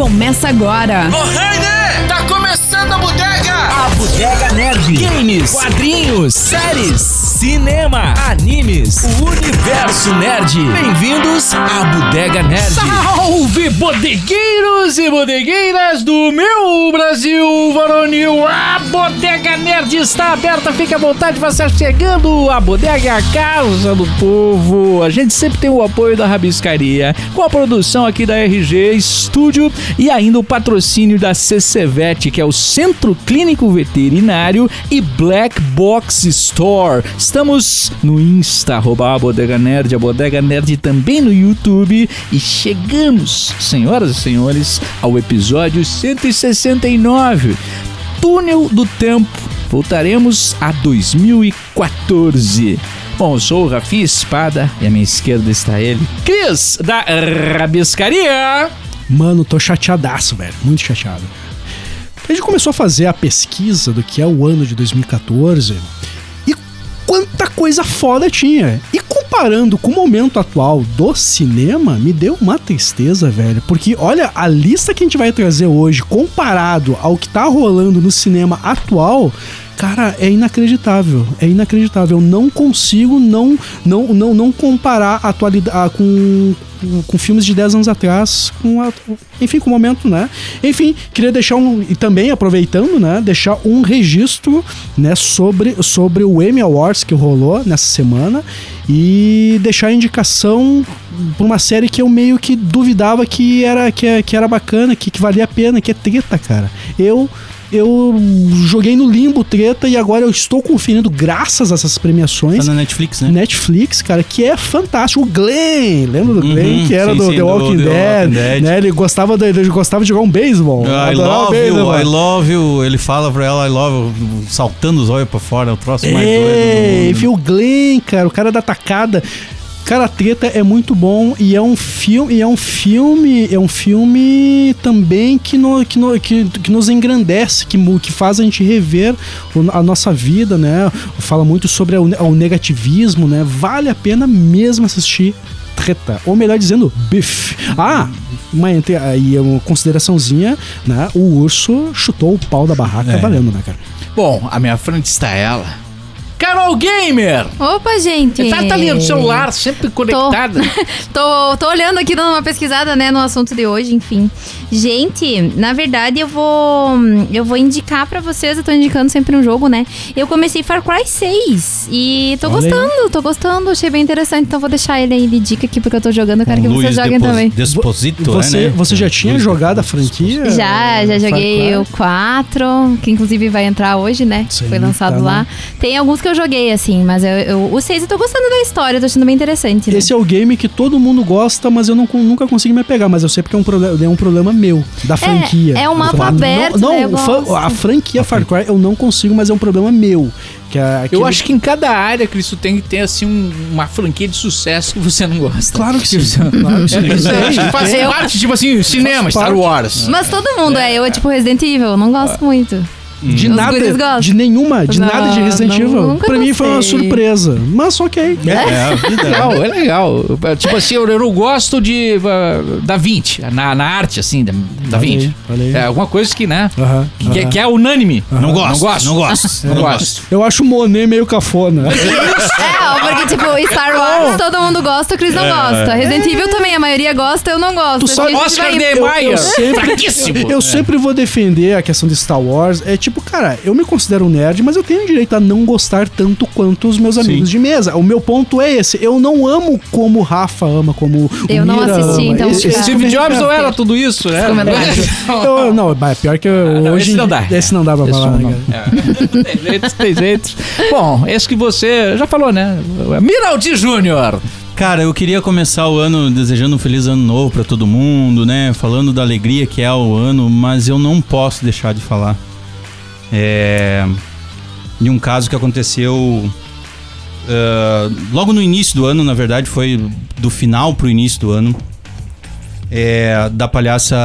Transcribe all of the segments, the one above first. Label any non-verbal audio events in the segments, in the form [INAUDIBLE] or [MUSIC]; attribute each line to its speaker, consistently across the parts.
Speaker 1: começa agora.
Speaker 2: Ô, Heine! Tá começando a bodega!
Speaker 3: A Bodega Nerd. Games, quadrinhos, séries, cinema, animes, o universo nerd. Bem-vindos à Bodega Nerd.
Speaker 4: Salve, bodegueiros e bodegueiras do meu Brasil varonil! A Bodega Nerd está aberta, fique à vontade, você chegando. A bodega é a casa do povo. A gente sempre tem o apoio da Rabiscaria, com a produção aqui da RG Studio e ainda o patrocínio da CCVET, que é o Centro Clínico Veterinário e Black Box Store. Estamos no Insta, arroba a Bodega Nerd, a Bodega Nerd também no YouTube. E chegamos, senhoras e senhores, ao episódio 169, Túnel do Tempo. Voltaremos a 2014. Bom, eu sou o Rafinha Espada e à minha esquerda está ele, Cris, da Rabiscaria.
Speaker 5: Mano, tô chateadaço, velho. Muito chateado. A gente começou a fazer a pesquisa do que é o ano de 2014 e quanta coisa foda tinha. E comparando com o momento atual do cinema, me deu uma tristeza, velho. Porque olha, a lista que a gente vai trazer hoje, comparado ao que tá rolando no cinema atual, cara, é inacreditável. É inacreditável. Eu não consigo não não não, não comparar a atualidade a- com, com com filmes de 10 anos atrás com a- enfim, com o momento, né? Enfim, queria deixar um e também aproveitando, né, deixar um registro, né, sobre sobre o Emmy Awards que rolou nessa semana e deixar a indicação pra uma série que eu meio que duvidava que era que, é- que era bacana, que, que valia a pena, que é treta, cara. Eu eu joguei no limbo treta e agora eu estou conferindo graças a essas premiações.
Speaker 3: Tá Netflix, né?
Speaker 5: Netflix, cara, que é fantástico. O Glenn, lembra do Glenn? Que era
Speaker 3: Uhum. sim,
Speaker 5: do
Speaker 3: sim,
Speaker 5: The
Speaker 3: do
Speaker 5: Walking
Speaker 3: The
Speaker 5: Dead,
Speaker 3: Walking Dead. Ah,
Speaker 5: né? Ele gostava, de, ele gostava de jogar um beisebol.
Speaker 6: é
Speaker 3: I
Speaker 5: Adorava
Speaker 3: love you,
Speaker 6: né,
Speaker 5: beisebol.
Speaker 3: I love you. Ele fala pra ela, I love you, saltando os olhos pra fora, é o troço mais
Speaker 5: É,
Speaker 3: doido do
Speaker 5: enfim,
Speaker 3: mundo.
Speaker 5: o Glenn, cara, o cara da tacada. Cara, a treta é muito bom e é um filme, e é um filme, é um filme também que, no, que, no, que, que nos engrandece, que, mu- que faz a gente rever o- a nossa vida, né? Fala muito sobre a- o negativismo, né? Vale a pena mesmo assistir treta, ou melhor dizendo, bife. Ah, uma entre aí uma consideraçãozinha, né? O urso chutou o pau da
Speaker 3: É.
Speaker 5: barraca valendo, né, cara?
Speaker 4: Bom, à minha frente está ela, Carol Gamer.
Speaker 6: Opa, gente!
Speaker 4: Tá, tá ali no celular, sempre conectada.
Speaker 6: [LAUGHS] Tô, tô olhando aqui, dando uma pesquisada, né, no assunto de hoje, enfim. Gente, na verdade, eu vou eu vou indicar pra vocês, eu tô indicando sempre um jogo, né? Eu comecei Far Cry 6 e tô
Speaker 5: Olha aí.
Speaker 6: gostando, tô gostando, achei bem interessante, então vou deixar ele aí de dica aqui, porque eu tô jogando, eu quero que
Speaker 3: Luiz
Speaker 6: vocês joguem
Speaker 3: Depo-
Speaker 6: também.
Speaker 3: Desposito,
Speaker 5: Você,
Speaker 3: é, né?
Speaker 5: você já tinha
Speaker 3: Luiz
Speaker 5: jogado a franquia?
Speaker 6: Já,
Speaker 5: Ah,
Speaker 6: já
Speaker 5: Far Cry?
Speaker 6: joguei o 4, que inclusive vai entrar hoje, né?
Speaker 5: Sim,
Speaker 6: Foi lançado
Speaker 5: tá, né?
Speaker 6: lá. Tem alguns que eu joguei, assim, mas eu, eu- o 6 eu tô gostando da história, eu tô achando bem interessante. Né?
Speaker 5: Esse é o game que todo mundo gosta, mas eu não, con- nunca consegui me apegar. Mas eu sei porque é um, problema, é um problema meu, da franquia.
Speaker 6: é um
Speaker 5: Do
Speaker 6: mapa
Speaker 5: Far-
Speaker 6: aberto,
Speaker 5: Não,
Speaker 6: né,
Speaker 5: não
Speaker 6: eu
Speaker 5: o fã-
Speaker 6: gosto.
Speaker 5: a franquia Far Cry eu não consigo, mas é um problema meu. Que é
Speaker 4: Eu
Speaker 5: aquele-
Speaker 4: acho que em cada área, Cris, tu tem que ter assim um- uma franquia de sucesso que você não gosta.
Speaker 5: Claro que sim. Claro que sim.
Speaker 4: é Isso aí, acho que faz
Speaker 6: Eu-
Speaker 4: parte, tipo assim, cinema,
Speaker 5: Faz
Speaker 4: Star
Speaker 5: parte.
Speaker 4: Wars.
Speaker 6: Mas todo mundo é, eu é tipo Resident Evil, eu não
Speaker 5: Ah.
Speaker 6: gosto muito.
Speaker 5: De
Speaker 6: Os guris
Speaker 5: nada,
Speaker 6: gostam.
Speaker 5: de nenhuma, de
Speaker 6: Não,
Speaker 5: nada de Resident
Speaker 6: não,
Speaker 5: Evil.
Speaker 6: nunca
Speaker 5: Pra mim foi uma
Speaker 6: gostei.
Speaker 5: surpresa. Mas ok.
Speaker 3: É, é a vida.
Speaker 4: Legal, é legal. Tipo assim, eu, eu não gosto de. ah, da 20, na, na arte, assim, da, da 20.
Speaker 5: olha aí.
Speaker 4: É alguma coisa que, né?
Speaker 5: Aham,
Speaker 4: que- Que,
Speaker 5: aham.
Speaker 4: que é unânime.
Speaker 3: Não gosto, não gosto.
Speaker 4: Não gosto.
Speaker 5: Eu acho o Monet meio cafona.
Speaker 6: É, ó, porque tipo, Star Wars todo mundo gosta, o
Speaker 3: É.
Speaker 6: Chris não gosta. Resident Evil também, a maioria gosta, eu não gosto.
Speaker 5: Tu
Speaker 6: Acho
Speaker 5: só-
Speaker 6: que a gente
Speaker 4: Oscar
Speaker 6: vai-
Speaker 4: Niemeyer,
Speaker 5: sempre-
Speaker 4: fraquíssimo.
Speaker 5: Eu sempre vou defender a questão de Star Wars. É tipo, cara, eu me considero um nerd, mas eu tenho direito a não gostar tanto quanto os meus amigos de mesa. O meu ponto é esse. Eu não amo como o Rafa ama, como
Speaker 6: Eu
Speaker 5: o Mira
Speaker 6: não assisti,
Speaker 5: ama.
Speaker 6: então,
Speaker 5: Esse-
Speaker 6: cara.
Speaker 5: esse
Speaker 4: Steve
Speaker 5: filme-
Speaker 6: [LAUGHS]
Speaker 4: Jobs não era tudo isso, né?
Speaker 6: comentários.
Speaker 5: é. Eu, não, é, mas pior que eu,
Speaker 4: Ah, não,
Speaker 5: hoje.
Speaker 4: esse não dá.
Speaker 5: Esse
Speaker 3: é
Speaker 5: não dá pra
Speaker 4: Esse
Speaker 5: falar,
Speaker 4: não
Speaker 5: né, cara?
Speaker 1: [LAUGHS]
Speaker 4: Tem jeitos, tem jeitos. Bom, esse que você já falou, né?
Speaker 1: É
Speaker 4: Miraldi Júnior.
Speaker 3: Cara, eu queria começar o ano desejando um feliz ano novo pra todo mundo, né? Falando da alegria que é o ano, mas eu não posso deixar de falar. É, de um caso que aconteceu ah, logo no início do ano, na verdade, foi do final pro início do ano. É, da palhaça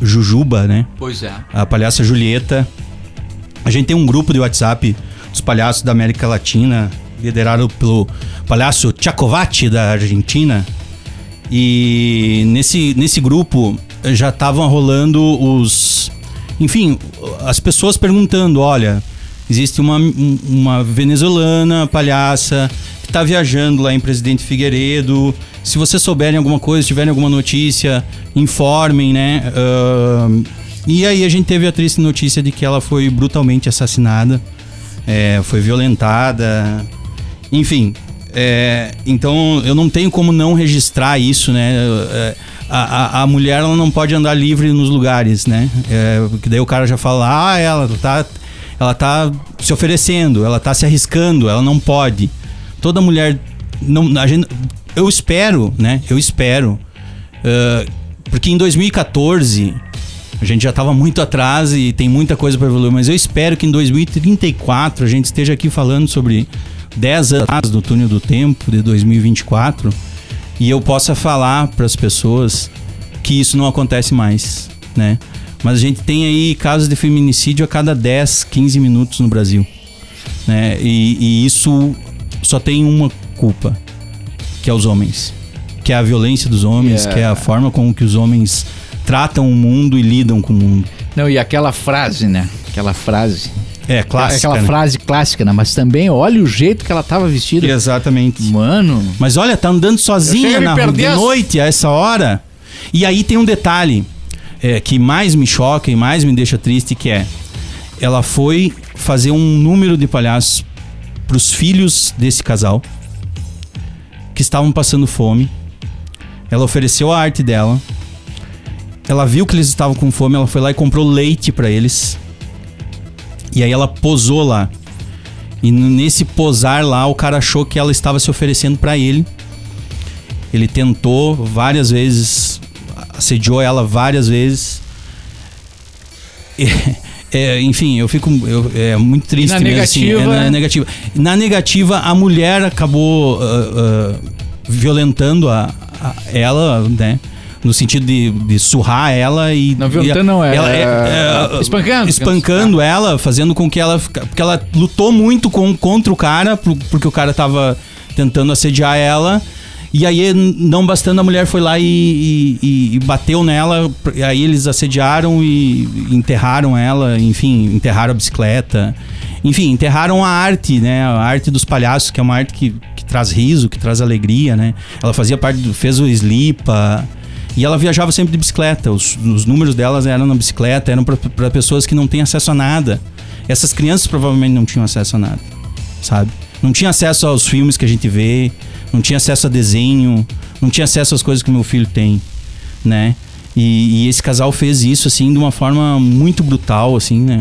Speaker 3: Jujuba, né?
Speaker 4: Pois é.
Speaker 3: a palhaça Julieta. A gente tem um grupo de WhatsApp dos palhaços da América Latina, liderado pelo palhaço Tchacovati da Argentina. E nesse, nesse grupo eh, já estavam rolando os. Enfim, as pessoas perguntando: olha, existe uma, um- uma venezuelana palhaça que está viajando lá em Presidente Figueiredo. Se vocês souberem alguma coisa, tiverem alguma notícia, informem, né? Ahn, e aí a gente teve a triste notícia de que ela foi brutalmente assassinada, eh, foi violentada. Enfim, é, então eu não tenho como não registrar isso, né? Eu, é, a, a- a mulher ela não pode andar livre nos lugares, né? É, porque daí o cara já fala, ah, ela tá, ela tá se oferecendo, ela tá se arriscando, ela não pode. Toda mulher. Não, a gente, eu espero, né? Eu espero. é, porque em 2014. A gente já estava muito atrás e tem muita coisa para evoluir, mas eu espero que em 2034 a gente esteja aqui falando sobre 10 anos atrás do túnel do tempo de 2024 e eu possa falar para as pessoas que isso não acontece mais, né? Mas a gente tem aí casos de feminicídio a cada 10, 15 minutos no Brasil, né? E, e isso só tem uma culpa, que é os homens, que é a violência dos homens,
Speaker 1: Yeah.
Speaker 3: que é a forma como que os homens tratam o mundo e lidam com o mundo.
Speaker 1: Não, e aquela frase, né? Aquela frase.
Speaker 3: É clássica.
Speaker 1: aquela
Speaker 3: né?
Speaker 1: frase clássica, né? Mas também olha o jeito que ela tava vestida.
Speaker 3: Exatamente.
Speaker 1: Mano.
Speaker 3: Mas olha, tá andando
Speaker 1: Eu
Speaker 3: sozinha
Speaker 1: chego a me
Speaker 3: na rua de
Speaker 1: perder as-
Speaker 3: noite a essa hora. E aí tem um detalhe é, que mais me choca e mais me deixa triste que é ela foi fazer um número de palhaços pros filhos desse casal que estavam passando fome. Ela ofereceu a arte dela. Ela viu que eles estavam com fome, ela foi lá e comprou leite pra eles. E aí ela posou lá. E n- nesse posar lá, o cara achou que ela estava se oferecendo pra ele. Ele tentou várias vezes, assediou ela várias vezes. E- [LAUGHS] é, enfim, eu fico eu- é muito triste
Speaker 1: na
Speaker 3: mesmo, assim, é,
Speaker 1: negativa- né?
Speaker 3: na negativa. Na negativa, a mulher acabou ah, ah, violentando a, a- ela, né? No sentido de, de surrar ela e.
Speaker 1: Não,
Speaker 3: e
Speaker 1: violentando
Speaker 3: a-
Speaker 1: não, é-
Speaker 3: ela
Speaker 1: é, espancando.
Speaker 3: Espancando ela, fazendo com que ela. fica- Porque ela lutou muito com, contra o cara, pro- porque o cara tava tentando assediar ela. E aí, n- não bastando, a mulher foi lá e, e- e- e bateu nela. pr- e Aí eles assediaram e enterraram ela, enfim, enterraram a bicicleta. Enfim, enterraram a arte, né? A arte dos palhaços, que é uma arte que, que traz riso, que traz alegria, né? Ela fazia parte do. fez o Slipa. E ela viajava sempre de bicicleta. Os, os números delas eram na bicicleta, eram para pessoas que não têm acesso a nada. Essas crianças provavelmente não tinham acesso a nada, sabe? Não tinha acesso aos filmes que a gente vê, não tinha acesso a desenho, não tinha acesso às coisas que o meu filho tem, né? E, e esse casal fez isso, assim, de uma forma muito brutal, assim, né?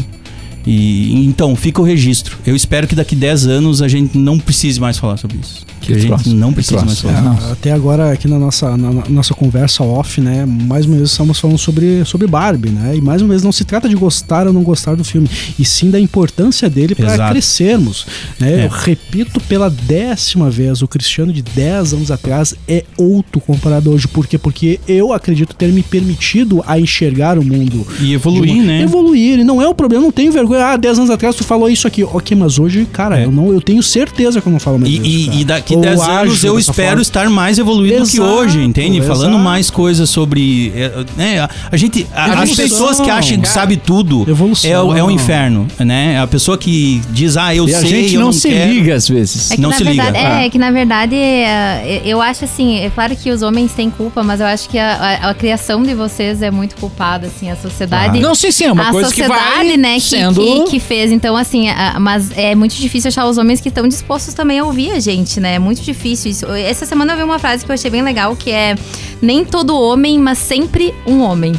Speaker 3: E então, fica o registro. Eu espero que daqui 10 anos a gente não precise mais falar sobre isso. Que a gente
Speaker 1: troço,
Speaker 3: não
Speaker 1: que
Speaker 3: precise mais
Speaker 1: troço.
Speaker 3: falar.
Speaker 5: Ah, Até agora, aqui na nossa, na- na nossa conversa off, né? Mais uma vez estamos falando sobre, sobre Barbie, né? E mais uma vez não se trata de gostar ou não gostar do filme, e sim da importância dele para
Speaker 3: Exato.
Speaker 5: crescermos. Né?
Speaker 3: É.
Speaker 5: Eu repito pela décima vez, o Cristiano de 10 anos atrás é outro comparado hoje. Por quê? Porque eu acredito ter me permitido a enxergar o mundo.
Speaker 3: E
Speaker 5: de
Speaker 3: evoluir,
Speaker 5: uma-
Speaker 3: né?
Speaker 5: Evoluir, e não é o problema, eu não tenho vergonha. Ah, 10 anos atrás tu falou isso aqui. Ok, mas hoje, cara,
Speaker 3: É.
Speaker 5: eu não, eu tenho certeza que eu não falo mais
Speaker 3: E,
Speaker 5: isso,
Speaker 3: e-
Speaker 5: cara.
Speaker 3: e daqui
Speaker 5: Ou
Speaker 3: 10 anos
Speaker 5: ajo
Speaker 3: eu
Speaker 5: dessa
Speaker 3: espero
Speaker 5: forma.
Speaker 3: estar mais evoluído que
Speaker 5: Exato,
Speaker 3: hoje, entende? Falando
Speaker 5: exato.
Speaker 3: mais coisas sobre. é, Né? A, a gente. a- as
Speaker 5: Evolução,
Speaker 3: pessoas que acham que
Speaker 5: cara.
Speaker 3: sabe tudo
Speaker 5: Evolução.
Speaker 3: é, o- é um inferno, né? A pessoa que diz, ah, eu
Speaker 1: E
Speaker 3: sei,
Speaker 1: a gente
Speaker 3: eu
Speaker 1: não,
Speaker 3: não
Speaker 1: se
Speaker 3: quero.
Speaker 1: liga às vezes.
Speaker 6: É que,
Speaker 3: Não
Speaker 6: na
Speaker 3: se liga.
Speaker 6: verdade, É,
Speaker 1: Ah.
Speaker 6: é que na verdade é, eu acho assim, é claro que os homens têm culpa, mas eu acho que a, a- a criação de vocês é muito culpada, assim, a sociedade.
Speaker 1: Não sei se é uma
Speaker 6: a
Speaker 1: coisa que
Speaker 6: sociedade,
Speaker 1: vai
Speaker 6: né, que,
Speaker 1: sendo...
Speaker 6: que, que fez. Então, assim, a- mas é muito difícil achar os homens que estão dispostos também a ouvir a gente, né? É muito difícil isso. Essa semana eu vi uma frase que eu achei bem legal, que é nem todo homem, mas sempre um homem.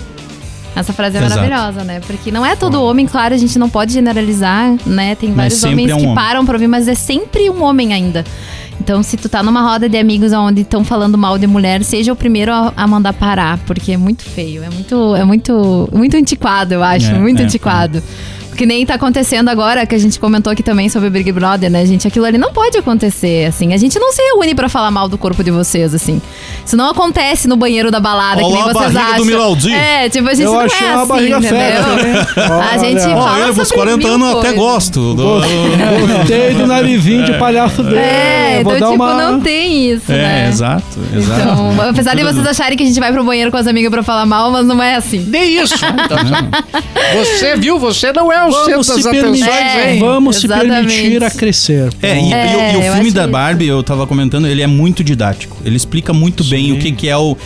Speaker 6: Essa frase é
Speaker 3: Exato.
Speaker 6: maravilhosa, né? Porque não é todo homem, claro, a gente não pode generalizar, né? Tem
Speaker 3: Mas
Speaker 6: vários
Speaker 3: sempre
Speaker 6: homens
Speaker 3: é um
Speaker 6: que
Speaker 3: homem.
Speaker 6: param pra ouvir, mas é sempre um homem ainda. Então, se tu tá numa roda de amigos onde estão falando mal de mulher, seja o primeiro a, a mandar parar, porque é muito feio, é muito, é muito, muito antiquado, eu acho,
Speaker 3: É,
Speaker 6: muito
Speaker 3: é,
Speaker 6: antiquado. Que nem tá acontecendo agora, que a gente comentou aqui também sobre Big Brother, né, gente? Aquilo ali não pode acontecer, assim. A gente não se reúne pra falar mal do corpo de vocês, assim. Isso não acontece no banheiro da balada,
Speaker 3: Ó
Speaker 6: que nem
Speaker 3: lá a
Speaker 6: vocês
Speaker 3: barriga do
Speaker 6: acham.
Speaker 3: Miraldinho.
Speaker 6: É, tipo, a gente
Speaker 5: Eu
Speaker 6: não é
Speaker 5: achei uma
Speaker 6: assim,
Speaker 5: barriga né?
Speaker 6: entendeu?
Speaker 5: fera
Speaker 6: a gente
Speaker 5: Olha,
Speaker 6: fala
Speaker 3: Olha,
Speaker 6: sobre
Speaker 3: meus 40
Speaker 6: mil
Speaker 3: anos eu até
Speaker 6: coisas.
Speaker 3: gosto. do-
Speaker 5: [LAUGHS] Gostei do narizinho de palhaço dele.
Speaker 6: É,
Speaker 5: Vou
Speaker 6: então,
Speaker 5: dar
Speaker 6: tipo,
Speaker 5: uma...
Speaker 6: não tem isso,
Speaker 3: É,
Speaker 6: né?
Speaker 3: exato, exato.
Speaker 6: Então, apesar de vocês acharem que a gente vai pro banheiro com as amigas pra falar mal, mas não é assim.
Speaker 4: Nem isso. Então, você viu? Você não
Speaker 6: um
Speaker 4: é o
Speaker 5: Vamos
Speaker 4: centro
Speaker 5: se,
Speaker 4: das atenções,
Speaker 5: permitir,
Speaker 6: É,
Speaker 4: hein?
Speaker 5: vamos se
Speaker 6: exatamente.
Speaker 5: permitir a crescer. tá
Speaker 3: É, e,
Speaker 6: É,
Speaker 3: e o- e o
Speaker 6: eu
Speaker 3: filme
Speaker 6: acho
Speaker 3: da
Speaker 6: isso.
Speaker 3: Barbie, eu tava comentando, ele é muito didático. Ele explica muito bem o que, que é o.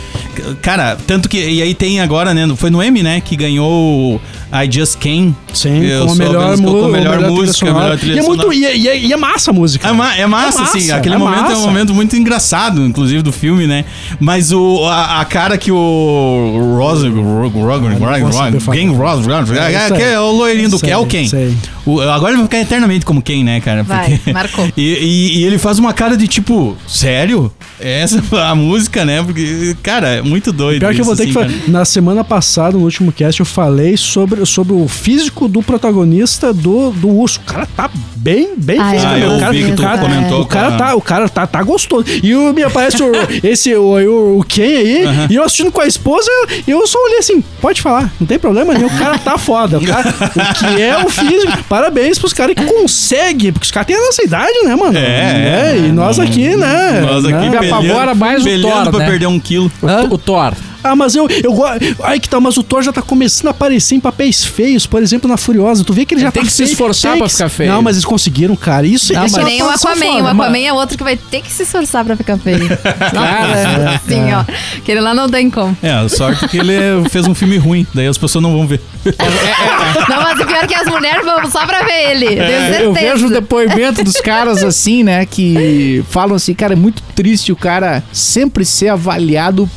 Speaker 3: Cara, tanto que. E aí tem agora, né? Foi no M, né? Que ganhou o I Just Can.
Speaker 5: Sim,
Speaker 3: Eu
Speaker 5: com a
Speaker 3: sou
Speaker 5: melhor,
Speaker 3: apenas-
Speaker 5: mu
Speaker 3: com a melhor
Speaker 5: trilha
Speaker 3: música, a
Speaker 5: sonora.
Speaker 3: melhor trilha
Speaker 5: e é muito
Speaker 3: sonora.
Speaker 5: e é, e é- e é massa a música.
Speaker 3: É, ma- é massa,
Speaker 5: É massa,
Speaker 3: assim. Aquele
Speaker 5: é
Speaker 3: momento é um
Speaker 5: massa.
Speaker 3: momento muito engraçado, inclusive, do filme, né? Mas o, a, a cara que o Rose.
Speaker 5: não vou saber falar.
Speaker 3: Gang Rose.
Speaker 5: É,
Speaker 3: Que é o loirinho do
Speaker 5: sei,
Speaker 3: que é o Ken.
Speaker 5: sei.
Speaker 3: O- agora ele vai ficar eternamente como Ken, né, cara?
Speaker 6: Vai, marcou.
Speaker 3: [LAUGHS] E, e- e ele faz uma cara de tipo, sério? Essa é a música, né? Porque, cara, é muito doido.
Speaker 5: Pior que eu
Speaker 3: isso,
Speaker 5: vou ter
Speaker 3: assim,
Speaker 5: que falar.
Speaker 3: cara.
Speaker 5: Na semana passada, no último cast, eu falei sobre, sobre o físico do protagonista do, do urso. O cara tá bem, bem
Speaker 6: Ah,
Speaker 5: físico.
Speaker 6: eu
Speaker 5: meu.
Speaker 6: vi
Speaker 5: o cara,
Speaker 6: que tu
Speaker 5: o cara-
Speaker 3: comentou,
Speaker 5: o cara
Speaker 3: cara.
Speaker 5: tá, o cara tá, tá gostoso. E o, me aparece
Speaker 6: [LAUGHS]
Speaker 5: o, esse, o, o Ken aí, e eu assistindo com a esposa, e eu só olhei assim, pode falar, não tem problema nenhum, o cara tá foda. O, cara, o que é o físico? Parabéns pros caras que conseguem, porque os caras têm a nossa idade, né, mano?
Speaker 3: É,
Speaker 5: e nós
Speaker 3: não-
Speaker 5: aqui, né?
Speaker 3: Nós aqui
Speaker 5: né?
Speaker 4: Me apavora
Speaker 3: peleando-
Speaker 4: mais o
Speaker 3: peleando
Speaker 4: Thor,
Speaker 3: pra
Speaker 4: né?
Speaker 3: perder um quilo.
Speaker 4: O, o Thor.
Speaker 5: Ah, mas eu, eu gosto. Ai, que tal, mas o Thor já tá começando a aparecer em papéis feios, por exemplo, na Furiosa. Tu vê que ele já
Speaker 4: É, Tem
Speaker 5: tá
Speaker 4: que se
Speaker 5: feio,
Speaker 4: esforçar
Speaker 5: tem
Speaker 4: pra
Speaker 5: que-
Speaker 4: ficar feio.
Speaker 5: Não, mas eles conseguiram, cara. Isso
Speaker 4: Não,
Speaker 5: isso
Speaker 4: mas
Speaker 5: é
Speaker 6: Que
Speaker 5: uma
Speaker 6: nem o
Speaker 5: atuação
Speaker 6: Aquaman.
Speaker 5: foda,
Speaker 6: O
Speaker 5: mas-
Speaker 6: Aquaman é outro que vai ter que se esforçar pra ficar
Speaker 4: [LAUGHS] É.
Speaker 6: feio. Nossa, assim, ó. Aquele lá não tem como.
Speaker 3: É, a sorte que ele fez um filme ruim, daí as pessoas não vão ver.
Speaker 6: Não, mas o pior é que as mulheres vão só pra ver ele. Tenho certeza.
Speaker 4: É, Eu vejo o depoimento dos caras assim, né? Que falam assim, cara, é muito triste o cara sempre ser avaliado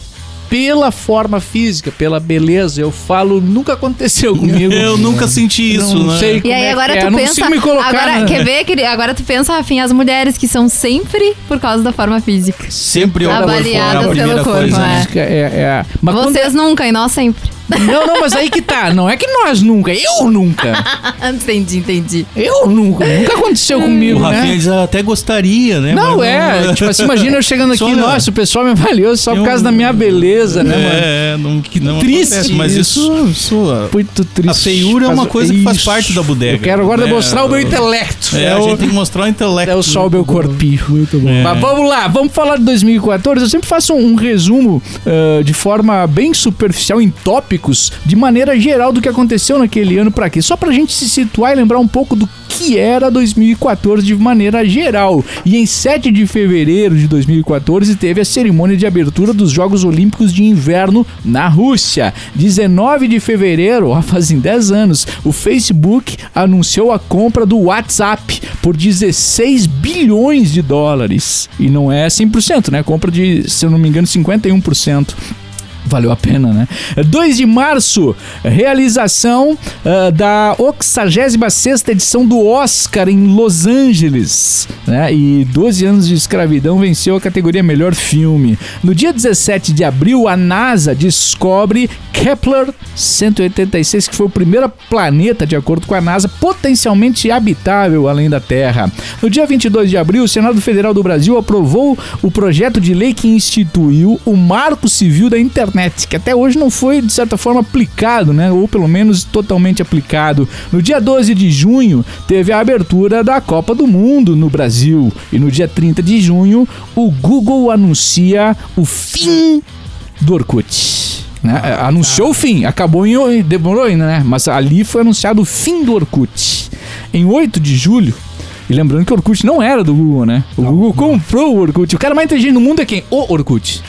Speaker 4: pela forma física, pela beleza. Eu falo, nunca aconteceu comigo.
Speaker 3: Eu nunca senti isso,
Speaker 4: não
Speaker 3: né?
Speaker 4: sei
Speaker 6: E
Speaker 4: como é
Speaker 6: aí
Speaker 4: que
Speaker 6: agora
Speaker 4: é.
Speaker 6: tu
Speaker 4: Eu não
Speaker 6: pensa.
Speaker 4: consigo me colocar.
Speaker 6: agora,
Speaker 4: né?
Speaker 6: quer ver, querido? Agora tu pensa, Rafinha, as mulheres que são sempre por causa da forma física.
Speaker 3: Sempre eu
Speaker 6: Avaliadas pelo corpo, é.
Speaker 4: Física, é, é. Mas quando-
Speaker 6: Vocês nunca e nós sempre.
Speaker 4: Não, não, mas aí que tá. Não é que nós nunca. Eu nunca.
Speaker 6: [LAUGHS] entendi, entendi.
Speaker 4: Eu nunca. Nunca aconteceu
Speaker 3: O
Speaker 4: comigo,
Speaker 3: Rafinha
Speaker 4: né?
Speaker 3: diz, "Ah, até gostaria, né?
Speaker 4: Não,
Speaker 3: Mas
Speaker 4: é. Tipo assim, imagina eu chegando aqui,
Speaker 3: Só não.
Speaker 4: nossa, o pessoal me avaliou só por
Speaker 3: Eu-
Speaker 4: causa da minha beleza, né, mano?
Speaker 3: É, é, não, que não
Speaker 4: Triste
Speaker 3: acontece, mas isso... isso a-
Speaker 4: Muito triste.
Speaker 3: a feiura é uma coisa que faz parte da bodega.
Speaker 4: Eu quero agora
Speaker 3: né?
Speaker 4: demonstrar o meu intelecto.
Speaker 3: É, a gente tem que mostrar o intelecto.
Speaker 4: É o sol, meu corpinho. Muito bom.
Speaker 3: É.
Speaker 4: Mas vamos lá, vamos falar de 2014. Eu sempre faço um resumo ah, de forma bem superficial, em tópicos, de maneira geral do que aconteceu naquele ano pra aqui. Só pra gente se situar e lembrar um pouco do que era 2014 de maneira geral. E em 7 de fevereiro de 2014 teve a cerimônia de abertura dos Jogos Olímpicos de Inverno na Rússia. 19 de fevereiro, ó, fazem 10 anos, o Facebook anunciou a compra do WhatsApp por 16 bilhões de dólares. E não é 100%, né? Compra de, se eu não me engano, 51%. Valeu a pena, né? 2 de março, realização ah, da 86 edição do Oscar em Los Angeles. Né? E 12 anos de escravidão venceu a categoria Melhor Filme. No dia 17 de abril, a NASA descobre Kepler 186, que foi o primeiro planeta, de acordo com a NASA, potencialmente habitável além da Terra. No dia 22 de abril, o Senado Federal do Brasil aprovou o projeto de lei que instituiu o Marco Civil da Internet, que até hoje não foi, de certa forma, aplicado, né? Ou pelo menos totalmente aplicado. No dia 12 de junho, teve a abertura da Copa do Mundo no Brasil. E no dia 30 de junho, o Google anuncia o fim do Orkut. né? Anunciou o fim, acabou em. demorou ainda, né? Mas ali foi anunciado o fim do Orkut. Em 8 de julho. E lembrando que o Orkut não era do Google, né? O Google comprou o Orkut. O cara mais inteligente do mundo é quem? O Orkut.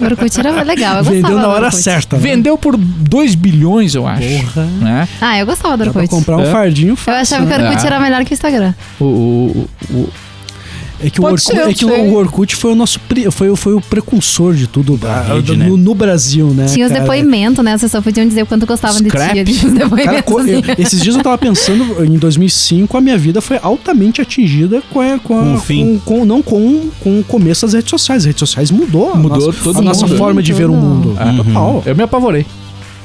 Speaker 6: O Orkut era legal. Eu gostava
Speaker 5: Vendeu na
Speaker 6: do
Speaker 5: hora
Speaker 6: Orkut.
Speaker 5: certa. né?
Speaker 4: Vendeu por 2 bilhões, eu acho.
Speaker 5: Porra.
Speaker 4: Né?
Speaker 6: Ah, eu gostava do
Speaker 5: Dá pra
Speaker 6: Orkut.
Speaker 5: comprar um
Speaker 4: É.
Speaker 5: fardinho
Speaker 6: Eu
Speaker 5: fácil,
Speaker 6: achava que
Speaker 5: né?
Speaker 6: o Orkut
Speaker 4: Ah.
Speaker 6: era melhor que o Instagram.
Speaker 4: O, o- o- o-
Speaker 5: É que, o
Speaker 4: Pode
Speaker 5: Orkut,
Speaker 4: ser, eu
Speaker 5: é que
Speaker 4: sei.
Speaker 5: o Orkut foi o nosso pri- foi, o- foi o precursor de tudo
Speaker 3: Da
Speaker 5: ah,
Speaker 3: rede,
Speaker 5: no,
Speaker 3: né?
Speaker 5: no Brasil, né?
Speaker 6: Tinha os
Speaker 5: cara?
Speaker 6: depoimentos, né? Vocês só podiam dizer o quanto gostavam de ti.
Speaker 4: Scrap.
Speaker 6: ali, Os
Speaker 5: Cara,
Speaker 6: depoimentos.
Speaker 5: co- eu- [LAUGHS]
Speaker 6: assim.
Speaker 5: esses dias eu tava pensando, em 2005, a minha vida foi altamente atingida com, a- com, a-
Speaker 3: Com o fim.
Speaker 5: com- com- não, com, com o começo das redes sociais. As redes sociais mudou. a
Speaker 4: Mudou
Speaker 5: nossa,
Speaker 4: todo
Speaker 5: a nossa
Speaker 6: mundo.
Speaker 3: uhum.
Speaker 5: forma de ver o mundo.
Speaker 4: Ah,
Speaker 5: Total.
Speaker 4: eu me apavorei.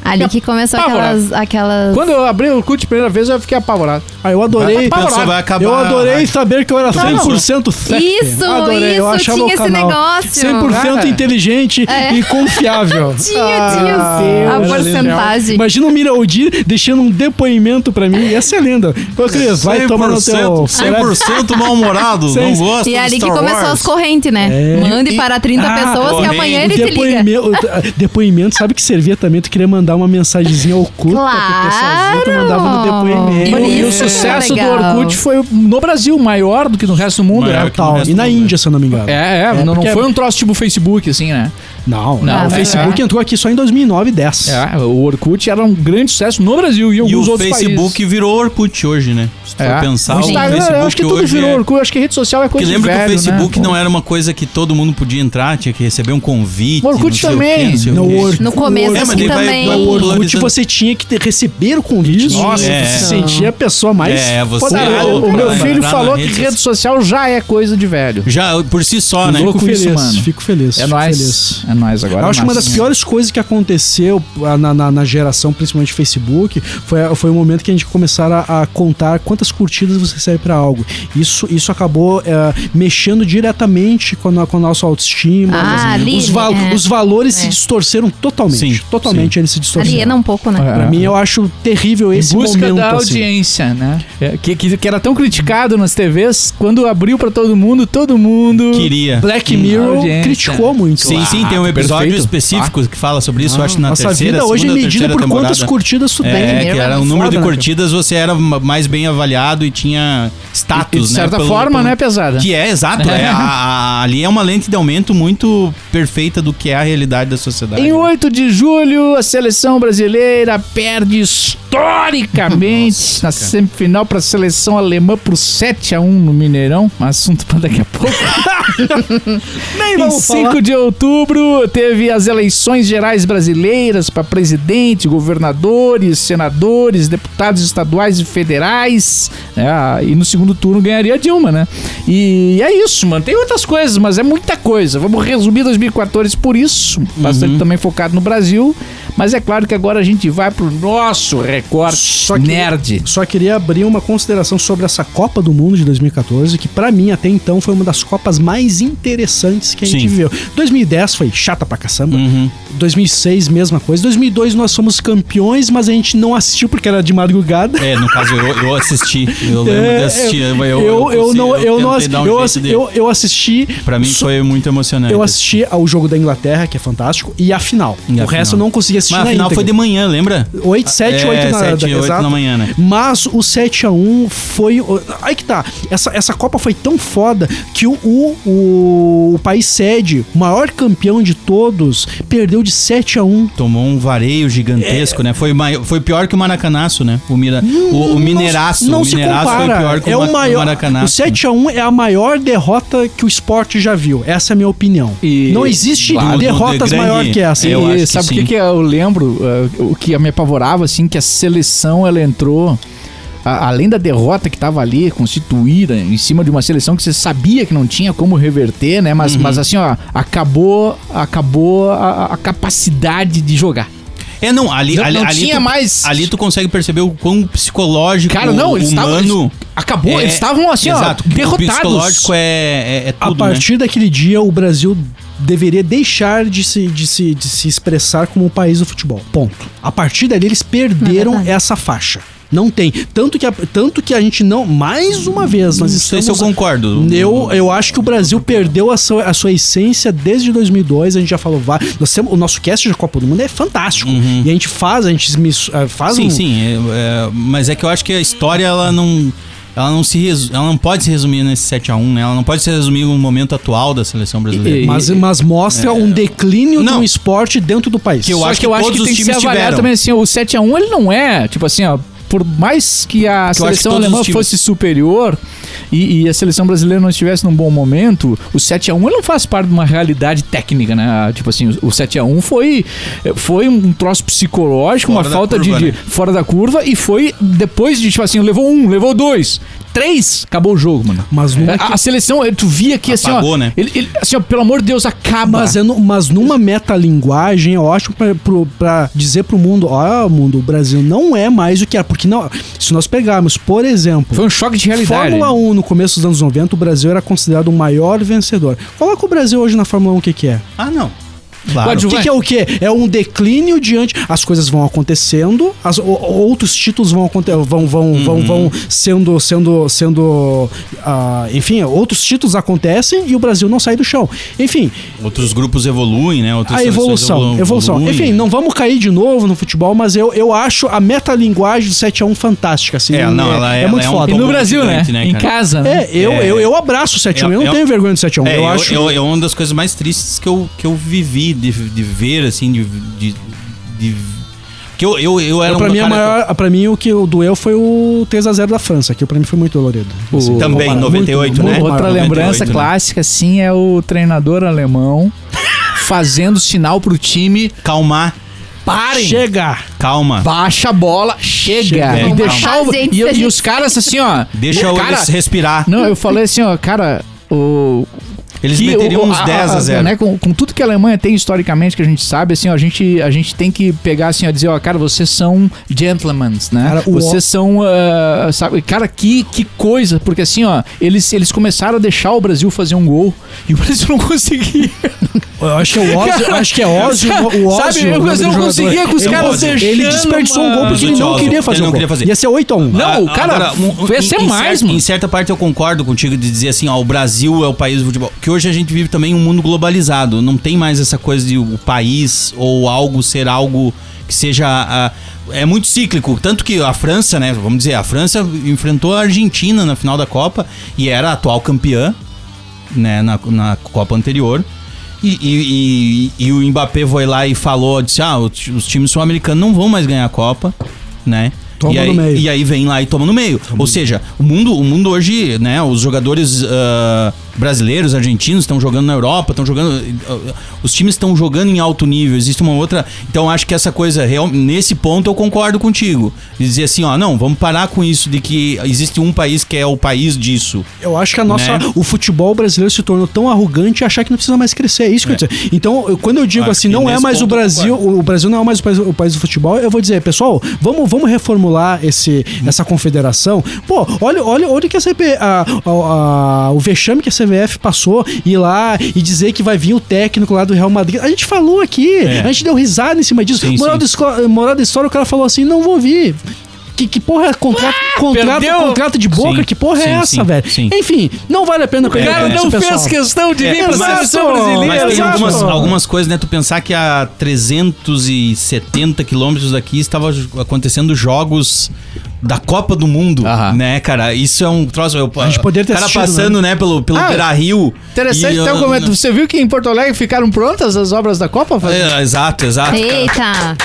Speaker 6: Ali que começou aquelas, aquelas.
Speaker 4: Quando eu abri o culto a primeira vez, eu fiquei apavorado.
Speaker 5: Ah, eu adorei.
Speaker 3: A pessoa vai acabar-
Speaker 5: eu adorei saber que eu era 100% certo.
Speaker 6: Isso,
Speaker 5: adorei. eu
Speaker 6: isso,
Speaker 5: achava
Speaker 6: tinha
Speaker 5: o
Speaker 6: esse
Speaker 5: canal
Speaker 6: negócio. É.
Speaker 5: 100%
Speaker 4: Cara.
Speaker 5: inteligente e
Speaker 6: [LAUGHS]
Speaker 5: confiável.
Speaker 6: Tinha, tinha a
Speaker 4: Deus do céu.
Speaker 6: porcentagem.
Speaker 5: Imagina o Miraudi deixando um depoimento pra mim. Essa é linda. Ô, Cris, vai tomar no
Speaker 4: [LAUGHS]
Speaker 5: teu...
Speaker 3: 100% mal-humorado, não
Speaker 5: Cem-
Speaker 3: gosta
Speaker 6: E é
Speaker 3: de
Speaker 6: ali que
Speaker 3: Star
Speaker 6: começou
Speaker 3: Wars.
Speaker 6: as correntes, né?
Speaker 5: É.
Speaker 6: Mande para 30
Speaker 3: Ah,
Speaker 6: pessoas que
Speaker 3: também.
Speaker 6: amanhã ele
Speaker 5: O
Speaker 6: te liga.
Speaker 5: depoime- o de- ah, depoimento, sabe que servia também? Tu queria mandar uma mensagenzinha oculta pro pessoalzinho, tu
Speaker 6: Claro!
Speaker 5: mandava no depoimento.
Speaker 4: E, o- e
Speaker 6: Isso
Speaker 4: o sucesso do
Speaker 6: legal.
Speaker 4: Orkut foi no Brasil maior do que no resto do mundo,
Speaker 3: Maior
Speaker 4: né?
Speaker 3: que-
Speaker 5: Tal. E na Índia, se eu não me engano.
Speaker 4: É, é,
Speaker 5: É,
Speaker 4: não, não
Speaker 5: porque-
Speaker 4: foi um troço tipo Facebook, assim, né?
Speaker 5: Não,
Speaker 4: Não,
Speaker 5: não. O
Speaker 6: é.
Speaker 5: Facebook entrou aqui só em 2009 e 10.
Speaker 4: É, o Orkut era um grande sucesso no Brasil e em
Speaker 3: E
Speaker 4: alguns
Speaker 3: o
Speaker 4: outros
Speaker 3: Facebook
Speaker 4: países.
Speaker 3: virou Orkut hoje, né? Se tu
Speaker 4: É.
Speaker 3: for pensar,
Speaker 4: o
Speaker 3: o,
Speaker 4: Instagram,
Speaker 3: Facebook
Speaker 4: eu acho que tudo
Speaker 3: hoje
Speaker 4: virou
Speaker 3: é...
Speaker 4: Orkut, acho que rede social é
Speaker 3: Porque
Speaker 4: coisa de
Speaker 3: lembra que o
Speaker 4: velho,
Speaker 3: Facebook
Speaker 4: né?
Speaker 3: não é era uma coisa que todo mundo podia entrar, tinha que receber um convite.
Speaker 4: O Orkut
Speaker 3: não sei o
Speaker 4: também.
Speaker 3: quê, não sei o
Speaker 5: No
Speaker 3: quê.
Speaker 5: Orkut.
Speaker 6: No começo,
Speaker 3: É, mas
Speaker 6: assim,
Speaker 3: daí vai-
Speaker 6: também.
Speaker 3: vai
Speaker 5: O Orkut
Speaker 3: Orlando-
Speaker 5: você tinha que ter- receber o convite. Nossa,
Speaker 3: é.
Speaker 5: você se sentia a pessoa mais.
Speaker 3: É, você
Speaker 5: foda-
Speaker 3: era
Speaker 5: o-
Speaker 4: Caralho, o
Speaker 3: pra
Speaker 4: meu
Speaker 5: meu
Speaker 3: entrar
Speaker 4: filho
Speaker 3: na
Speaker 4: falou que
Speaker 3: rede
Speaker 4: rede social já é coisa de velho.
Speaker 3: Já, por si só, né?
Speaker 4: Louco
Speaker 5: Fico
Speaker 4: isso,
Speaker 5: feliz,
Speaker 4: mano.
Speaker 5: fico feliz.
Speaker 4: É
Speaker 5: fico
Speaker 4: nóis.
Speaker 5: feliz.
Speaker 4: É nóis agora.
Speaker 5: Eu acho que uma
Speaker 4: massa.
Speaker 5: das piores coisas que aconteceu ah, na, na- na geração, principalmente Facebook, foi, foi o momento que a gente começaram a, a contar quantas curtidas você recebe pra algo. Isso, isso acabou eh, mexendo diretamente com a, no- com a nossa autoestima.
Speaker 6: Ah,
Speaker 5: os-
Speaker 6: ali,
Speaker 5: os, val-
Speaker 6: é.
Speaker 5: os valores se
Speaker 6: É.
Speaker 5: distorceram totalmente.
Speaker 3: Sim,
Speaker 5: totalmente eles se distorceram.
Speaker 6: Aliena um pouco, né?
Speaker 4: É.
Speaker 5: Pra mim, eu acho terrível
Speaker 4: Em
Speaker 5: esse
Speaker 4: busca
Speaker 5: momento.
Speaker 4: da
Speaker 5: assim.
Speaker 4: audiência, né? É, que, que, que era tão criticado nas TVs, quando abriu pra todo mundo, todo mundo...
Speaker 3: Queria.
Speaker 5: Black
Speaker 4: Hum,
Speaker 5: Mirror
Speaker 4: audiência.
Speaker 5: criticou muito.
Speaker 3: Sim, sim, tem um episódio
Speaker 4: perfeito.
Speaker 3: específico que fala sobre isso, eu acho, na
Speaker 5: Ah. Nossa
Speaker 3: terceira,
Speaker 5: vida hoje é
Speaker 3: segunda,
Speaker 5: medida
Speaker 3: terceira
Speaker 5: por
Speaker 3: temporada.
Speaker 5: quantas curtidas tu tem.
Speaker 3: É,
Speaker 5: né?
Speaker 3: que era o número
Speaker 5: Foda,
Speaker 3: de
Speaker 5: né, cara?
Speaker 3: curtidas, você era ma- mais bem avaliado e tinha
Speaker 4: E
Speaker 3: status,
Speaker 4: de certa
Speaker 3: né? pelo-
Speaker 4: forma,
Speaker 3: pelo-
Speaker 4: né, pesada?
Speaker 3: Que é, exato. é, a- a- ali é uma lente de aumento muito perfeita do que é a realidade da sociedade.
Speaker 4: Em 8 de julho, a seleção brasileira perde historicamente na semifinal para a seleção alemã por 7 a 1 no Mineirão. Assunto para daqui a pouco.
Speaker 5: Nem
Speaker 4: Em
Speaker 5: vamos falar.
Speaker 4: 5 de outubro, teve as eleições gerais brasileiras para presidente, governadores, senadores, deputados estaduais e federais. né? Ah, e no segundo turno ganharia a Dilma, né? E é isso, mano. Tem outras coisas, mas é muita coisa. Vamos resumir 2014 por isso.
Speaker 5: Uhum.
Speaker 4: Bastante também focado no Brasil. Mas é claro que agora a gente vai pro nosso recorte
Speaker 5: Só que-
Speaker 4: nerd.
Speaker 5: Só queria abrir uma consideração sobre essa Copa do Mundo de 2014, que pra mim até então foi uma das Copas mais interessantes que a gente
Speaker 3: Sim.
Speaker 5: viveu. 2010 foi chata pra caçamba.
Speaker 3: Uhum.
Speaker 5: 2006, mesma coisa. 2002 nós fomos campeões, mas a gente não assistiu porque era de madrugada.
Speaker 3: É, no caso, eu, eu assisti. Eu lembro
Speaker 5: É,
Speaker 3: de assistir. Eu, eu,
Speaker 5: eu, eu não, eu não assisti.
Speaker 3: tentei dar um
Speaker 5: eu
Speaker 3: jeito
Speaker 5: assi-
Speaker 3: de-
Speaker 5: eu- eu assisti.
Speaker 3: Pra mim
Speaker 5: só-
Speaker 3: foi muito emocionante.
Speaker 5: Eu assisti ao jogo da Inglaterra, que é fantástico, e a final.
Speaker 3: E a
Speaker 5: o resto
Speaker 3: final.
Speaker 5: eu não consegui assistir
Speaker 3: Mas
Speaker 5: na
Speaker 3: afinal foi de
Speaker 5: íntegra.
Speaker 3: manhã, lembra?
Speaker 5: 8, 7,
Speaker 3: É,
Speaker 5: 8 na, da,
Speaker 3: sete, oito
Speaker 5: exato.
Speaker 3: na manhã, né?
Speaker 5: Mas o 7x1 foi. o- Aí que tá. Essa, essa Copa foi tão foda que o, o, o- o país sede, o maior campeão de todos, perdeu de 7x1.
Speaker 3: Tomou um vareio gigantesco, né? Foi, mai- foi pior que o Maracanaço, né? O, mira, o, o Mineiraço.
Speaker 5: É. Hum, Não
Speaker 3: o
Speaker 5: se
Speaker 3: Mineiraço
Speaker 5: compara.
Speaker 3: foi pior que
Speaker 5: é
Speaker 3: o, ma-
Speaker 5: o maior.
Speaker 3: Maracanaço.
Speaker 5: O 7x1 é a maior derrota que o esporte já viu. Essa é a minha opinião.
Speaker 4: E-
Speaker 5: Não existe
Speaker 3: Claro, do-
Speaker 5: derrotas
Speaker 3: do grande-
Speaker 5: maior que essa.
Speaker 3: Eu
Speaker 4: e
Speaker 3: acho que
Speaker 4: sabe o
Speaker 3: sim.
Speaker 4: que, que eu lembro? eh, o que me apavorava, assim, que a seleção ela entrou. a- além da derrota que estava ali, constituída, em cima de uma seleção que você sabia que não tinha como reverter, né?
Speaker 3: Uhum.
Speaker 4: Mas, mas assim, ó, acabou, acabou a, a capacidade de jogar.
Speaker 3: É, não, ali,
Speaker 4: Não-
Speaker 3: ali,
Speaker 4: não
Speaker 3: ali
Speaker 4: tinha
Speaker 3: tu,
Speaker 4: mais-
Speaker 3: ali tu consegue perceber o quão psicológico,
Speaker 4: Cara, não, eles estavam.
Speaker 3: humano...
Speaker 4: eles- Acabou,
Speaker 3: é-
Speaker 4: eles estavam assim,
Speaker 3: Exato,
Speaker 4: ó,
Speaker 3: O
Speaker 4: derrotados.
Speaker 3: psicológico é, é, é tudo,
Speaker 5: a partir daquele dia, o Brasil deveria deixar de se, de, se, de se expressar como o país do futebol. Ponto. A partir dali, eles perderam
Speaker 6: verdade.
Speaker 5: essa faixa. Não tem. Tanto que, a, tanto que a gente não. Mais uma vez,
Speaker 3: né?
Speaker 5: nós
Speaker 3: Não sei
Speaker 5: estamos.
Speaker 3: se eu concordo.
Speaker 5: Eu, eu acho que o Brasil perdeu a sua, a sua essência desde 2002. A gente já falou. vá- Nós temos, o nosso cast de Copa do Mundo é fantástico. E a gente faz, a gente mis- eh, faz
Speaker 3: Uhum. Sim,
Speaker 5: um-
Speaker 3: sim. é- é, mas é que eu acho que a história, ela não. Ela não, se resu- ela não pode se resumir nesse 7x1, né? Ela não pode se resumir no momento atual da seleção brasileira.
Speaker 4: E-
Speaker 5: Mas, mas mostra um declínio de
Speaker 3: É. Não.
Speaker 5: um esporte dentro do país.
Speaker 3: Que eu
Speaker 4: Só
Speaker 3: acho
Speaker 4: que eu acho
Speaker 3: todos
Speaker 4: que
Speaker 3: os
Speaker 4: tem que se
Speaker 3: times
Speaker 4: avaliar
Speaker 3: tiveram.
Speaker 4: também assim, o 7x1 ele não é, tipo assim, ó, por mais que a
Speaker 3: acho que
Speaker 4: seleção
Speaker 3: todos os
Speaker 4: alemã
Speaker 3: times-
Speaker 4: fosse superior e, e a seleção brasileira não estivesse num bom momento, o 7x1 ele não faz parte de uma realidade técnica, né? Ah, Tipo assim, o, o 7x1 foi, foi um troço psicológico,
Speaker 3: Fora
Speaker 4: uma
Speaker 3: da
Speaker 4: falta de-
Speaker 3: curva,
Speaker 4: de,
Speaker 3: né?
Speaker 4: fora da curva e foi depois de, tipo assim, levou um, levou dois. 3, acabou o jogo, mano.
Speaker 5: Mas numa,
Speaker 4: A, a seleção, eh, tu via que assim, ó.
Speaker 3: Apagou, né?
Speaker 4: Ele, ele- assim, ó, pelo amor de Deus, acaba.
Speaker 5: mas é nu- mas numa metalinguagem é ótimo pra, pro- pra dizer pro mundo: ó, mundo, o Brasil não é mais o que era. Porque não, se nós pegarmos, por exemplo,
Speaker 4: Foi um choque de realidade.
Speaker 5: Fórmula 1, no começo dos anos 90, o Brasil era considerado o maior vencedor. Coloca o Brasil hoje na Fórmula 1, o que, que é?
Speaker 3: Ah, não. Claro.
Speaker 4: Pode-
Speaker 5: O que, que é o quê? É um declínio diante. As coisas vão acontecendo, as, o- outros títulos vão acontecendo, vão, vão,
Speaker 4: Uhum.
Speaker 5: vão, vão sendo, sendo, sendo. ah, enfim, outros títulos acontecem e o Brasil não sai do chão. Enfim,
Speaker 3: Outros grupos evoluem, né? Outras
Speaker 5: a
Speaker 3: seleções
Speaker 5: evolução,
Speaker 3: evolu-
Speaker 5: evolução.
Speaker 3: evoluem.
Speaker 5: Enfim, não vamos cair de novo no futebol, mas eu, eu acho a metalinguagem do 7x1 fantástica. Assim,
Speaker 3: É, não, ela é-
Speaker 5: muito
Speaker 3: ela é um
Speaker 5: foda.
Speaker 4: E no
Speaker 3: tombo
Speaker 4: Brasil, né?
Speaker 3: gigante, né,
Speaker 4: Em
Speaker 3: cara?
Speaker 4: casa, né?
Speaker 5: É, eu,
Speaker 3: É.
Speaker 5: eu, eu abraço o 7x1, eu
Speaker 3: É,
Speaker 5: não
Speaker 3: é-
Speaker 5: tenho vergonha do 7x1.
Speaker 3: É,
Speaker 5: eu,
Speaker 3: eu-
Speaker 5: acho.
Speaker 3: eu- é uma das coisas mais tristes que eu, que eu vivi de, de ver, assim, de. de, de que eu, eu, eu era
Speaker 5: Eu, É, pra,
Speaker 3: um
Speaker 5: mim, a
Speaker 3: cara-
Speaker 5: maior, pra mim, o que o doeu foi o 3x0 da França, que pra mim foi muito dolorido. Assim,
Speaker 3: Também,
Speaker 5: comparado.
Speaker 3: 98, né?
Speaker 5: maior,
Speaker 3: Outra
Speaker 4: Outra
Speaker 3: 98,
Speaker 4: lembrança
Speaker 3: né?
Speaker 4: clássica, assim, é o treinador alemão fazendo sinal pro time:
Speaker 3: Calmar,
Speaker 4: parem!
Speaker 5: Chega!
Speaker 3: calma.
Speaker 4: Baixa a bola, chega!
Speaker 3: Chega.
Speaker 4: E
Speaker 3: Vamos
Speaker 4: deixar o,
Speaker 6: matar a gente
Speaker 4: e,
Speaker 6: se a
Speaker 4: e
Speaker 6: gente-
Speaker 4: os caras assim, ó.
Speaker 3: Deixa
Speaker 4: cara,
Speaker 3: eles respirar.
Speaker 4: Não, eu falei assim, ó, cara, o.
Speaker 3: Eles
Speaker 4: que
Speaker 3: meteriam
Speaker 4: o-
Speaker 3: uns 10 a 0.
Speaker 4: né, com, com tudo que a Alemanha tem historicamente, que a gente sabe, assim, ó, a gente, a gente tem que pegar assim, ó, dizer, ó, cara, vocês são gentlemen, né?
Speaker 5: Cara, o-
Speaker 4: vocês são. ah, sabe, cara, que, que coisa, porque assim, ó, eles, eles começaram a deixar o Brasil fazer um gol e o Brasil não
Speaker 3: [LAUGHS]
Speaker 4: conseguia.
Speaker 5: Eu acho que é o ódio, eu acho que
Speaker 4: [LAUGHS]
Speaker 5: é ódio, o ódio.
Speaker 4: Sabe, eu-
Speaker 5: o nome
Speaker 4: eu não
Speaker 5: do
Speaker 4: conseguia
Speaker 5: jogador.
Speaker 4: com os
Speaker 5: Eu-
Speaker 4: caras
Speaker 5: Ele
Speaker 4: deixando,
Speaker 5: desperdiçou um gol
Speaker 4: mano.
Speaker 5: porque ele não
Speaker 3: Ódio,
Speaker 5: queria fazer
Speaker 3: ele
Speaker 5: o
Speaker 3: não
Speaker 5: gol.
Speaker 3: queria fazer.
Speaker 5: Ia ser 8x1.
Speaker 4: Não,
Speaker 3: Ah,
Speaker 4: cara, ia ser
Speaker 3: em- em
Speaker 4: mais,
Speaker 3: certa-
Speaker 4: mano.
Speaker 3: Em certa parte eu concordo contigo de dizer assim, ó, o Brasil é o país do futebol. Que hoje a gente vive também um mundo globalizado. Não tem mais essa coisa de o país ou algo ser algo que seja. ah, é muito cíclico. Tanto que a França, né? Vamos dizer, a França enfrentou a Argentina na final da Copa e era a atual campeã, né? Na, na Copa anterior. E, e- e- e o Mbappé foi lá e falou: disse, ah, os os times sul-americanos não vão mais ganhar a Copa, né?
Speaker 5: Toma
Speaker 3: e
Speaker 5: no
Speaker 3: aí,
Speaker 5: meio.
Speaker 3: e e aí vem lá e toma no meio. Ou seja, o mundo, o mundo hoje, né? Os jogadores ah, brasileiros, argentinos estão jogando na Europa, estão jogando. ah, os times estão jogando em alto nível. Existe uma outra. Então acho que essa coisa real- nesse ponto eu concordo contigo. De Dizer assim, ó, não, vamos parar com isso de que existe um país que é o país disso.
Speaker 5: Eu acho que a nossa,
Speaker 3: Né?
Speaker 5: o futebol brasileiro se tornou tão arrogante e achar que não precisa mais crescer. É isso que eu ia dizer. Então, eu- quando eu digo
Speaker 3: Acho
Speaker 5: assim,
Speaker 3: que
Speaker 5: não é
Speaker 3: nesse
Speaker 5: mais o
Speaker 3: ponto eu
Speaker 5: Brasil,
Speaker 3: concordo.
Speaker 5: o Brasil não é mais o país, o país do futebol, eu vou dizer, pessoal, vamos, vamos reformular esse, essa confederação. Pô, olha, olha, olha o que a CB, a- a- a- o vexame que a CBF passou ir lá e dizer que vai vir o técnico lá do Real Madrid. A gente falou aqui,
Speaker 3: É.
Speaker 5: a gente deu risada em cima disso.
Speaker 3: Sim,
Speaker 5: moral,
Speaker 3: sim.
Speaker 5: Da escola- moral da história, o cara falou assim: não vou vir. Que, que porra é contrato, contrato,
Speaker 4: perdeu.
Speaker 5: contrato de boca?
Speaker 3: Sim,
Speaker 5: que porra
Speaker 3: sim,
Speaker 5: é essa,
Speaker 3: sim,
Speaker 5: velho?
Speaker 3: sim.
Speaker 5: Enfim, não vale a pena
Speaker 4: O
Speaker 5: perder
Speaker 4: cara
Speaker 5: tempo
Speaker 4: não
Speaker 5: com isso,
Speaker 4: fez
Speaker 5: pessoal.
Speaker 4: questão de
Speaker 3: É,
Speaker 4: vir pra
Speaker 5: mas-
Speaker 4: seleção brasileira.
Speaker 3: Mas tem
Speaker 5: exato.
Speaker 3: algumas, algumas coisas, né? Tu pensar que a 370 quilômetros daqui estava j- acontecendo jogos da Copa do Mundo,
Speaker 4: Aham.
Speaker 3: né, cara? Isso é um troço. Eu, a
Speaker 5: gente poderia ter
Speaker 3: O cara
Speaker 5: assistido,
Speaker 3: passando, né, pelo, pelo
Speaker 4: Ah,
Speaker 3: Beira Rio.
Speaker 4: Interessante,
Speaker 3: e,
Speaker 4: então,
Speaker 3: ah,
Speaker 4: como é- você viu que em Porto Alegre ficaram prontas as obras da Copa? Fábio?
Speaker 3: é, exato, exato. cara.
Speaker 6: Eita!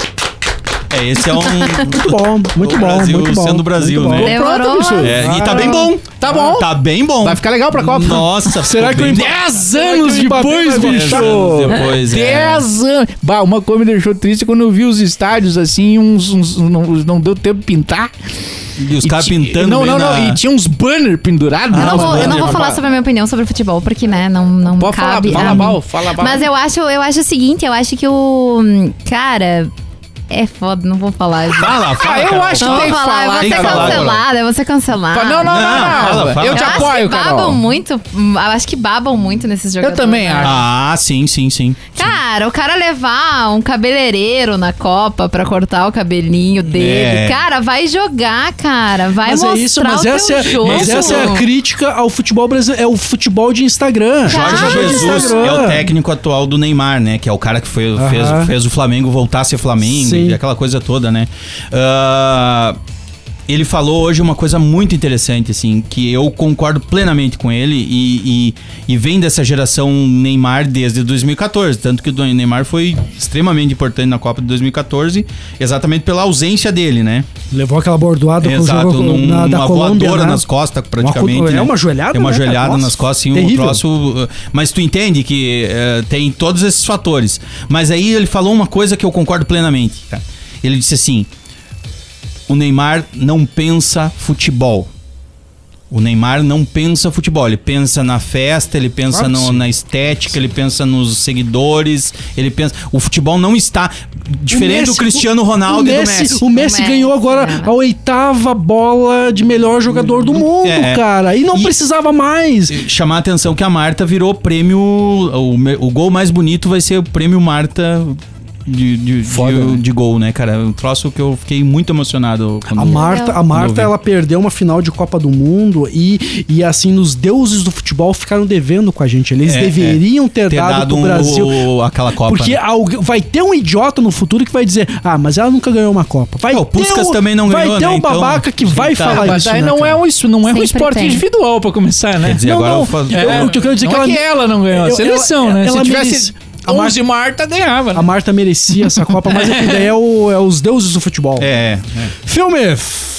Speaker 3: É, esse é um.
Speaker 5: Muito bom, muito
Speaker 3: O
Speaker 5: bom,
Speaker 3: Brasil
Speaker 5: muito bom.
Speaker 3: sendo o Brasil,
Speaker 5: muito bom.
Speaker 3: né?
Speaker 6: Demorou.
Speaker 5: Pronto, bicho.
Speaker 3: É, e tá bem bom.
Speaker 4: Tá bom.
Speaker 3: Tá bem bom.
Speaker 4: Vai ficar legal pra Copa. [LAUGHS]
Speaker 3: Nossa,
Speaker 5: Será
Speaker 3: ficou
Speaker 5: que o
Speaker 3: bem-
Speaker 5: Mbappé-
Speaker 4: 10 anos depois,
Speaker 5: Dez
Speaker 4: bicho!
Speaker 3: anos depois, é.
Speaker 4: 10 anos! Bah, uma coisa me deixou triste quando eu vi os estádios assim, uns, uns- não, não deu tempo de pintar.
Speaker 3: E os
Speaker 4: E
Speaker 3: caras
Speaker 4: ti-
Speaker 3: pintando.
Speaker 4: Não,
Speaker 3: bem
Speaker 4: não, não.
Speaker 3: na-
Speaker 4: E tinha uns banner pendurados.
Speaker 6: Ah, Eu
Speaker 4: né,
Speaker 6: não
Speaker 4: uns
Speaker 6: vou, eu não
Speaker 4: banner,
Speaker 6: vou falar
Speaker 4: bah.
Speaker 6: sobre a minha opinião sobre futebol, porque, né, não, não
Speaker 4: Pode falar,
Speaker 6: cabe
Speaker 4: fala
Speaker 6: a mim.
Speaker 4: mal, fala mal.
Speaker 6: Mas é- eu acho, eu acho o seguinte, eu acho que o... hum, Cara, é foda, não vou falar. gente.
Speaker 3: Fala, fala.
Speaker 4: Ah, eu
Speaker 3: cara.
Speaker 4: acho
Speaker 6: Não
Speaker 4: que
Speaker 6: vou
Speaker 4: tem que
Speaker 6: falar, eu
Speaker 4: falar,
Speaker 6: vou
Speaker 3: tem
Speaker 6: ser
Speaker 3: que falar,
Speaker 6: cancelada, eu vou ser cancelada.
Speaker 4: Não, não, não, não.
Speaker 3: Não, fala, fala.
Speaker 4: Eu te
Speaker 6: Eu acho
Speaker 4: apoio,
Speaker 6: que babam
Speaker 4: Carol.
Speaker 6: muito, acho que babam muito nesses jogadores.
Speaker 4: também
Speaker 6: né?
Speaker 4: acho.
Speaker 3: Ah, sim, sim, sim.
Speaker 6: Cara, o cara levar um cabeleireiro na Copa pra cortar o cabelinho
Speaker 3: É.
Speaker 6: dele. Cara, vai jogar, cara. Vai
Speaker 5: Mas é
Speaker 6: mostrar
Speaker 5: isso, mas
Speaker 6: o teu
Speaker 5: essa, é,
Speaker 6: jogo.
Speaker 5: mas essa é a crítica ao futebol brasileiro. É o futebol de Instagram.
Speaker 6: Jorge
Speaker 3: Jorge
Speaker 6: Ah,
Speaker 3: Jesus
Speaker 5: Instagram.
Speaker 3: é o técnico atual do Neymar, né? Que é o cara que foi- fez,
Speaker 5: Aham.
Speaker 3: fez o Flamengo voltar a ser Flamengo
Speaker 5: Sim.
Speaker 3: e aquela coisa toda, né? Ah, ele falou hoje uma coisa muito interessante, assim, que eu concordo plenamente com ele e, e, e vem dessa geração Neymar desde 2014. Tanto que o Neymar foi extremamente importante na Copa de 2014, exatamente pela ausência dele, né?
Speaker 5: Levou aquela bordoada com o
Speaker 3: Exato,
Speaker 5: jogo
Speaker 3: num-
Speaker 5: na, da
Speaker 3: uma
Speaker 5: Colômbia.
Speaker 3: voadora
Speaker 5: né?
Speaker 3: nas costas praticamente.
Speaker 5: Uma co- é
Speaker 3: né?
Speaker 5: uma joelhada,
Speaker 3: É uma
Speaker 5: né, cara?
Speaker 3: joelhada
Speaker 5: Nossa,
Speaker 3: nas costas e um
Speaker 5: terrível.
Speaker 3: troço. uh, Mas tu entende que eh, tem todos esses fatores. Mas aí ele falou uma coisa que eu concordo plenamente. cara. Ele disse assim: o Neymar não pensa futebol. O Neymar não pensa futebol, ele pensa na festa, ele pensa
Speaker 5: Claro que
Speaker 3: no-
Speaker 5: sim.
Speaker 3: na estética, ele pensa nos seguidores, ele pensa. O futebol não está diferente
Speaker 5: O Messi-
Speaker 3: do Cristiano Ronaldo
Speaker 5: o
Speaker 3: e do
Speaker 5: Messi,
Speaker 3: Messi.
Speaker 5: O Messi
Speaker 6: O Messi,
Speaker 5: ganhou agora
Speaker 4: É.
Speaker 6: né?
Speaker 5: a oitava bola de melhor jogador do mundo,
Speaker 3: É.
Speaker 5: cara. E não
Speaker 3: E-
Speaker 5: precisava mais.
Speaker 3: Chamar a atenção que a Marta virou prêmio. O, me- o gol mais bonito vai ser o prêmio Marta de, de, de- de gol, né, cara? Um troço que eu fiquei muito emocionado quando
Speaker 5: A Marta, a
Speaker 3: Quando
Speaker 5: Marta
Speaker 3: eu vi.
Speaker 5: ela perdeu uma final de Copa do Mundo e, e assim, os deuses do futebol ficaram devendo com a gente. Eles
Speaker 3: É,
Speaker 5: deveriam ter,
Speaker 3: ter
Speaker 5: dado,
Speaker 3: dado
Speaker 5: pro
Speaker 3: um-
Speaker 5: Brasil.
Speaker 3: o- aquela Copa. né?
Speaker 5: Porque alguém- vai ter um idiota no futuro que vai dizer: Ah, mas ela nunca ganhou uma Copa. Vai
Speaker 3: Ah, o
Speaker 5: ter
Speaker 3: Puskas
Speaker 5: um-
Speaker 3: também não
Speaker 5: Vai
Speaker 3: ganhou,
Speaker 5: ter
Speaker 3: né?
Speaker 5: um
Speaker 3: Então,
Speaker 5: babaca que vai
Speaker 3: tá.
Speaker 5: falar
Speaker 1: Mas
Speaker 5: isso.
Speaker 1: daí
Speaker 5: né,
Speaker 1: não
Speaker 5: cara?
Speaker 1: é, um, isso não é um
Speaker 6: Sempre
Speaker 1: esporte
Speaker 6: tem.
Speaker 1: individual pra começar, né?
Speaker 3: Quer dizer,
Speaker 5: Não,
Speaker 3: assim, agora
Speaker 5: não,
Speaker 3: eu faço.
Speaker 5: eu- o que eu quero dizer é
Speaker 1: não
Speaker 5: que ela-
Speaker 1: é que ela não ganhou, a
Speaker 5: eu-
Speaker 1: seleção,
Speaker 5: ela-
Speaker 1: né?
Speaker 5: ela
Speaker 1: Se
Speaker 5: merece-
Speaker 1: tivesse
Speaker 5: a
Speaker 1: 11 Marta, ganhava, né?
Speaker 5: A Marta merecia essa Copa, mas enfim, daí é, o- é os deuses do futebol.
Speaker 3: É, é.
Speaker 5: Filme!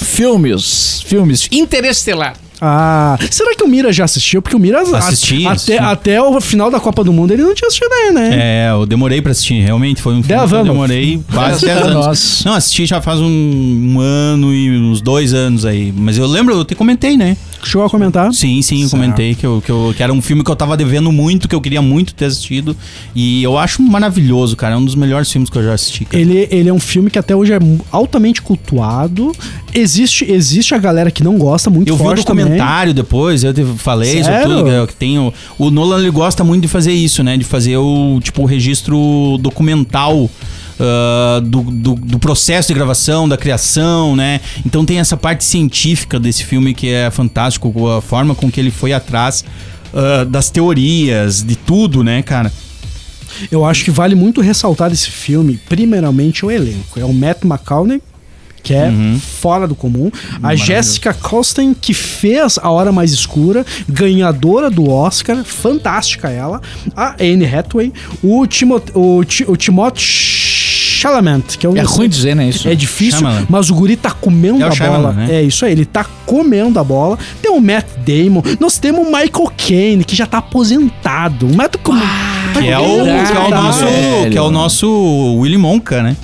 Speaker 1: Filmes, filmes. Interestelar.
Speaker 5: Ah, será que o Mira já assistiu? Porque o Mira a-
Speaker 3: Assisti, assisti.
Speaker 5: até, até o final da Copa do Mundo ele não tinha assistido ainda, né?
Speaker 3: É, eu demorei pra assistir, realmente. Foi um filme
Speaker 5: Dez
Speaker 3: que eu
Speaker 5: anos.
Speaker 3: demorei quase 10
Speaker 1: anos.
Speaker 3: anos.
Speaker 1: Nossa.
Speaker 3: Não, assisti já faz um, um ano e uns dois anos aí. Mas eu lembro, eu te comentei, né?
Speaker 5: Chegou a comentar?
Speaker 3: Sim, sim, eu comentei que, eu, que, eu- que era um filme que eu tava devendo muito, que eu queria muito ter assistido. E eu acho maravilhoso, cara. É um dos melhores filmes que eu já assisti, cara.
Speaker 5: Ele, ele é um filme que até hoje é altamente cultuado. Existe, existe a galera que não gosta é muito
Speaker 3: Eu vi o
Speaker 5: forte também.
Speaker 3: documentário depois, eu te falei sobre
Speaker 5: Sério?
Speaker 3: tudo. que eu- Que tem o, o Nolan ele gosta muito de fazer isso, né? De fazer o tipo o registro documental. ah, do, do, do processo de gravação, da criação, né? Então tem essa parte científica desse filme que é fantástico, com a forma com que ele foi atrás ah, das teorias, de tudo, né, cara?
Speaker 5: Eu acho que vale muito ressaltar esse filme, primeiramente o elenco. É o Matt McConaughey, que é
Speaker 3: Uhum.
Speaker 5: fora do comum. A Jessica Chastain, que fez A Hora Mais Escura, ganhadora do Oscar, fantástica ela. A Anne Hathaway, o, Timot o, Ti- o Timothée Chalamet, que é o
Speaker 1: É ruim dizer, né? Isso.
Speaker 5: é difícil,
Speaker 3: Shyamalan.
Speaker 5: mas o guri tá comendo
Speaker 3: É o
Speaker 5: a bola.
Speaker 3: Shyamalan, né?
Speaker 5: É isso aí, ele tá comendo a bola. Tem o Matt Damon, nós temos o Michael Caine, que já tá aposentado. O Matt Caine-
Speaker 3: Que é
Speaker 5: Michael
Speaker 3: o,
Speaker 5: Caine
Speaker 3: que é o
Speaker 5: aposentado.
Speaker 3: nosso,
Speaker 1: Velho.
Speaker 3: que é o nosso Willy Wonka, né?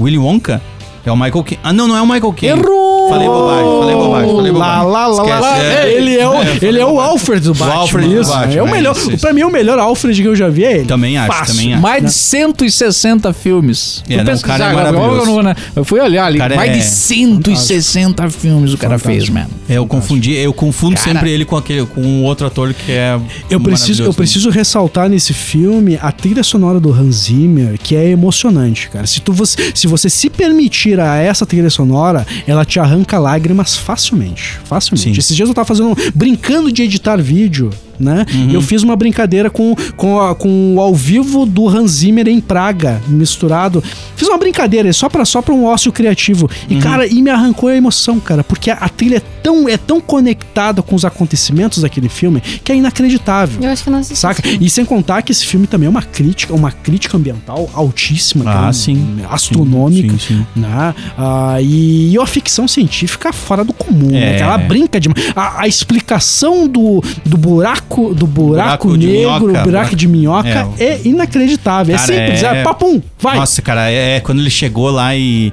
Speaker 3: Willy Wonka? É o Michael Caine. Ah, não, não é o Michael Caine.
Speaker 1: Errou!
Speaker 3: Falei bobagem, falei bobagem, falei
Speaker 5: Lá,
Speaker 3: bobagem.
Speaker 5: lá, lá, lá,
Speaker 3: Esquece,
Speaker 5: lá.
Speaker 3: é.
Speaker 5: Ele é o,
Speaker 3: É,
Speaker 5: ele é o Alfred do Batman.
Speaker 3: Alfred do
Speaker 5: isso.
Speaker 3: Batman,
Speaker 5: É o
Speaker 3: é
Speaker 5: melhor.
Speaker 3: isso, isso.
Speaker 5: Pra mim, o melhor Alfred que eu já vi é ele.
Speaker 3: Também acho,
Speaker 5: Fácil.
Speaker 3: também acho.
Speaker 1: Mais de 160 filmes.
Speaker 3: É,
Speaker 1: Tu
Speaker 3: não, o
Speaker 1: pesquisar
Speaker 3: cara é
Speaker 1: agora,
Speaker 3: maravilhoso.
Speaker 1: eu não vou na- Eu fui olhar ali.
Speaker 3: O cara
Speaker 1: Mais
Speaker 3: é
Speaker 1: de 160 filmes o cara
Speaker 5: Fantástico.
Speaker 1: fez, mano.
Speaker 3: É, eu confundi, eu confundo
Speaker 1: Cara.
Speaker 3: sempre ele com aquele com um outro ator que é
Speaker 5: Eu preciso, eu
Speaker 3: maravilhoso. né?
Speaker 5: preciso ressaltar nesse filme a trilha sonora do Hans Zimmer, que é emocionante, cara. Se, tu, você- se você se permitir a essa trilha sonora, ela te arranca lágrimas facilmente. Facilmente.
Speaker 3: Sim.
Speaker 5: Esses dias eu tava fazendo. um, Brincando de editar vídeo, né? Eu fiz uma brincadeira com, com, a- com o ao vivo do Hans Zimmer em Praga, misturado. Fiz uma brincadeira, é só pra, só pra um ócio criativo. E, cara, e me arrancou a emoção, cara, porque a, a trilha é tão, é tão conectada com os acontecimentos daquele filme que é inacreditável.
Speaker 6: Eu acho que eu não assisti.
Speaker 5: Saca?
Speaker 6: esse filme.
Speaker 5: E sem contar que esse filme também é uma crítica, uma crítica ambiental altíssima,
Speaker 3: Ah,
Speaker 5: cara,
Speaker 3: sim.
Speaker 5: astronômica.
Speaker 3: Sim, sim.
Speaker 5: Né? Ah, e, e uma ficção científica fora do comum, né?
Speaker 3: É.
Speaker 5: Que ela brinca demais. A, a explicação do, do buraco do buraco,
Speaker 3: Buraco de
Speaker 5: negro,
Speaker 3: minhoca,
Speaker 5: buraco de minhoca é,
Speaker 3: É.
Speaker 5: inacreditável.
Speaker 3: Cara,
Speaker 5: é simples, é,
Speaker 3: é-
Speaker 5: papum, vai.
Speaker 3: Nossa, cara, é, é quando ele chegou lá e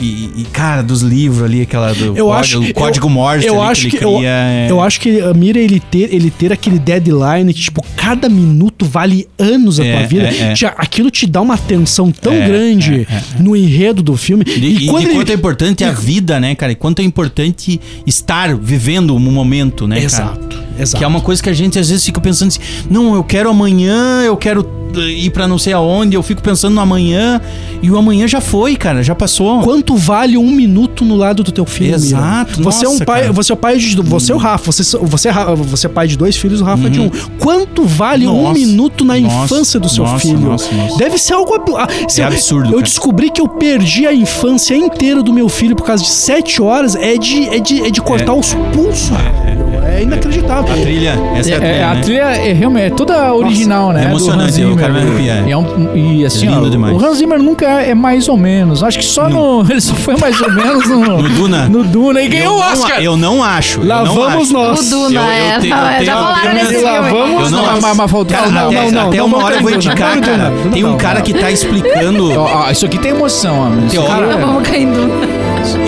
Speaker 3: e, e, cara, dos livros ali, aquela do
Speaker 5: Eu acho,
Speaker 3: código, o código Morse
Speaker 5: eu
Speaker 3: ali
Speaker 5: acho
Speaker 3: que ele
Speaker 5: que eu,
Speaker 3: cria. é-
Speaker 5: eu acho que a mira ele ter ele ter aquele deadline que, tipo cada minuto vale anos da
Speaker 3: É,
Speaker 5: tua vida.
Speaker 3: é, é.
Speaker 5: Te- aquilo te dá uma tensão tão
Speaker 3: É,
Speaker 5: grande no enredo do filme.
Speaker 3: E,
Speaker 5: E,
Speaker 3: e
Speaker 5: quando
Speaker 3: de
Speaker 5: ele-
Speaker 3: quanto é importante a vida, né, cara? E quanto é importante estar vivendo um momento, né, cara?
Speaker 5: Exato, exato.
Speaker 3: Que é uma coisa que a gente às vezes fica pensando assim, não, eu quero amanhã, eu quero eh, ir pra não sei aonde, eu fico pensando no amanhã, e o amanhã já foi, cara, já passou.
Speaker 5: Quanto vale um minuto no lado do teu filho? Mira?
Speaker 3: Exato,
Speaker 5: Você é um
Speaker 3: nossa,
Speaker 5: pai,
Speaker 3: cara. Hum.
Speaker 5: você é o pai de você é o Rafa, você so- você é Ra- você é pai de dois filhos, o Rafa é de um. Quanto vale um
Speaker 3: Uhum. Nossa,
Speaker 5: minuto na
Speaker 3: nossa,
Speaker 5: infância do seu
Speaker 3: nossa,
Speaker 5: filho?
Speaker 3: nossa, nossa.
Speaker 5: Deve ser algo ab- ah, se
Speaker 3: É
Speaker 5: eu-
Speaker 3: absurdo,
Speaker 5: Eu
Speaker 3: cara.
Speaker 5: descobri que eu perdi a infância inteira do meu filho por causa de sete horas. É de é de, é de cortar os pulsos. velho. É, inacreditável.
Speaker 3: A trilha, essa é, a trilha,
Speaker 1: É, a
Speaker 3: né?
Speaker 1: trilha é realmente é toda original, né?
Speaker 3: é
Speaker 1: do
Speaker 3: emocionante,
Speaker 1: Hans
Speaker 3: eu
Speaker 1: Zimmer.
Speaker 3: quero me arrepiar.
Speaker 1: É um- e assim,
Speaker 3: Lindo
Speaker 1: ó,
Speaker 3: demais.
Speaker 1: o Hans Zimmer nunca é mais ou menos. Acho que só no. [LAUGHS] Ele só foi mais ou menos no,
Speaker 3: No Duna.
Speaker 1: No Duna e ganhou o
Speaker 3: Eu não-
Speaker 1: Oscar.
Speaker 3: Eu não acho. eu
Speaker 5: Lá
Speaker 3: não
Speaker 5: vamos
Speaker 3: acho.
Speaker 5: nós.
Speaker 6: O Duna,
Speaker 3: Eu- eu
Speaker 6: é.
Speaker 3: tenho- eu tenho
Speaker 6: já falaram
Speaker 3: apenas-
Speaker 6: nesse filme.
Speaker 1: Lá vamos
Speaker 3: Eu não
Speaker 1: nós.
Speaker 3: acho.
Speaker 1: Mas- mas faltou-
Speaker 3: Cara,
Speaker 1: não,
Speaker 3: até,
Speaker 1: não, não,
Speaker 3: até
Speaker 1: não
Speaker 3: uma
Speaker 1: vamos
Speaker 3: hora eu
Speaker 1: cair
Speaker 3: vou
Speaker 1: no Duna,
Speaker 3: indicar,
Speaker 5: vamos no
Speaker 3: cara.
Speaker 5: Duna,
Speaker 3: Tem um
Speaker 5: não,
Speaker 3: cara
Speaker 5: não.
Speaker 3: que tá explicando.
Speaker 1: Ó, ó, isso aqui tem emoção, ó.
Speaker 3: Teó-
Speaker 6: Não vamos cair em Duna.
Speaker 5: E-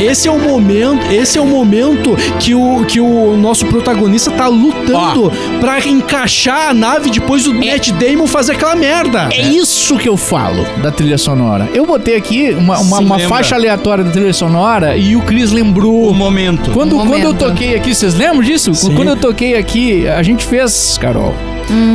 Speaker 5: Esse é o momento, esse é o momento que o, que o nosso protagonista tá lutando pra encaixar a nave depois do Matt Damon fazer aquela merda.
Speaker 4: É isso que eu falo da trilha sonora. Eu botei aqui uma, uma,
Speaker 3: Se
Speaker 4: uma
Speaker 3: lembra.
Speaker 4: faixa aleatória da trilha sonora e o Chris lembrou.
Speaker 3: O momento.
Speaker 4: Quando,
Speaker 6: Momento.
Speaker 4: quando eu toquei aqui, vocês lembram disso?
Speaker 5: Um Sim.
Speaker 4: Quando eu toquei aqui, a gente fez, Carol,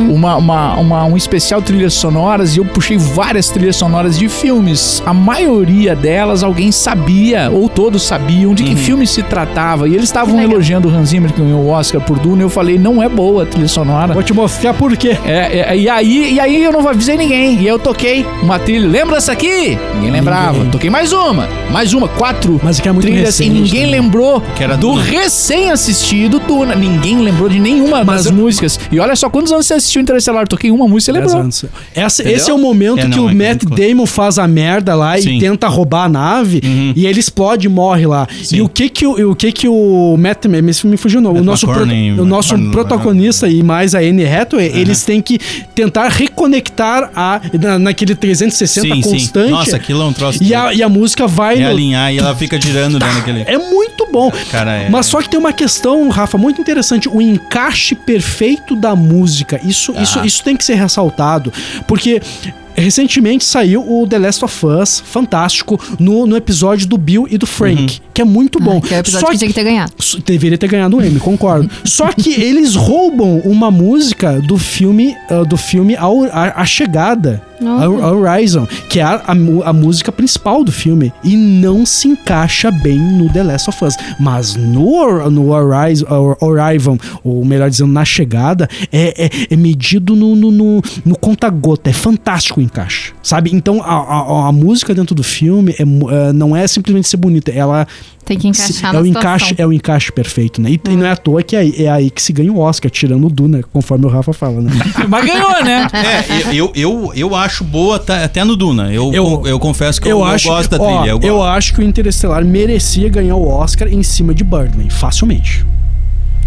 Speaker 4: uma, uma, uma- um especial trilhas sonoras e eu puxei várias trilhas sonoras de filmes. A maioria delas alguém sabia, ou todos sabiam, de que filme se tratava. E eles estavam
Speaker 6: legal.
Speaker 4: elogiando o Hans Zimmer, que ganhou o Oscar por Duna. Eu falei, não é boa a trilha sonora.
Speaker 5: Vou te mostrar por quê.
Speaker 4: É, é, e, aí, e aí eu não avisei ninguém. E eu toquei uma trilha. Lembra essa aqui? Ninguém lembrava.
Speaker 5: Ninguém.
Speaker 4: Toquei mais uma. Mais uma. Quatro
Speaker 5: Mas é que é muito
Speaker 4: trilhas e
Speaker 5: recente
Speaker 4: assim, ninguém
Speaker 5: também.
Speaker 4: lembrou
Speaker 3: Que era
Speaker 4: do
Speaker 3: Duna.
Speaker 4: recém-assistido Duna. Ninguém lembrou de nenhuma
Speaker 5: Mas
Speaker 4: das
Speaker 5: eu-
Speaker 4: músicas. E olha só quantos anos você assistiu Interestelar. Eu Toquei uma música e você lembrou.
Speaker 5: Essa- esse é o momento
Speaker 3: É,
Speaker 5: que
Speaker 3: não,
Speaker 5: o
Speaker 3: é que
Speaker 5: Matt
Speaker 3: não-
Speaker 5: Damon faz a merda lá
Speaker 3: Sim. Uhum.
Speaker 5: e tenta roubar a nave e ele explode e morre lá. E o que que o, e o que que o Matt esse me fugiu não, o
Speaker 3: Matt
Speaker 5: nosso pro-
Speaker 3: McCorney,
Speaker 5: o nosso
Speaker 3: McCorney, Uhum.
Speaker 5: protagonista e mais a Anne Hathaway, eles têm que tentar reconectar a na- naquele 360
Speaker 3: Sim, sim.
Speaker 5: constante.
Speaker 3: Nossa, aquilo é um troço
Speaker 5: E
Speaker 3: de-
Speaker 5: a, e a música vai
Speaker 3: É
Speaker 5: no-
Speaker 3: alinhar e ela fica girando né, naquele.
Speaker 1: Tá,
Speaker 5: é muito bom.
Speaker 1: um
Speaker 3: Cara, é-
Speaker 5: Mas só que tem uma questão, Rafa, muito interessante. O encaixe perfeito da música. Isso,
Speaker 3: Tá.
Speaker 5: isso, isso tem que ser ressaltado. Porque. Recentemente saiu o The Last of Us, fantástico, no, no episódio do Bill e do Frank,
Speaker 3: Uhum.
Speaker 5: que é muito bom.
Speaker 6: que é o episódio
Speaker 5: Só
Speaker 6: que tinha que ter ganhado.
Speaker 5: S- Deveria ter ganhado um M, concordo. Só que eles roubam uma música do filme ah, do filme A, A- A Chegada, a,
Speaker 6: Nossa.
Speaker 5: a Horizon, que é a, a mu- a música principal do filme. E não se encaixa bem no The Last of Us. Mas no, Hor- no Horizon, Hor- Horizon, ou melhor dizendo, na Chegada, é, é- é medido no, no, no, no conta-gota. É fantástico o encaixe, sabe? Então a, a- a música dentro do filme é mu- ah, não é simplesmente ser bonita, ela
Speaker 6: Tem que
Speaker 5: se-
Speaker 6: encaixar
Speaker 5: é
Speaker 6: na
Speaker 5: o
Speaker 6: situação.
Speaker 5: encaixe é o encaixe perfeito, né? E, e não é à toa que é, aí- é aí que se ganha o Oscar, tirando o Duna, conforme o Rafa fala,
Speaker 3: [LAUGHS]
Speaker 5: né?
Speaker 4: Mas ganhou, né?
Speaker 5: [LAUGHS]
Speaker 3: É, eu, eu, eu acho boa tá- até no Duna. Eu,
Speaker 5: Eu-
Speaker 3: eu, confesso que eu, eu gosto da
Speaker 5: ó,
Speaker 3: trilha.
Speaker 5: eu,
Speaker 3: gosto.
Speaker 5: acho que o Interestelar merecia ganhar o Oscar em cima de Birdman, facilmente.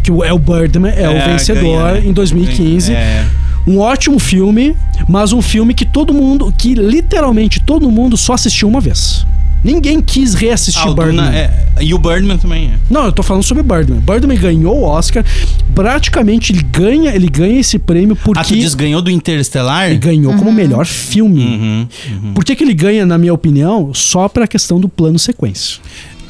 Speaker 5: Que o, é o Birdman é, o vencedor
Speaker 3: ganha, né?
Speaker 5: em 2015.
Speaker 3: É.
Speaker 5: Um ótimo filme, mas um filme que todo mundo, que literalmente todo mundo só assistiu uma vez. Ninguém quis reassistir
Speaker 3: Ah, o
Speaker 5: Birdman.
Speaker 3: Duna é- e o Birdman também é.
Speaker 5: Não, eu tô falando sobre Birdman. Birdman ganhou o Oscar. Praticamente ele ganha, ele ganha esse prêmio porque
Speaker 3: Ah, tu diz ganhou do Interestelar?
Speaker 5: ele ganhou como
Speaker 4: Uhum.
Speaker 5: melhor filme.
Speaker 3: Uhum.
Speaker 5: Por que, que ele ganha, na minha opinião, só pra questão do plano sequência?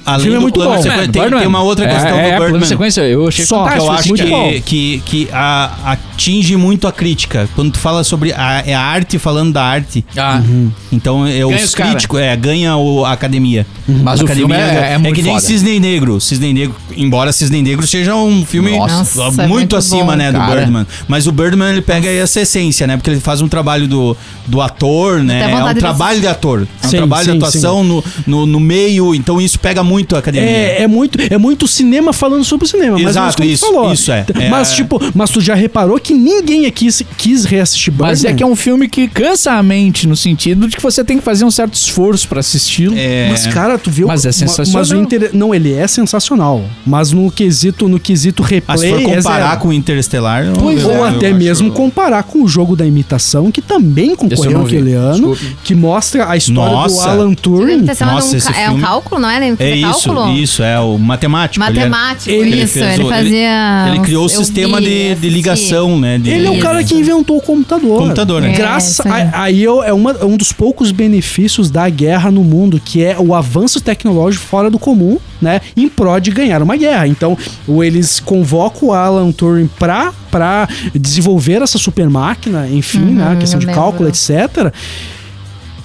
Speaker 3: Além
Speaker 5: filme é
Speaker 3: do
Speaker 5: muito
Speaker 3: plano
Speaker 5: bom.
Speaker 3: de sequência, tem, tem uma outra questão
Speaker 4: é, é,
Speaker 3: do
Speaker 4: plano de
Speaker 3: Birdman.
Speaker 4: sequência, eu achei
Speaker 5: Só,
Speaker 3: que eu
Speaker 4: fantástico.
Speaker 3: acho
Speaker 5: muito bom.
Speaker 3: que, que, que a- atinge muito a crítica. Quando tu fala sobre a, é a arte falando da arte.
Speaker 4: Ah,
Speaker 5: Uhum.
Speaker 3: Então é
Speaker 4: Ganha os
Speaker 3: os críticos, é, ganha o, a academia.
Speaker 6: Uhum.
Speaker 4: Mas
Speaker 3: A
Speaker 4: o filme
Speaker 3: academia
Speaker 4: é, é
Speaker 3: que
Speaker 4: muito
Speaker 3: nem
Speaker 4: foda.
Speaker 3: Cisne Negro. Cisne Negro, embora Cisne Negro seja um filme
Speaker 4: Nossa.
Speaker 6: Nossa,
Speaker 3: muito,
Speaker 6: é muito
Speaker 3: acima,
Speaker 6: bom,
Speaker 3: né,
Speaker 4: cara.
Speaker 3: do Birdman. Mas o Birdman ele pega essa essência, né? Porque ele faz um trabalho do, do ator,
Speaker 6: Dá
Speaker 3: né? É um
Speaker 6: vontade de
Speaker 3: trabalho de ator. É um
Speaker 5: Sim,
Speaker 3: trabalho
Speaker 5: sim,
Speaker 3: de atuação no, no, no meio. Então isso pega muito a academia.
Speaker 5: É, é muito, é muito cinema falando sobre o cinema. mas não é
Speaker 3: Exato,
Speaker 5: como tu
Speaker 3: isso,
Speaker 5: falou.
Speaker 3: isso é. É-
Speaker 5: Mas, tipo, mas tu já reparou que ninguém aqui se- quis reassistir Birdman?
Speaker 4: Mas é que é um filme que cansa a mente, no sentido de que você tem que fazer um certo esforço pra assisti-lo.
Speaker 3: É.
Speaker 5: Mas, cara, tu viu.
Speaker 4: Mas é
Speaker 5: ma-
Speaker 4: sensacional.
Speaker 5: Mas o Inter... Não, ele é sensacional. Mas no quesito, no quesito replay.
Speaker 3: Ah, se for
Speaker 5: é
Speaker 3: comparar
Speaker 5: zero.
Speaker 3: com o Interestelar... eu-
Speaker 5: Pois é,
Speaker 3: eu-
Speaker 5: Ou
Speaker 3: eu
Speaker 5: até
Speaker 3: acho-
Speaker 5: mesmo comparar com o jogo da imitação, que também
Speaker 4: eu
Speaker 5: concorreu
Speaker 4: não vi,
Speaker 5: aquele ano, que mostra a história do
Speaker 3: Nossa.
Speaker 5: Alan Turing.
Speaker 6: Tá sendo
Speaker 3: Nossa,
Speaker 6: um
Speaker 3: esse
Speaker 6: ca- é um
Speaker 3: filme-
Speaker 6: cálculo, não é? Deve
Speaker 3: É
Speaker 6: ser
Speaker 3: isso,
Speaker 6: cálculo.
Speaker 3: isso, é o matemático. ele era-
Speaker 6: Matemático,
Speaker 5: Ele-
Speaker 6: isso.
Speaker 3: fez
Speaker 6: Ele,
Speaker 3: o-
Speaker 6: fazia.
Speaker 3: Ele, criou o
Speaker 6: eu
Speaker 3: sistema
Speaker 6: vi,
Speaker 3: de, de
Speaker 6: assisti.
Speaker 3: ligação, né? de-
Speaker 5: Ele é o cara que inventou o computador.
Speaker 3: Computador, né?
Speaker 6: É,
Speaker 5: Graças
Speaker 6: isso aí.
Speaker 5: a- aí eu, é, uma- é um dos poucos benefícios da guerra no mundo, que é o avanço tecnológico fora do comum, né? Em pró de ganhar uma guerra. Então, o- eles convocam o Alan Turing pra, pra desenvolver essa super máquina, enfim, né? A questão
Speaker 6: Uhum, eu
Speaker 5: de
Speaker 6: lembro.
Speaker 5: cálculo, etc.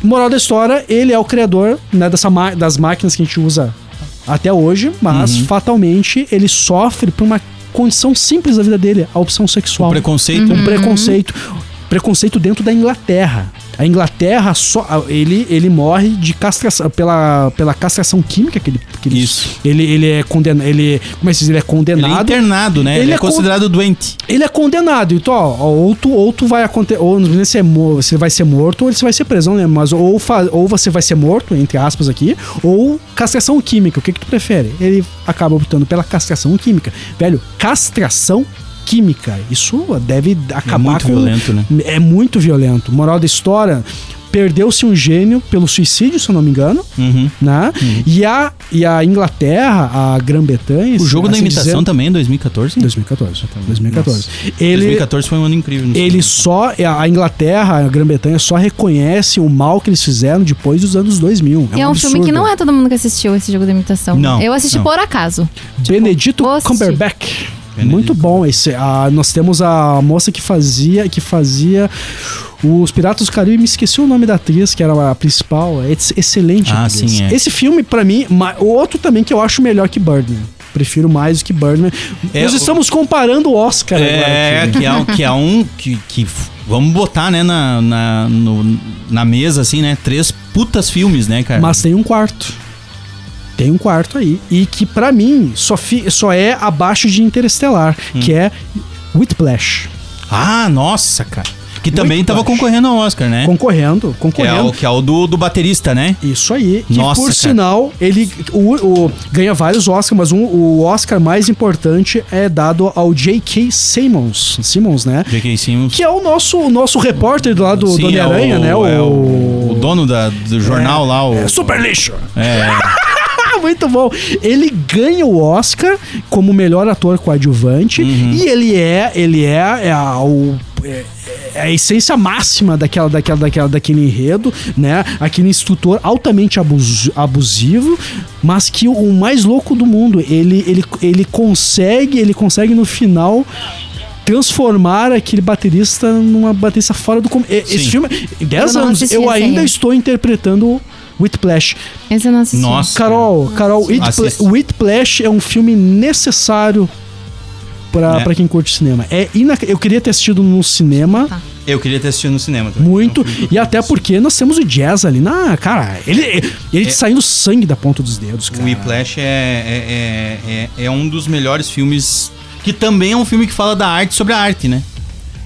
Speaker 5: Moral da história, ele é o criador né, dessa ma- das máquinas que a gente usa até hoje,
Speaker 3: Uhum.
Speaker 5: mas fatalmente ele sofre por uma condição simples da vida dele, a opção sexual
Speaker 3: Preconceito.
Speaker 5: um preconceito. Preconceito dentro da Inglaterra. A Inglaterra só. a- Ele, ele morre de castração pela, pela castração química que ele. Que ele-
Speaker 3: Isso.
Speaker 5: Ele, ele é condenado. Ele, como é que se diz? Ele é
Speaker 3: Ele é
Speaker 5: condenado. Ele é,
Speaker 3: internado, né?
Speaker 5: Ele
Speaker 3: Ele,
Speaker 5: é
Speaker 3: é considerado doente.
Speaker 5: condenado. Então, ó, ó, ou tu, ou tu vai acontecer. Ou não sei se é mo- se ele vai ser morto ou ele vai ser preso, não lembro. Mas ou, fa- ou você vai ser morto, entre aspas aqui, ou castração química. O que, que tu prefere? Ele acaba optando pela castração química. Velho, castração química. Isso deve acabar
Speaker 3: muito
Speaker 5: com.
Speaker 3: violento, né?
Speaker 5: É muito violento. Moral da história, Perdeu-se um gênio pelo suicídio, se eu não me engano,
Speaker 3: Uhum.
Speaker 5: né? E, a, e a Inglaterra, a Grã-Bretanha...
Speaker 3: O jogo
Speaker 5: assim
Speaker 3: da imitação
Speaker 5: dizendo-
Speaker 3: também é 2014?
Speaker 5: 2014. 2014. Ele,
Speaker 3: 2014 foi um ano incrível. no
Speaker 5: ele
Speaker 3: cinema.
Speaker 5: só. é, A Inglaterra, a Grã-Bretanha só reconhece o mal que eles fizeram depois dos anos 2000.
Speaker 6: É um, filme
Speaker 5: absurdo.
Speaker 6: que não é todo mundo que assistiu esse jogo da imitação.
Speaker 3: Não,
Speaker 6: Eu assisti
Speaker 3: não.
Speaker 6: por acaso.
Speaker 5: Benedito
Speaker 6: vou assistir.
Speaker 5: Cumberbatch.
Speaker 3: Benedito.
Speaker 5: Muito bom esse. Ah, nós temos a moça que fazia que fazia os Piratas do Caribe, me esqueci o nome da atriz, que era a principal. É ex- excelente
Speaker 3: Ah,
Speaker 5: atriz.
Speaker 3: sim, é.
Speaker 5: Esse filme pra mim, ma- o outro também que eu acho melhor que Birdman. Prefiro mais do que Birdman.
Speaker 3: É,
Speaker 5: nós
Speaker 3: o-
Speaker 5: estamos comparando o Oscar agora.
Speaker 3: É,
Speaker 5: aqui, né?
Speaker 3: que é, um- que é um que, que f- vamos botar, né, na, na, no- na mesa, assim, né, três putas filmes, né, cara?
Speaker 5: Mas tem um quarto. Tem um quarto aí. E que pra mim só, fi- só é abaixo de Interestelar,
Speaker 3: Hum.
Speaker 5: que é Whiplash.
Speaker 3: Ah, nossa, cara. Que também tava
Speaker 5: baixo.
Speaker 3: concorrendo ao Oscar, né?
Speaker 5: Concorrendo,
Speaker 3: Que é
Speaker 5: concorrendo.
Speaker 3: o, que é o do, do baterista, né?
Speaker 5: Isso aí. Que
Speaker 3: Nossa,
Speaker 5: por
Speaker 3: cara.
Speaker 5: sinal, ele o, o- ganha vários Oscars, mas um, o Oscar mais importante é dado ao J.K. Simmons. Simmons, né?
Speaker 3: J.K. Simmons.
Speaker 5: Que é o nosso, o nosso repórter do lado do,
Speaker 3: Sim,
Speaker 5: do
Speaker 3: é
Speaker 5: Homem-Aranha, né? O, É.
Speaker 3: é o, o dono da, do jornal lá, o...
Speaker 5: Super lixo!
Speaker 3: É,
Speaker 5: [LAUGHS] Ah, muito bom. Ele ganha o Oscar como melhor ator coadjuvante e ele é, ele é, é a, o- é- é a essência máxima daquela, daquela, daquela, daquele enredo, né? Aquele instrutor altamente abus- abusivo, mas que o, o mais louco do mundo, ele, ele, ele consegue, ele consegue no final transformar aquele baterista numa baterista fora do... com- e- Esse
Speaker 3: Sim.
Speaker 5: filme, em 10
Speaker 6: não
Speaker 5: anos,
Speaker 6: assisti
Speaker 5: eu
Speaker 6: esse
Speaker 5: ainda
Speaker 6: ainda.
Speaker 5: estou interpretando Whiplash.
Speaker 6: Esse eu não assisti.
Speaker 3: nossa.
Speaker 5: Carol, Carol,
Speaker 3: Assista.
Speaker 5: Whitpla- Whiplash é um filme necessário pra,
Speaker 3: É.
Speaker 5: pra quem curte cinema. É inac... Eu queria ter assistido no cinema
Speaker 3: Eu queria ter assistido no cinema também.
Speaker 5: muito, e até porque nós temos o jazz ali na. Cara, ele, ele
Speaker 3: É.
Speaker 5: saindo sangue da ponta dos dedos,
Speaker 3: O
Speaker 5: cara.
Speaker 3: Whiplash é, é, é, é- é um dos melhores filmes, que também é um filme que fala da arte sobre a arte, né?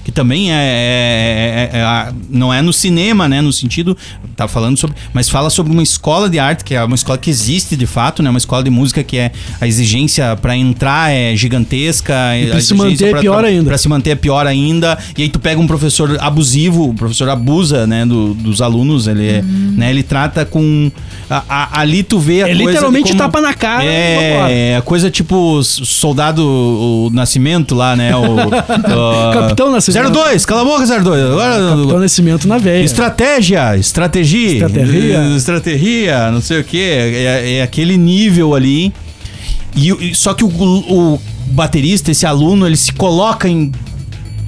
Speaker 3: Que também é, é- é- é a- não é no cinema, né? No sentido, tá falando sobre, mas fala sobre uma escola de arte que é uma escola que existe de fato, né? Uma escola de música que é a exigência pra entrar é gigantesca, e
Speaker 5: pra se manter é pior ainda.
Speaker 3: Pra se manter é pior ainda. E aí tu pega um professor abusivo, o professor abusa, né? do- dos alunos, ele, é-
Speaker 5: Uhum.
Speaker 3: né? Ele trata com a- a- ali tu
Speaker 5: É
Speaker 3: vê a coisa de
Speaker 5: literalmente
Speaker 3: como-
Speaker 5: tapa na cara e vambora.
Speaker 3: É, é coisa tipo s- soldado o Nascimento
Speaker 5: [LAUGHS]
Speaker 3: lá, né? O, o-
Speaker 5: Capitão Nascimento.
Speaker 3: 02, cala a boca, 02.
Speaker 5: Capitão
Speaker 3: Agora,
Speaker 5: Nascimento na veia.
Speaker 3: estratégia, estratégia,
Speaker 5: Estratégia.
Speaker 3: eh, estratégia, não sei o que. É, é aquele nível ali. E, o- e- só que o, o baterista, esse aluno, ele se coloca em.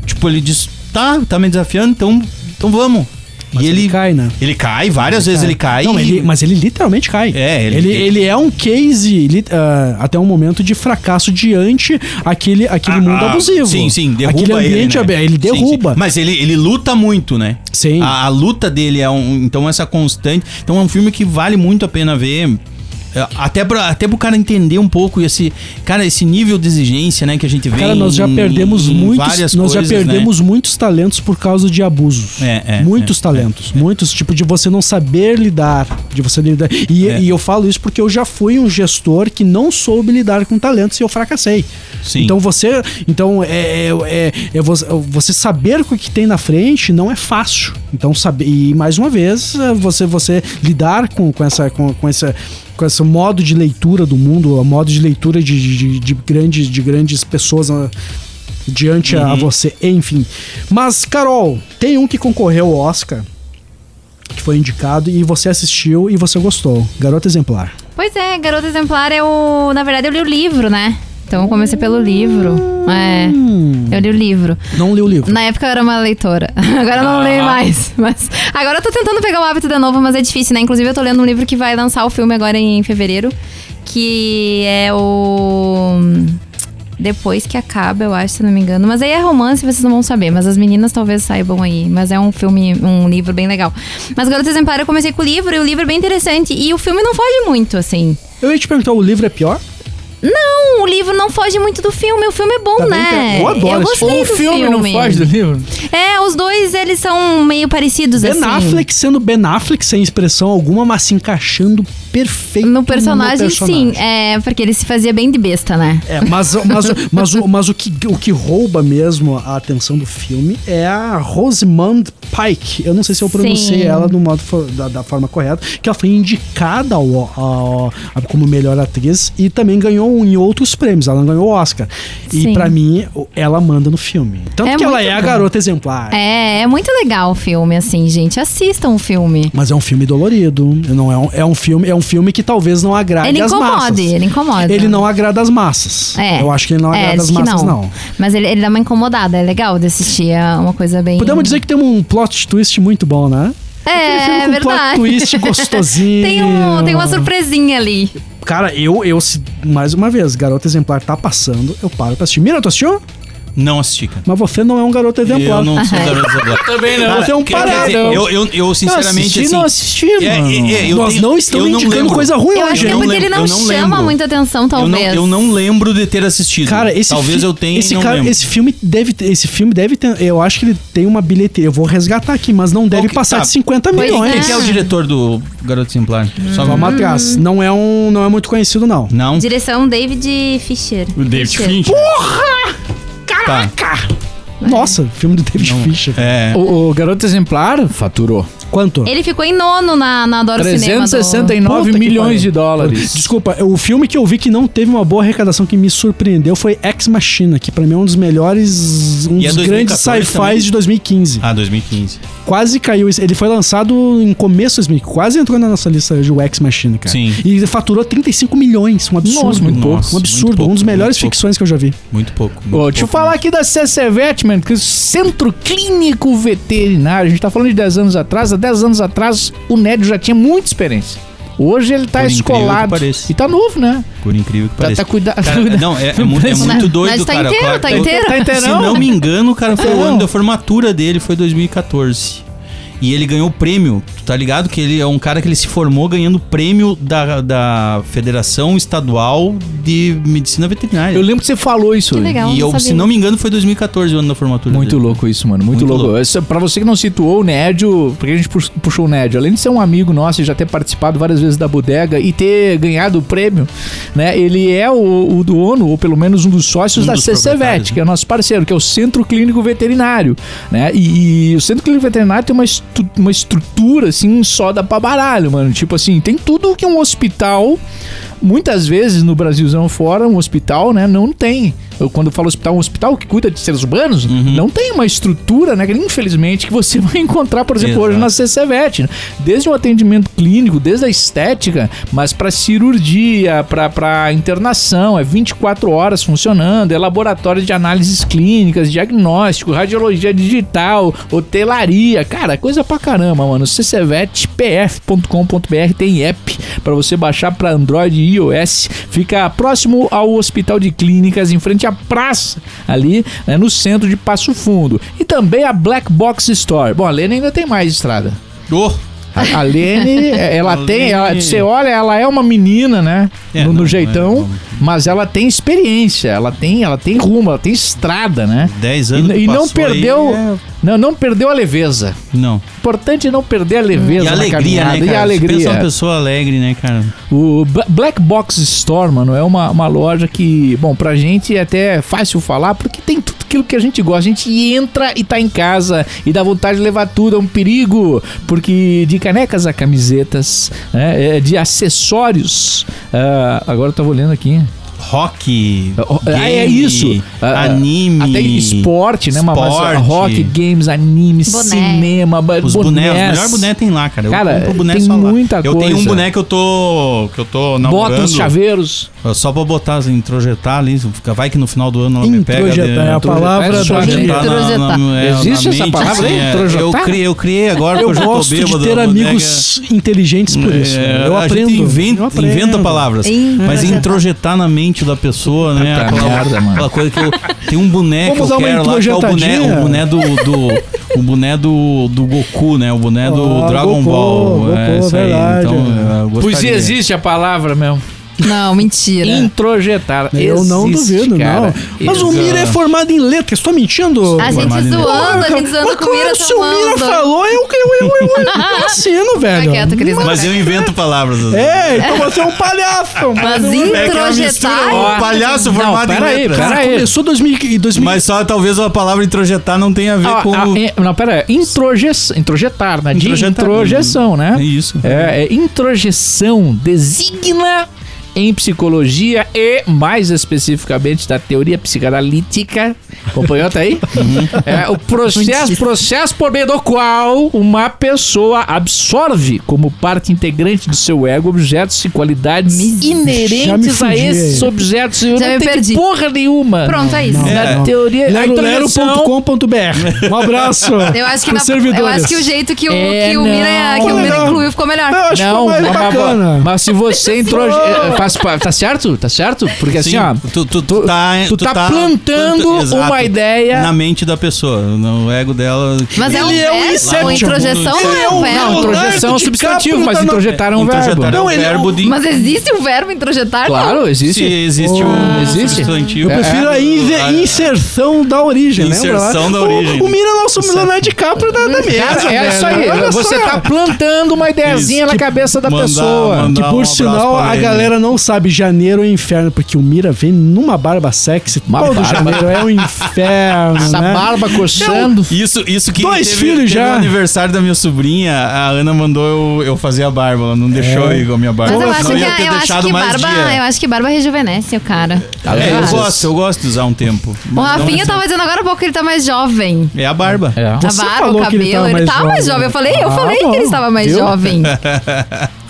Speaker 3: Tipo, ele diz: tá, tá me desafiando, então, então vamos.
Speaker 5: Mas
Speaker 3: e ele,
Speaker 5: ele cai, né?
Speaker 3: Ele cai, várias vezes ele cai.
Speaker 5: É. Não,
Speaker 3: e-
Speaker 5: ele, mas ele literalmente cai.
Speaker 3: É,
Speaker 5: ele.
Speaker 3: ele-
Speaker 5: Ele, é um case, li- ah, até um momento, de fracasso diante aquele, aquele
Speaker 3: Ah,
Speaker 5: mundo
Speaker 3: ah,
Speaker 5: é abusivo.
Speaker 3: Sim, sim, derruba
Speaker 5: Aquele ambiente
Speaker 3: ele, né?
Speaker 5: aberto. Ele
Speaker 3: Sim,
Speaker 5: derruba.
Speaker 3: sim. Mas ele, ele luta muito, né?
Speaker 5: Sim.
Speaker 3: A, a luta dele é um, então essa constante. Então é um filme que vale muito a pena ver. É, Até, pra, até pro cara entender um pouco esse, cara, esse nível de exigência, né, que a gente vê.
Speaker 5: Cara, nós já
Speaker 3: em-
Speaker 5: perdemos
Speaker 3: em
Speaker 5: muitos,
Speaker 3: várias
Speaker 5: nós já
Speaker 3: coisas, né?
Speaker 5: perdemos muitos talentos por causa de abusos.
Speaker 3: É, é,
Speaker 5: muitos
Speaker 3: é,
Speaker 5: talentos, muitos tipo de você não saber lidar, de você lidar. E,
Speaker 3: É.
Speaker 5: e eu falo isso porque eu já fui um gestor que não soube lidar com talentos e eu fracassei.
Speaker 3: Sim.
Speaker 5: Então você, então é, é, é- é você- você saber o que tem na frente não é fácil. Então saber e mais uma vez é, você você lidar com, com essa com, com essa com esse modo de leitura do mundo, o modo de leitura de, de, de- de grandes de grandes pessoas ah, diante a você, enfim. Mas Carol, tem um que concorreu ao Oscar que foi indicado e você assistiu e você gostou. Garota exemplar.
Speaker 6: Pois é, Garota Exemplar é o. Na verdade, eu li o livro, né? Então eu comecei pelo livro. É. Eu li o livro.
Speaker 5: Não li o livro.
Speaker 6: Na época eu era uma leitora. [LAUGHS] Agora eu não leio
Speaker 5: Ah.
Speaker 6: mais. Mas agora eu tô tentando pegar o hábito de novo, mas é difícil, né? Inclusive eu tô lendo um livro que vai lançar o filme agora em fevereiro, que é o depois que acaba, eu acho, se não me engano. Mas aí é romance, vocês não vão saber. Mas as meninas talvez saibam aí. Mas é um filme, um livro bem legal. Mas Garota Exemplar, eu comecei com o livro, e o livro é bem interessante. E o filme não foge muito, assim.
Speaker 5: Eu ia te perguntar, o livro é pior?
Speaker 6: Não, o livro não foge muito do filme. O filme é bom,
Speaker 5: Tá bem
Speaker 6: né?
Speaker 5: inter- Eu adoro esse
Speaker 6: gostei
Speaker 4: tipo, O
Speaker 6: do
Speaker 4: filme, não foge do livro?
Speaker 6: É, os dois, eles são meio parecidos,
Speaker 5: Ben
Speaker 6: assim.
Speaker 5: Affleck sendo Ben Affleck sem expressão alguma, mas se encaixando perfeito
Speaker 6: No personagem,
Speaker 5: personagem.
Speaker 6: sim. É, porque ele se fazia bem de besta, né?
Speaker 5: É, mas, mas, mas, o, mas o, que, o que rouba mesmo a atenção do filme é a Rosamund Pike. Eu não sei se eu pronunciei
Speaker 6: Sim.
Speaker 5: ela do modo fo- da, da forma correta, que ela foi indicada ao, ao- a- como melhor atriz e também ganhou um em outros prêmios. Ela não ganhou o Oscar.
Speaker 6: Sim.
Speaker 5: E pra mim, o- ela manda no filme. Tanto
Speaker 6: É
Speaker 5: que ela
Speaker 6: muito
Speaker 5: é a
Speaker 6: bom.
Speaker 5: garota exemplar.
Speaker 6: É, é muito legal o filme, assim, gente. Assistam o filme.
Speaker 5: Mas é um filme dolorido. Não é um, é um filme, é um filme que talvez não agrade
Speaker 6: Ele
Speaker 5: as massas.
Speaker 6: incomoda, ele incomoda.
Speaker 5: Ele não agrada as massas.
Speaker 6: É.
Speaker 5: Eu acho que ele não
Speaker 6: É,
Speaker 5: agrada as
Speaker 6: acho que
Speaker 5: massas,
Speaker 6: não.
Speaker 5: não.
Speaker 6: Mas ele, ele dá uma incomodada, é legal de assistir, é uma coisa bem...
Speaker 5: Podemos dizer que tem um plot twist muito bom, né? Aquele filme
Speaker 6: É,
Speaker 5: com plot
Speaker 6: verdade. [LAUGHS]
Speaker 5: twist gostosinho.
Speaker 6: Tem, um, tem uma surpresinha ali.
Speaker 5: Cara, eu, eu, se- mais uma vez, Garota Exemplar tá passando, eu paro pra assistir. Mira, tu assistiu?
Speaker 3: Não assisti, cara.
Speaker 5: Mas você não é um garoto exemplar.
Speaker 3: Eu não sou da
Speaker 5: [LAUGHS]
Speaker 4: Também não.
Speaker 5: Você é um
Speaker 3: Quer
Speaker 5: parado.
Speaker 3: dizer, eu, eu, eu
Speaker 5: Tá
Speaker 3: sinceramente,
Speaker 4: assisti, não
Speaker 3: assim...
Speaker 4: assisti,
Speaker 3: é,
Speaker 4: mano.
Speaker 3: é, é, eu
Speaker 5: Nós
Speaker 3: tenho-
Speaker 5: não estamos
Speaker 3: eu não
Speaker 5: indicando
Speaker 3: lembro.
Speaker 5: coisa ruim
Speaker 6: Eu acho
Speaker 5: hoje.
Speaker 6: que é
Speaker 3: não
Speaker 6: porque
Speaker 3: lembro,
Speaker 6: ele não,
Speaker 3: eu não
Speaker 6: chama
Speaker 3: lembro.
Speaker 6: muita atenção,
Speaker 3: Eu não,
Speaker 6: talvez.
Speaker 3: eu não lembro de ter assistido.
Speaker 5: Cara, esse
Speaker 3: Talvez
Speaker 5: fi-
Speaker 3: eu tenha
Speaker 5: esse
Speaker 3: e não
Speaker 5: cara,
Speaker 3: lembro.
Speaker 5: esse filme deve ter, esse filme deve ter, eu acho que ele tem uma bilheteria. Eu vou resgatar aqui, mas não deve
Speaker 3: Ok,
Speaker 5: passar
Speaker 3: tá.
Speaker 5: de 50
Speaker 6: Pois Hum.
Speaker 5: milhões.
Speaker 3: Quem que é o diretor do Garoto Exemplar? Só
Speaker 5: Vamos atrás. Não é um, não é muito conhecido não.
Speaker 3: Não?
Speaker 6: Direção David Fischer.
Speaker 7: O David
Speaker 6: Fischer.
Speaker 7: Fincher.
Speaker 3: Tá.
Speaker 5: Nossa, filme do David Fischer.
Speaker 3: É.
Speaker 4: O, o Garoto Exemplar faturou
Speaker 5: Quanto?
Speaker 6: Ele ficou em nono na, na Adoro Cinema. do-
Speaker 4: 369
Speaker 5: Puta que
Speaker 4: milhões
Speaker 5: pariu.
Speaker 4: de dólares.
Speaker 5: Desculpa, o filme que eu vi que não teve uma boa arrecadação que me surpreendeu foi Ex Machina, que pra mim é um dos melhores, um
Speaker 3: E é
Speaker 5: dos
Speaker 3: 2014
Speaker 5: grandes sci-fi
Speaker 3: também?
Speaker 5: de 2015.
Speaker 3: Ah, 2015.
Speaker 5: Quase caiu. esse- Ele foi lançado em começo de 2015, quase entrou na nossa lista de Ex Machina, cara.
Speaker 3: Sim.
Speaker 5: E faturou 35 milhões, um absurdo.
Speaker 4: Nossa, muito
Speaker 3: pouco.
Speaker 5: Um absurdo,
Speaker 3: Muito pouco,
Speaker 5: um dos melhores
Speaker 3: muito pouco.
Speaker 5: ficções que eu já vi.
Speaker 3: Muito pouco. Muito
Speaker 4: Ô, deixa eu
Speaker 3: pouco.
Speaker 4: falar aqui da CC Vetman, que é o Centro Clínico Veterinário. A gente tá falando de 10 anos atrás. Há 10 anos atrás, o Nédio já tinha muita experiência. Hoje ele tá
Speaker 3: Por incrível que
Speaker 4: escolado.
Speaker 3: pareça.
Speaker 4: E tá novo, né?
Speaker 3: Por incrível que
Speaker 4: Tá,
Speaker 3: pareça.
Speaker 4: tá cuidado. [LAUGHS]
Speaker 3: Cara, não, é, é muito, é
Speaker 4: Mas-
Speaker 3: muito
Speaker 6: mas
Speaker 3: doido,
Speaker 6: tá
Speaker 3: cara.
Speaker 6: inteiro,
Speaker 3: Claro, é
Speaker 6: tá
Speaker 3: eu-
Speaker 6: inteiro.
Speaker 4: Tá
Speaker 3: Se
Speaker 4: inteirão?
Speaker 3: não me engano, cara, foi o
Speaker 4: Inteirão.
Speaker 3: ano da formatura dele, foi 2014. E ele ganhou o prêmio, tu tá ligado? Que ele é um cara que ele se formou ganhando o prêmio da, da Federação Estadual de Medicina Veterinária.
Speaker 4: Eu lembro que você falou isso.
Speaker 6: Que
Speaker 4: hoje.
Speaker 6: legal,
Speaker 3: e
Speaker 6: É,
Speaker 3: eu,
Speaker 6: não sabia.
Speaker 3: se não me engano, foi 2014 o ano da formatura
Speaker 4: Muito
Speaker 3: dele.
Speaker 4: louco isso, mano. Muito,
Speaker 3: Muito
Speaker 4: louco.
Speaker 3: louco.
Speaker 4: Essa- Pra você que não situou, o Nédio, porque a gente pux- puxou o Nédio, além de ser um amigo nosso e já ter participado várias vezes da bodega e ter ganhado o prêmio, né? Ele é o, o dono, ou pelo menos um dos sócios
Speaker 3: Um
Speaker 4: da
Speaker 3: dos
Speaker 4: CCVET,
Speaker 3: proprietários,
Speaker 4: que é nosso parceiro, que é o Centro Clínico Veterinário, né? E, e o Centro Clínico Veterinário tem uma, estu- uma estrutura, assim, só da pra baralho, mano. Tipo assim, tem tudo que um hospital muitas vezes no Brasilzão fora, um hospital, né, não tem. Eu, quando eu falo hospital, um hospital que cuida de seres humanos, não tem uma estrutura, né, que, infelizmente, que você [LAUGHS] vai encontrar, por exemplo, hoje
Speaker 3: Exato.
Speaker 4: na CCVET. né? Desde o atendimento clínico, desde a estética, mas pra cirurgia, pra- pra internação, é 24 horas funcionando, é laboratório de análises clínicas, diagnóstico, radiologia digital, hotelaria, cara, coisa pra caramba, mano. ccvetpf.com.br tem app pra você baixar pra Android e iOS. Fica próximo ao Hospital de Clínicas, em frente à praça, ali né, no centro de Passo Fundo. E também a Black Box Store. Bom, a Lene ainda tem mais estrada.
Speaker 3: Oh,
Speaker 4: A a
Speaker 3: [LAUGHS]
Speaker 4: Lene, é, ela
Speaker 3: A
Speaker 4: tem, ela-
Speaker 3: Lene-
Speaker 4: você olha, ela é uma menina, né?
Speaker 3: É,
Speaker 4: no, no
Speaker 3: não, não
Speaker 4: jeitão,
Speaker 3: é, não.
Speaker 4: mas ela tem experiência, ela tem, ela tem rumo, ela tem estrada, né?
Speaker 3: 10
Speaker 4: E,
Speaker 3: anos
Speaker 4: n-
Speaker 3: que
Speaker 4: e não
Speaker 3: passou aí,
Speaker 4: perdeu,
Speaker 3: é-
Speaker 4: não, não perdeu a leveza.
Speaker 3: Não.
Speaker 4: Importante é não perder a
Speaker 3: E
Speaker 4: leveza na
Speaker 3: a alegria,
Speaker 4: caminhada e a
Speaker 3: né, cara? Pensa
Speaker 4: alegria.
Speaker 3: uma pessoa alegre, né, cara?
Speaker 4: O Bla- Black Box Store, mano, é uma, uma loja que, bom, pra gente é até fácil falar, porque tem tudo aquilo que a gente gosta. A gente entra e tá em casa e dá vontade de levar tudo, é um perigo. Porque de canecas a camisetas, né, é, de acessórios. ah, agora eu tava olhando aqui.
Speaker 3: Rock.
Speaker 4: Oh, ah, é isso. Ah,
Speaker 3: anime.
Speaker 4: Até esporte, né? Mas,
Speaker 3: esporte.
Speaker 4: rock, games, anime,
Speaker 6: Boné.
Speaker 4: cinema, ba-
Speaker 3: Os bonés, os melhores bonés tem lá, cara. Eu
Speaker 4: Cara,
Speaker 3: compro boné
Speaker 4: tem
Speaker 3: só lá.
Speaker 4: muita
Speaker 3: Eu tenho um
Speaker 4: coisa.
Speaker 3: boné que eu tô. que eu tô namorando.
Speaker 4: Bota os chaveiros.
Speaker 3: Só pra botar, assim, introjetar ali. fica- Vai que no final do ano ela me pega.
Speaker 5: Introjetar é a palavra do
Speaker 4: Introjetar.
Speaker 5: dia.
Speaker 6: Introjetar.
Speaker 4: Existe essa
Speaker 3: mente,
Speaker 4: palavra aí,
Speaker 3: é.
Speaker 4: introjetar?
Speaker 3: eu, criei, eu criei agora
Speaker 5: Eu
Speaker 3: porque eu
Speaker 5: gosto
Speaker 3: já tô
Speaker 5: de
Speaker 3: bêbado.
Speaker 5: ter
Speaker 3: a boneca-
Speaker 5: amigos inteligentes por isso.
Speaker 3: É,
Speaker 5: eu,
Speaker 3: a gente
Speaker 5: aprendo,
Speaker 3: inventa,
Speaker 5: eu aprendo.
Speaker 3: inventa palavras.
Speaker 6: Introjetar.
Speaker 3: Mas introjetar na mente da pessoa, né?
Speaker 4: Puta
Speaker 3: aquela,
Speaker 4: merda, mano.
Speaker 3: aquela coisa que eu. Tem um boné
Speaker 5: Vamos
Speaker 3: que
Speaker 5: dar
Speaker 3: eu
Speaker 5: uma
Speaker 3: quero lá, que é o boné,
Speaker 5: introjetadinha?
Speaker 3: o boné do. do o boné do, do Goku, né? O boné do
Speaker 5: Ah, Goku,
Speaker 3: Dragon Ball.
Speaker 5: Goku,
Speaker 3: é isso aí.
Speaker 5: verdade,
Speaker 3: Então,
Speaker 5: é.
Speaker 3: eu gostaria.
Speaker 4: Pois existe a palavra mesmo.
Speaker 6: Não, mentira.
Speaker 4: É. Introjetada.
Speaker 5: Eu não
Speaker 4: Existe,
Speaker 5: duvido,
Speaker 4: cara.
Speaker 5: não.
Speaker 4: um
Speaker 5: Mas o
Speaker 3: Exato.
Speaker 5: Mira é formado em letras, tô mentindo?
Speaker 6: A gente
Speaker 3: Formado em-
Speaker 6: zoando, a
Speaker 5: Porra,
Speaker 6: gente zoando
Speaker 5: mas
Speaker 6: com o Mira
Speaker 5: claro, Se o Mira
Speaker 6: tomando.
Speaker 5: falou, eu, eu, eu, eu, eu,
Speaker 6: [LAUGHS]
Speaker 5: eu assino, velho.
Speaker 6: Tá quieto, Cris. não
Speaker 3: Mas eu
Speaker 6: tá.
Speaker 3: invento palavras. às vezes.
Speaker 5: É, então você é um palhaço.
Speaker 6: [LAUGHS] Mas
Speaker 3: É que é uma mistura,
Speaker 6: introjetar.
Speaker 3: um palhaço formado em
Speaker 4: pera aí,
Speaker 3: letras.
Speaker 4: pera
Speaker 5: Cara,
Speaker 4: aí.
Speaker 5: começou 2000,
Speaker 3: Mas só talvez a palavra introjetar não tenha a ver
Speaker 4: Ah,
Speaker 3: com.
Speaker 4: ah, é- não, pera aí. Introje- Introjetar, né? De
Speaker 3: Introjetar.
Speaker 4: introjeção, né?
Speaker 3: É isso.
Speaker 4: É, é, introjeção designa em psicologia e, mais especificamente, da teoria psicanalítica. Acompanhou até aí?
Speaker 6: Uhum.
Speaker 4: É, o processo, processo por meio do qual uma pessoa absorve como parte integrante do seu ego objetos e qualidades
Speaker 6: Me-
Speaker 4: inerentes
Speaker 5: já me
Speaker 4: a
Speaker 5: fudi.
Speaker 4: esses objetos. Eu
Speaker 6: Já
Speaker 4: não
Speaker 6: me
Speaker 4: tenho
Speaker 6: perdi.
Speaker 4: porra nenhuma.
Speaker 6: Pronto, é isso.
Speaker 5: Não.
Speaker 4: Na teoria... a introjeção-
Speaker 5: Lero.com.br. Um abraço.
Speaker 6: Eu acho, que
Speaker 5: Pros
Speaker 6: na- eu
Speaker 5: servidores.
Speaker 6: acho que o jeito que o,
Speaker 4: É,
Speaker 6: que o Mira,
Speaker 4: não.
Speaker 6: que o Mira
Speaker 5: Olha.
Speaker 6: incluiu ficou melhor.
Speaker 5: Eu acho
Speaker 4: Não,
Speaker 5: que
Speaker 4: mas,
Speaker 5: foi mais bacana.
Speaker 4: mas, mas se você entrou. faz, pa- tá certo? Tá certo? Porque
Speaker 3: Sim,
Speaker 4: assim, ó.
Speaker 3: tu, tu, tu
Speaker 4: tu-
Speaker 3: tá,
Speaker 4: tu tá plantando
Speaker 3: exato,
Speaker 4: uma ideia- é um
Speaker 3: na mente da pessoa, no ego dela.
Speaker 6: Mas é um
Speaker 5: Ele é um
Speaker 6: verbo.
Speaker 5: Inception.
Speaker 6: introjeção não é um
Speaker 5: Ele é um-
Speaker 4: Não,
Speaker 6: verbo.
Speaker 4: introjeção é um
Speaker 5: DiCaprio
Speaker 4: substantivo, mas
Speaker 5: tá na-
Speaker 4: introjetaram um verbo.
Speaker 3: Introjetar é um
Speaker 5: Não, ele é
Speaker 3: verbo de.
Speaker 6: Mas existe um verbo introjetar?
Speaker 4: Claro,
Speaker 3: se
Speaker 4: existe.
Speaker 3: existe
Speaker 5: Oh.
Speaker 3: um
Speaker 4: Existe?
Speaker 3: substantivo. É.
Speaker 5: Eu
Speaker 4: É,
Speaker 5: prefiro a inve- inserção da origem, lembra?
Speaker 3: Inserção
Speaker 5: lá?
Speaker 3: da origem.
Speaker 5: O, o Mira é o nosso Leonardo DiCaprio da, da mesa,
Speaker 4: Cara,
Speaker 5: velho.
Speaker 4: é isso aí.
Speaker 5: Olha
Speaker 4: Você
Speaker 5: só.
Speaker 4: tá plantando uma ideiazinha
Speaker 3: Isso,
Speaker 4: na cabeça da
Speaker 3: mandar-
Speaker 4: pessoa.
Speaker 3: mandar-
Speaker 5: Que
Speaker 3: Dá um
Speaker 5: por
Speaker 3: abraço
Speaker 5: sinal,
Speaker 3: pra
Speaker 5: a
Speaker 3: ele.
Speaker 5: galera não sabe, janeiro é um inferno, porque o Mira vem numa barba sexy,
Speaker 4: Uma
Speaker 5: todo
Speaker 4: barba.
Speaker 5: janeiro é um inferno,
Speaker 4: Essa
Speaker 5: né?
Speaker 4: barba coçando.
Speaker 3: Isso, isso que
Speaker 5: Dois
Speaker 3: teve,
Speaker 5: filhos
Speaker 3: teve
Speaker 5: já.
Speaker 3: o aniversário da minha sobrinha, a Ana mandou eu, eu fazer a barba, ela não deixou eu ir com a minha barba.
Speaker 6: Mas eu
Speaker 3: Senão
Speaker 6: acho,
Speaker 3: eu
Speaker 6: que, é-
Speaker 3: ia ter
Speaker 6: eu, acho
Speaker 3: deixado
Speaker 6: que
Speaker 3: mais
Speaker 6: barba, é-
Speaker 3: dia.
Speaker 6: eu acho que barba rejuvenesce o cara.
Speaker 3: É,
Speaker 6: Eu
Speaker 3: eu
Speaker 6: acho.
Speaker 3: gosto, eu gosto de usar um tempo.
Speaker 6: O
Speaker 3: Mas não
Speaker 6: Rafinha
Speaker 3: é-
Speaker 6: tava dizendo agora há pouco que ele tá mais jovem.
Speaker 3: É a barba.
Speaker 4: É.
Speaker 5: Você
Speaker 6: a barba, o
Speaker 5: falou que
Speaker 6: cabelo,
Speaker 5: ele tava
Speaker 6: ele tava
Speaker 5: mais jovem.
Speaker 6: mais jovem. Eu falei, eu
Speaker 5: Ah,
Speaker 6: falei que ele
Speaker 5: bom.
Speaker 6: estava mais
Speaker 5: Viu?
Speaker 6: jovem.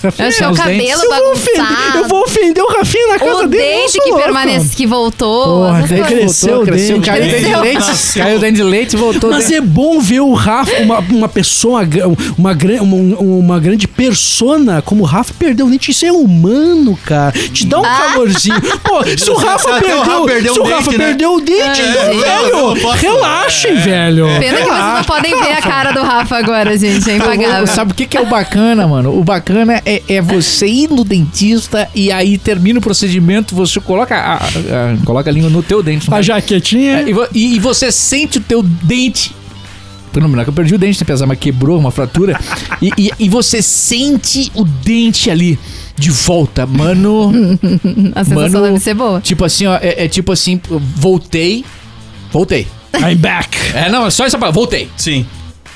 Speaker 6: Eu
Speaker 5: Rafinha,
Speaker 6: acho que é o
Speaker 4: os dentes.
Speaker 6: cabelo
Speaker 5: eu vou, ofender, eu
Speaker 6: bagunçado.
Speaker 5: vou ofender o Rafinha na casa
Speaker 6: O
Speaker 5: dele. eu
Speaker 6: dente
Speaker 5: sou
Speaker 6: que
Speaker 5: louco.
Speaker 6: permanece, que voltou.
Speaker 5: Porra,
Speaker 6: essas
Speaker 5: daí
Speaker 6: coisas.
Speaker 5: cresceu o
Speaker 4: cresceu,
Speaker 5: dente.
Speaker 4: caiu o dente de
Speaker 6: Cresceu.
Speaker 4: leite. Caiu o dente de leite e voltou.
Speaker 5: Mas é bom ver o Rafa, uma, uma pessoa, uma, gra- uma, gra- uma, uma grande persona como o Rafa perdeu o dente. Isso é humano, cara. Te dá um calorzinho. Pô, se o Rafa
Speaker 3: Até
Speaker 5: perdeu,
Speaker 3: o Rafa perdeu
Speaker 5: se o
Speaker 3: o
Speaker 5: Rafa
Speaker 3: dente, né?
Speaker 5: perdeu o dente,
Speaker 3: É,
Speaker 5: então,
Speaker 3: eu
Speaker 5: velho,
Speaker 3: não posso.
Speaker 5: relaxem, velho.
Speaker 6: Pena que vocês não podem ver a cara do Rafa agora, gente. É impagável.
Speaker 4: Sabe o que, que é o bacana, mano? O bacana é, é você ir no dentista e aí termina o procedimento, você coloca a, a- coloca a língua no teu dente. não
Speaker 5: A
Speaker 4: é?
Speaker 5: jaquetinha.
Speaker 4: É, e, vo- e- e você sente o teu dente. Pelo menos que eu perdi o dente, né? Apesar, mas quebrou uma fratura. E, e- e você sente o dente ali de volta, mano.
Speaker 6: A sensação
Speaker 4: Mano-
Speaker 6: deve ser boa.
Speaker 4: tipo assim, ó. É, é tipo assim, eu voltei. Voltei.
Speaker 5: I'm back.
Speaker 4: É, não, é só essa palavra. Voltei.
Speaker 3: Sim.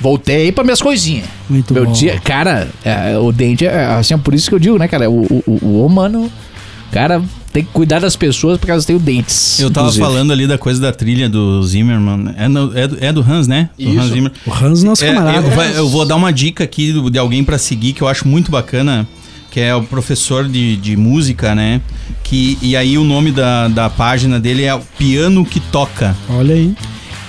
Speaker 4: Voltei pra minhas coisinhas.
Speaker 5: Muito
Speaker 4: Meu
Speaker 5: bom.
Speaker 4: dia, cara, é, o dente é assim, é por isso que eu digo, né, cara? O, o, o- o humano, cara, tem que cuidar das pessoas porque elas têm os dentes.
Speaker 3: Eu tava
Speaker 4: inclusive.
Speaker 3: falando ali da coisa da trilha do Zimmerman. É, no- é do- é do Hans, né? Do Hans Zimmer.
Speaker 5: O Hans, nosso
Speaker 3: É,
Speaker 5: camarada.
Speaker 3: eu, vai- eu vou dar uma dica aqui do- de alguém pra seguir que eu acho muito bacana, que é o professor de, de música, né? Que, e aí o nome da, da página dele é o Piano que Toca.
Speaker 5: Olha aí.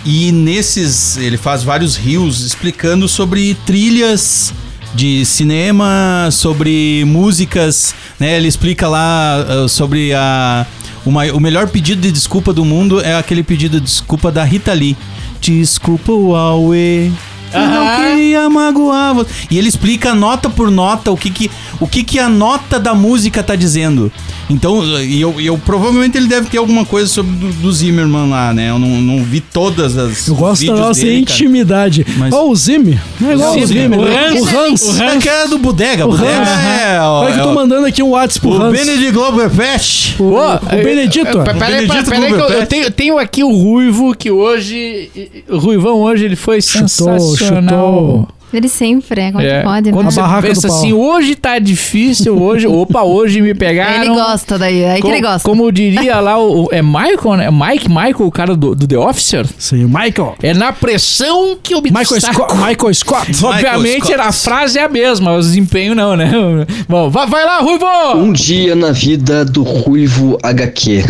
Speaker 3: E nesses, ele faz vários rios explicando sobre trilhas de cinema, sobre músicas, né? Ele explica lá ah, sobre a o, mai- o melhor pedido de desculpa do mundo é aquele pedido de desculpa da Rita Lee. Desculpa, Huawei. Eu Não queria magoar você. E ele explica nota por nota o que que, o que, que a nota da música tá dizendo. Então, e eu, e eu provavelmente ele deve ter alguma coisa sobre do, do Zimmerman lá, né? Eu não, não vi todas as.
Speaker 5: Eu gosto da
Speaker 3: vídeos
Speaker 5: nossa
Speaker 3: dele, cara.
Speaker 5: intimidade.
Speaker 3: Mas-
Speaker 5: Ó, o Zimmer. Não é igual o
Speaker 3: Zimmer.
Speaker 5: Zimmer.
Speaker 3: O
Speaker 5: O Hans.
Speaker 3: O Hans que é do Bodega,
Speaker 5: O
Speaker 3: Bodega.
Speaker 5: Hans.
Speaker 3: É, ó,
Speaker 5: Olha que eu tô
Speaker 3: é,
Speaker 5: mandando aqui um WhatsApp pro
Speaker 3: o
Speaker 5: Hans.
Speaker 3: Benedict É, Globerfest.
Speaker 5: O,
Speaker 4: Ô,
Speaker 5: o Benedito.
Speaker 4: eh, pe- Peraí, peraí,
Speaker 3: Benedito
Speaker 4: peraí que eu,
Speaker 3: Cumberbatch.
Speaker 4: eu tenho, eu tenho aqui o Ruivo, que hoje. e- e- O Ruivão hoje ele foi
Speaker 5: Chutou,
Speaker 4: sensacional.
Speaker 5: chutou.
Speaker 6: Ele sempre, é como
Speaker 4: É,
Speaker 6: que pode,
Speaker 4: Quando
Speaker 6: né?
Speaker 4: você
Speaker 5: barraca
Speaker 4: pensa
Speaker 5: do pau.
Speaker 4: assim, hoje tá difícil, hoje. Opa, hoje me pegaram.
Speaker 6: Ele gosta daí, é aí que
Speaker 4: Co-
Speaker 6: ele gosta.
Speaker 4: Como diria lá o. o- É Michael, né? É Mike Michael, o cara do, do The Officer.
Speaker 5: Sim, o Michael.
Speaker 4: É na pressão que
Speaker 3: [LAUGHS]
Speaker 4: eu me
Speaker 5: Michael
Speaker 4: destaco.
Speaker 5: Scott. Michael Scott.
Speaker 4: Obviamente
Speaker 3: Scott.
Speaker 4: a frase é a mesma, o desempenho não, né? [LAUGHS] Bom, vai, vai lá, Ruivo!
Speaker 7: Um dia na vida do Ruivo HQ.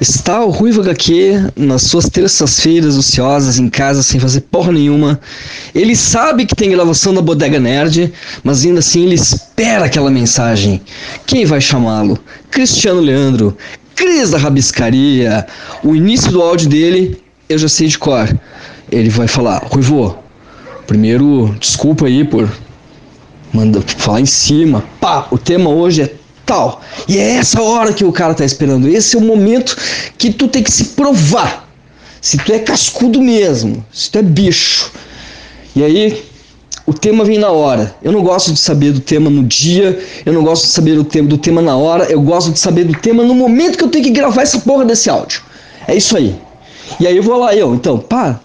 Speaker 7: Está o Ruivo HQ nas suas terças-feiras ociosas em casa sem fazer porra nenhuma. Ele sabe que tem gravação da Bodega Nerd, mas ainda assim ele espera aquela mensagem. Quem vai chamá-lo? Cristiano Leandro, Cris da Rabiscaria. O início do áudio dele eu já sei de cor. Ele vai falar: Ruivo, primeiro desculpa aí por manda falar em cima. Pá, o tema hoje é tal. E é essa hora que o cara tá esperando. Esse é o momento que tu tem que se provar. Se tu é cascudo mesmo, se tu é bicho. E aí, o tema vem na hora. Eu não gosto de saber do tema no dia, eu não gosto de saber do tema, do tema na hora, eu gosto de saber do tema no momento que eu tenho que gravar essa porra desse áudio. É isso aí. E aí eu vou lá, eu, então, pá,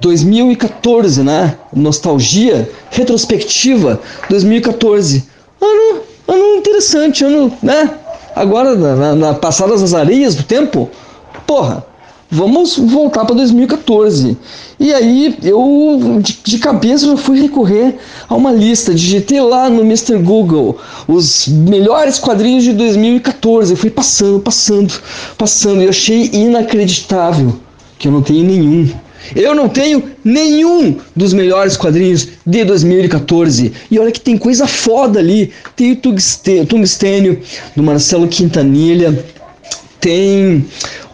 Speaker 7: 2014, né? Nostalgia, retrospectiva, 2014. Ano, ano interessante, ano, né? Agora, na, na, na- passadas as areias do tempo, porra, vamos voltar para 2014. E aí eu, de, de cabeça, já fui recorrer a uma lista. Digitei lá no Mr. Google os melhores quadrinhos de 2014. Eu fui passando, passando, passando. E eu achei inacreditável que eu não tenho nenhum. Eu não tenho nenhum dos melhores quadrinhos de 2014. E olha que tem coisa foda ali. Tem o Tungste- Tungstênio, do Marcelo Quintanilha. Tem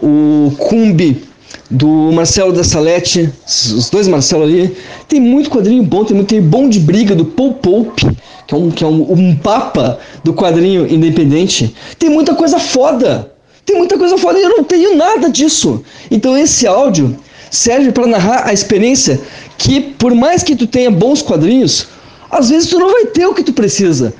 Speaker 7: o Cumbi, do Marcelo da Salete. s- Os dois Marcelo ali. Tem muito quadrinho bom. Tem muito tem Bom de Briga, do Paul Pope, que é, um, que é um, um papa do quadrinho independente. Tem muita coisa foda. Tem muita coisa foda e eu não tenho nada disso. Então esse áudio serve para narrar a experiência que, por mais que tu tenha bons quadrinhos, às vezes tu não vai ter o que tu precisa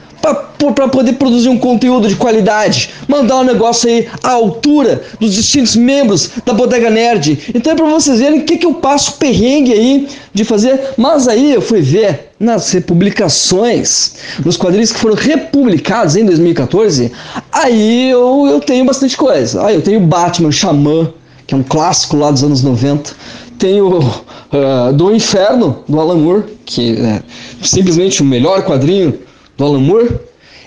Speaker 7: para poder produzir um conteúdo de qualidade, mandar um negócio aí à altura dos distintos membros da Bodega Nerd. Então é para vocês verem o que, que eu passo perrengue aí de fazer. Mas aí eu fui ver nas republicações, nos quadrinhos que foram republicados em 2014, aí eu, eu tenho bastante coisa. Aí eu tenho Batman, Xamã, que é um clássico lá dos anos 90. Tem o ah, Do Inferno, do Alan Moore, que é simplesmente o melhor quadrinho do Alan Moore.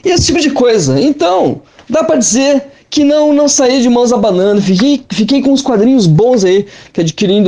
Speaker 7: E esse tipo de coisa. Então, dá pra dizer que não não saí de mãos abanando. Fiquei, fiquei com uns quadrinhos bons aí que adquiri em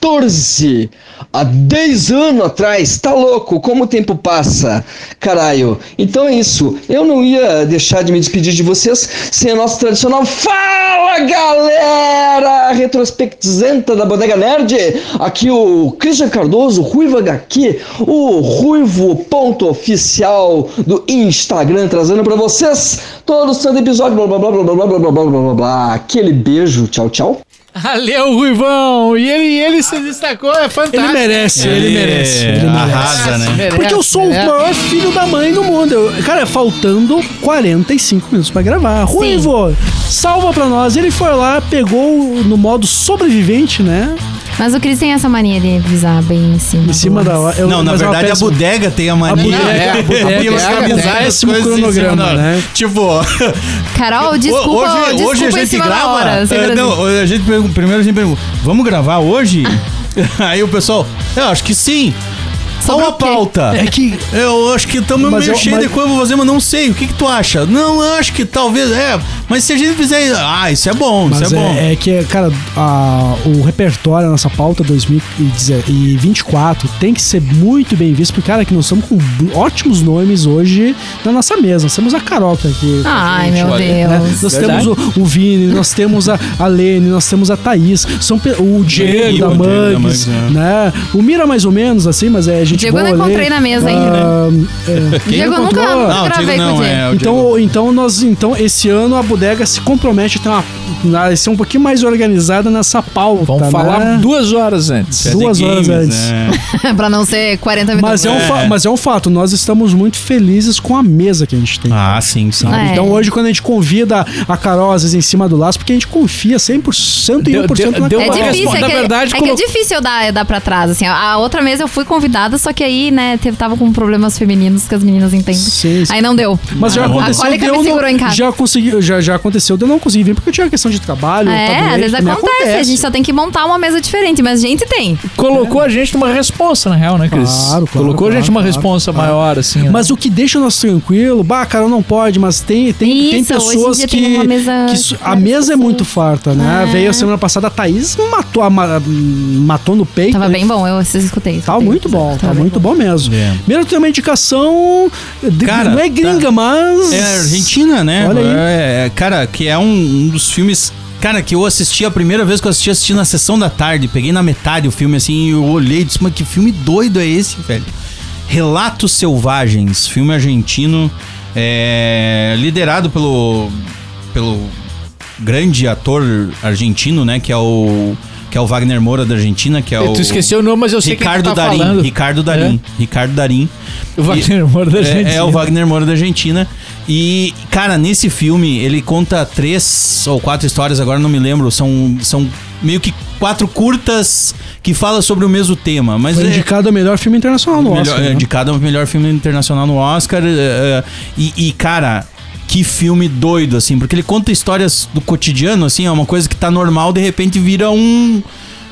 Speaker 7: 2014. Há 10 anos atrás. Tá louco? Como o tempo passa. Caralho. Então é isso. Eu não ia deixar de me despedir de vocês sem a nossa tradicional Fala galera! Retrospectzenta da Bodega Nerd. Aqui o Christian Cardoso, Ruivo HQ, o Ruivo ponto oficial do Instagram trazendo pra vocês todo o santo episódio. Blá blá blá blá blá blá blá blá blá blá blá. Aquele beijo. Tchau, tchau.
Speaker 1: Valeu, Ruivão! E ele, ele se destacou, é fantástico.
Speaker 5: Ele merece, ele, merece. Ele merece.
Speaker 3: É, Arrasa, né?
Speaker 1: merece,
Speaker 5: Porque eu sou o
Speaker 1: merece.
Speaker 5: maior filho da mãe do mundo. Eu- cara, faltando 45 minutos pra gravar. Ruivo, salva pra nós. Ele foi lá, pegou no modo sobrevivente, né?
Speaker 6: Mas o Cris tem essa mania de avisar bem em cima.
Speaker 5: Em cima da hora. Eu-
Speaker 3: Não, na
Speaker 5: mas é uma
Speaker 3: verdade a
Speaker 5: péssima-
Speaker 3: bodega tem a mania.
Speaker 5: A bodega- é a bodega
Speaker 3: de
Speaker 5: tem
Speaker 3: organizar as
Speaker 5: péssimo
Speaker 3: coisas em cima
Speaker 5: cronograma,
Speaker 3: da hora.
Speaker 5: né?
Speaker 3: Tipo, [LAUGHS]
Speaker 6: Carol, desculpa,
Speaker 3: hoje,
Speaker 6: desculpa
Speaker 3: hoje a
Speaker 6: em
Speaker 3: gente
Speaker 6: cima da
Speaker 3: grava.
Speaker 6: hora, sem
Speaker 3: Ah,
Speaker 6: Brasil.
Speaker 3: não, a gente pergun- primeiro a gente pergunta, vamos gravar hoje? [LAUGHS] Aí o pessoal, eu acho que sim. Qual
Speaker 6: Ah. Sobre
Speaker 3: a
Speaker 6: o quê?
Speaker 3: pauta?
Speaker 5: É que
Speaker 3: Eu acho que estamos
Speaker 5: Mas
Speaker 3: meio
Speaker 5: eu-
Speaker 3: cheio de
Speaker 5: mas-
Speaker 3: coisa pra fazer, mas não sei. O que, que tu acha? Não, eu acho que talvez. É, mas se a gente fizer. Ah, isso é bom,
Speaker 5: Mas
Speaker 3: isso é, bom.
Speaker 5: é, é que, cara, a- o repertório, a nossa pauta 2024 tem que ser muito bem visto, porque, cara, que nós estamos com ótimos nomes hoje na nossa mesa. Nós temos a Carol que tá aqui. com a
Speaker 3: Ah,
Speaker 6: Ai,
Speaker 5: gente,
Speaker 6: meu
Speaker 5: né?
Speaker 6: Deus.
Speaker 5: Nós
Speaker 4: Verdade.
Speaker 5: temos o, o Vini, nós temos a, a Lene, nós temos a Thaís, são pe- o Diego
Speaker 3: Diego,
Speaker 5: da
Speaker 3: o Diego da
Speaker 5: Mangues,
Speaker 3: Mangues,
Speaker 5: né? O Mira mais ou menos, assim, mas é gente
Speaker 6: Diego eu
Speaker 5: boa.
Speaker 6: não
Speaker 5: a Lene.
Speaker 6: encontrei na mesa
Speaker 5: Ah, é.
Speaker 6: Diego, eu nunca,
Speaker 5: encontrou?
Speaker 6: nunca
Speaker 3: Não,
Speaker 6: gravei
Speaker 3: Diego
Speaker 6: com o
Speaker 3: não,
Speaker 6: Diego.
Speaker 3: é. o Diego-
Speaker 5: Então, então nós, então esse ano a bodega se compromete a ter uma, a ser um pouquinho mais organizada nessa pauta.
Speaker 4: Vamos
Speaker 5: né?
Speaker 4: falar duas horas antes.
Speaker 3: é de
Speaker 5: duas horas antes.
Speaker 3: né?
Speaker 6: [LAUGHS] pra não ser 40 minutos.
Speaker 5: Mas é, um
Speaker 3: É.
Speaker 5: fa- mas é um fato, nós estamos muito felizes com a mesa que a gente tem.
Speaker 3: Ah, sim, sim.
Speaker 6: Ah, é.
Speaker 5: Então hoje quando a gente convida a Carol às vezes em cima do laço, porque a gente confia 100% e
Speaker 4: Deu-
Speaker 5: 1% na
Speaker 4: deu-
Speaker 6: É
Speaker 4: uma
Speaker 5: Carol.
Speaker 6: difícil,
Speaker 4: resposta.
Speaker 6: é que,
Speaker 4: Na verdade,
Speaker 6: é,
Speaker 4: colo-
Speaker 6: que é difícil eu dar, eu dar pra trás, assim. A outra vez eu fui convidada, só que aí, né, teve- tava com problemas femininos que as meninas entendem.
Speaker 5: Sim, sim.
Speaker 6: Aí não deu.
Speaker 5: Mas
Speaker 3: Ah,
Speaker 5: já
Speaker 6: a
Speaker 5: aconteceu.
Speaker 6: cólica
Speaker 5: de eu
Speaker 6: Ah, me
Speaker 5: não-
Speaker 6: segurou em casa.
Speaker 5: Já, consegui, já, já aconteceu de eu não conseguir vir porque eu tinha questão de trabalho. eu
Speaker 6: é,
Speaker 5: tava
Speaker 6: às
Speaker 5: doente,
Speaker 6: vezes
Speaker 5: também
Speaker 6: acontece, A gente só tem que montar uma mesa diferente, mas gente tem.
Speaker 4: Colocou a gente numa responsa, na real, né, Cris?
Speaker 5: Claro, claro,
Speaker 4: Colocou a gente
Speaker 5: claro,
Speaker 4: numa
Speaker 5: claro,
Speaker 4: responsa maior, assim.
Speaker 5: Mas o que deixa nós tranquilo, bah, cara, não pode, mas tem, tem, tem
Speaker 6: Isso, hoje em
Speaker 5: pessoas
Speaker 6: dia
Speaker 5: que.
Speaker 6: tem uma mesa assim. É.
Speaker 5: que su-
Speaker 6: com
Speaker 5: a
Speaker 6: várias
Speaker 5: mesa é
Speaker 6: pessoas.
Speaker 5: muito farta, né? Veio a semana passada a Thaís matou, a ma- matou no peito.
Speaker 6: Tava
Speaker 5: né?
Speaker 6: bem bom, eu vocês escutei.
Speaker 5: Tá
Speaker 6: escutei.
Speaker 5: muito bom, tá
Speaker 6: Tava bem
Speaker 5: muito bom, mesmo.
Speaker 3: É.
Speaker 5: Primeiro tem uma indicação. de-
Speaker 3: Cara, tá.
Speaker 5: não é gringa, mas.
Speaker 3: É Argentina, né?
Speaker 5: Olha aí.
Speaker 3: É, é, cara, que é um, um dos filmes. Cara, que eu assisti a primeira vez que eu assisti, assisti na sessão da tarde. Peguei na metade o filme assim e eu olhei e disse, mas que filme doido é esse, velho? Relatos Selvagens, filme argentino É, liderado pelo, pelo grande ator argentino, né? Que é o, que é o Wagner Moura da Argentina, que é o.
Speaker 4: Tu esqueceu o nome, mas eu sei quem
Speaker 3: Ricardo
Speaker 4: tu tá
Speaker 3: Darim,
Speaker 4: falando. É.
Speaker 3: Ricardo Darim, Ricardo Darim.
Speaker 4: O Wagner Moura da
Speaker 3: É-
Speaker 4: Argentina.
Speaker 3: É, o Wagner Moura da Argentina. E, cara, nesse filme ele conta três ou quatro histórias, agora não me lembro. São, são meio que quatro curtas que falam sobre o mesmo tema. Mas
Speaker 5: Foi
Speaker 3: é-
Speaker 5: indicado ao melhor filme internacional no
Speaker 3: melhor,
Speaker 5: Oscar.
Speaker 3: é,
Speaker 5: né?
Speaker 3: indicado ao melhor filme internacional no Oscar. é, é, e, e, cara, que filme doido, assim, porque ele conta histórias do cotidiano, assim, é uma coisa que tá normal, de repente vira um.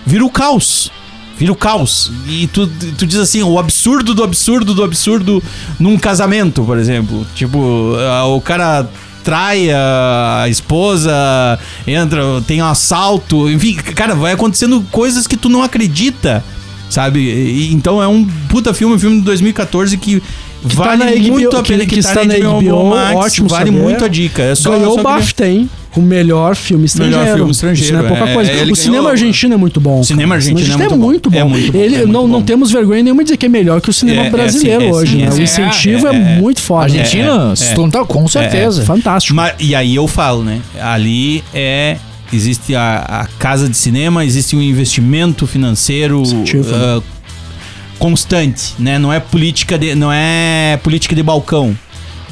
Speaker 3: vira o caos. Vira o caos. E tu, tu diz assim, o absurdo do absurdo do absurdo num casamento, por exemplo. Tipo, ah, o cara trai a esposa, entra, tem um assalto, enfim, cara, vai acontecendo coisas que tu não acredita sabe? E- então é um puta filme, um filme de 2014 que, tá vale
Speaker 5: na HBO,
Speaker 3: muito a
Speaker 5: que-
Speaker 3: pena
Speaker 5: que
Speaker 3: que, tá
Speaker 5: está na HBO, ótimo
Speaker 3: vale
Speaker 5: saber.
Speaker 3: muito a dica. É só,
Speaker 5: ganhou
Speaker 3: só
Speaker 5: o
Speaker 3: queria-
Speaker 5: BAFTA, hein? O melhor filme estrangeiro.
Speaker 3: filme estrangeiro,
Speaker 5: Isso não é pouca
Speaker 3: é.
Speaker 5: coisa.
Speaker 3: É, ele
Speaker 5: o
Speaker 3: ganhou-
Speaker 5: cinema argentino é muito bom. cara. O
Speaker 3: Cinema argentino é muito bom.
Speaker 5: é muito bom.
Speaker 3: É muito bom,
Speaker 5: Ele,
Speaker 3: é muito
Speaker 5: não, não
Speaker 3: bom.
Speaker 5: temos vergonha nenhuma de dizer que é melhor que o cinema
Speaker 3: É, é, sim,
Speaker 5: brasileiro
Speaker 3: é, sim,
Speaker 5: hoje,
Speaker 3: é,
Speaker 5: né?
Speaker 3: sim,
Speaker 5: o
Speaker 3: é,
Speaker 5: incentivo é,
Speaker 3: é, é.
Speaker 5: muito forte.
Speaker 4: Argentina,
Speaker 3: É, é.
Speaker 4: total, tá, com certeza.
Speaker 5: Fantástico.
Speaker 3: Ma- e aí eu falo, né? Ali é. Existe a, a casa de cinema, existe um investimento financeiro
Speaker 5: Incentivo, né?
Speaker 3: ah, constante, né? Não é política de, não é política de balcão,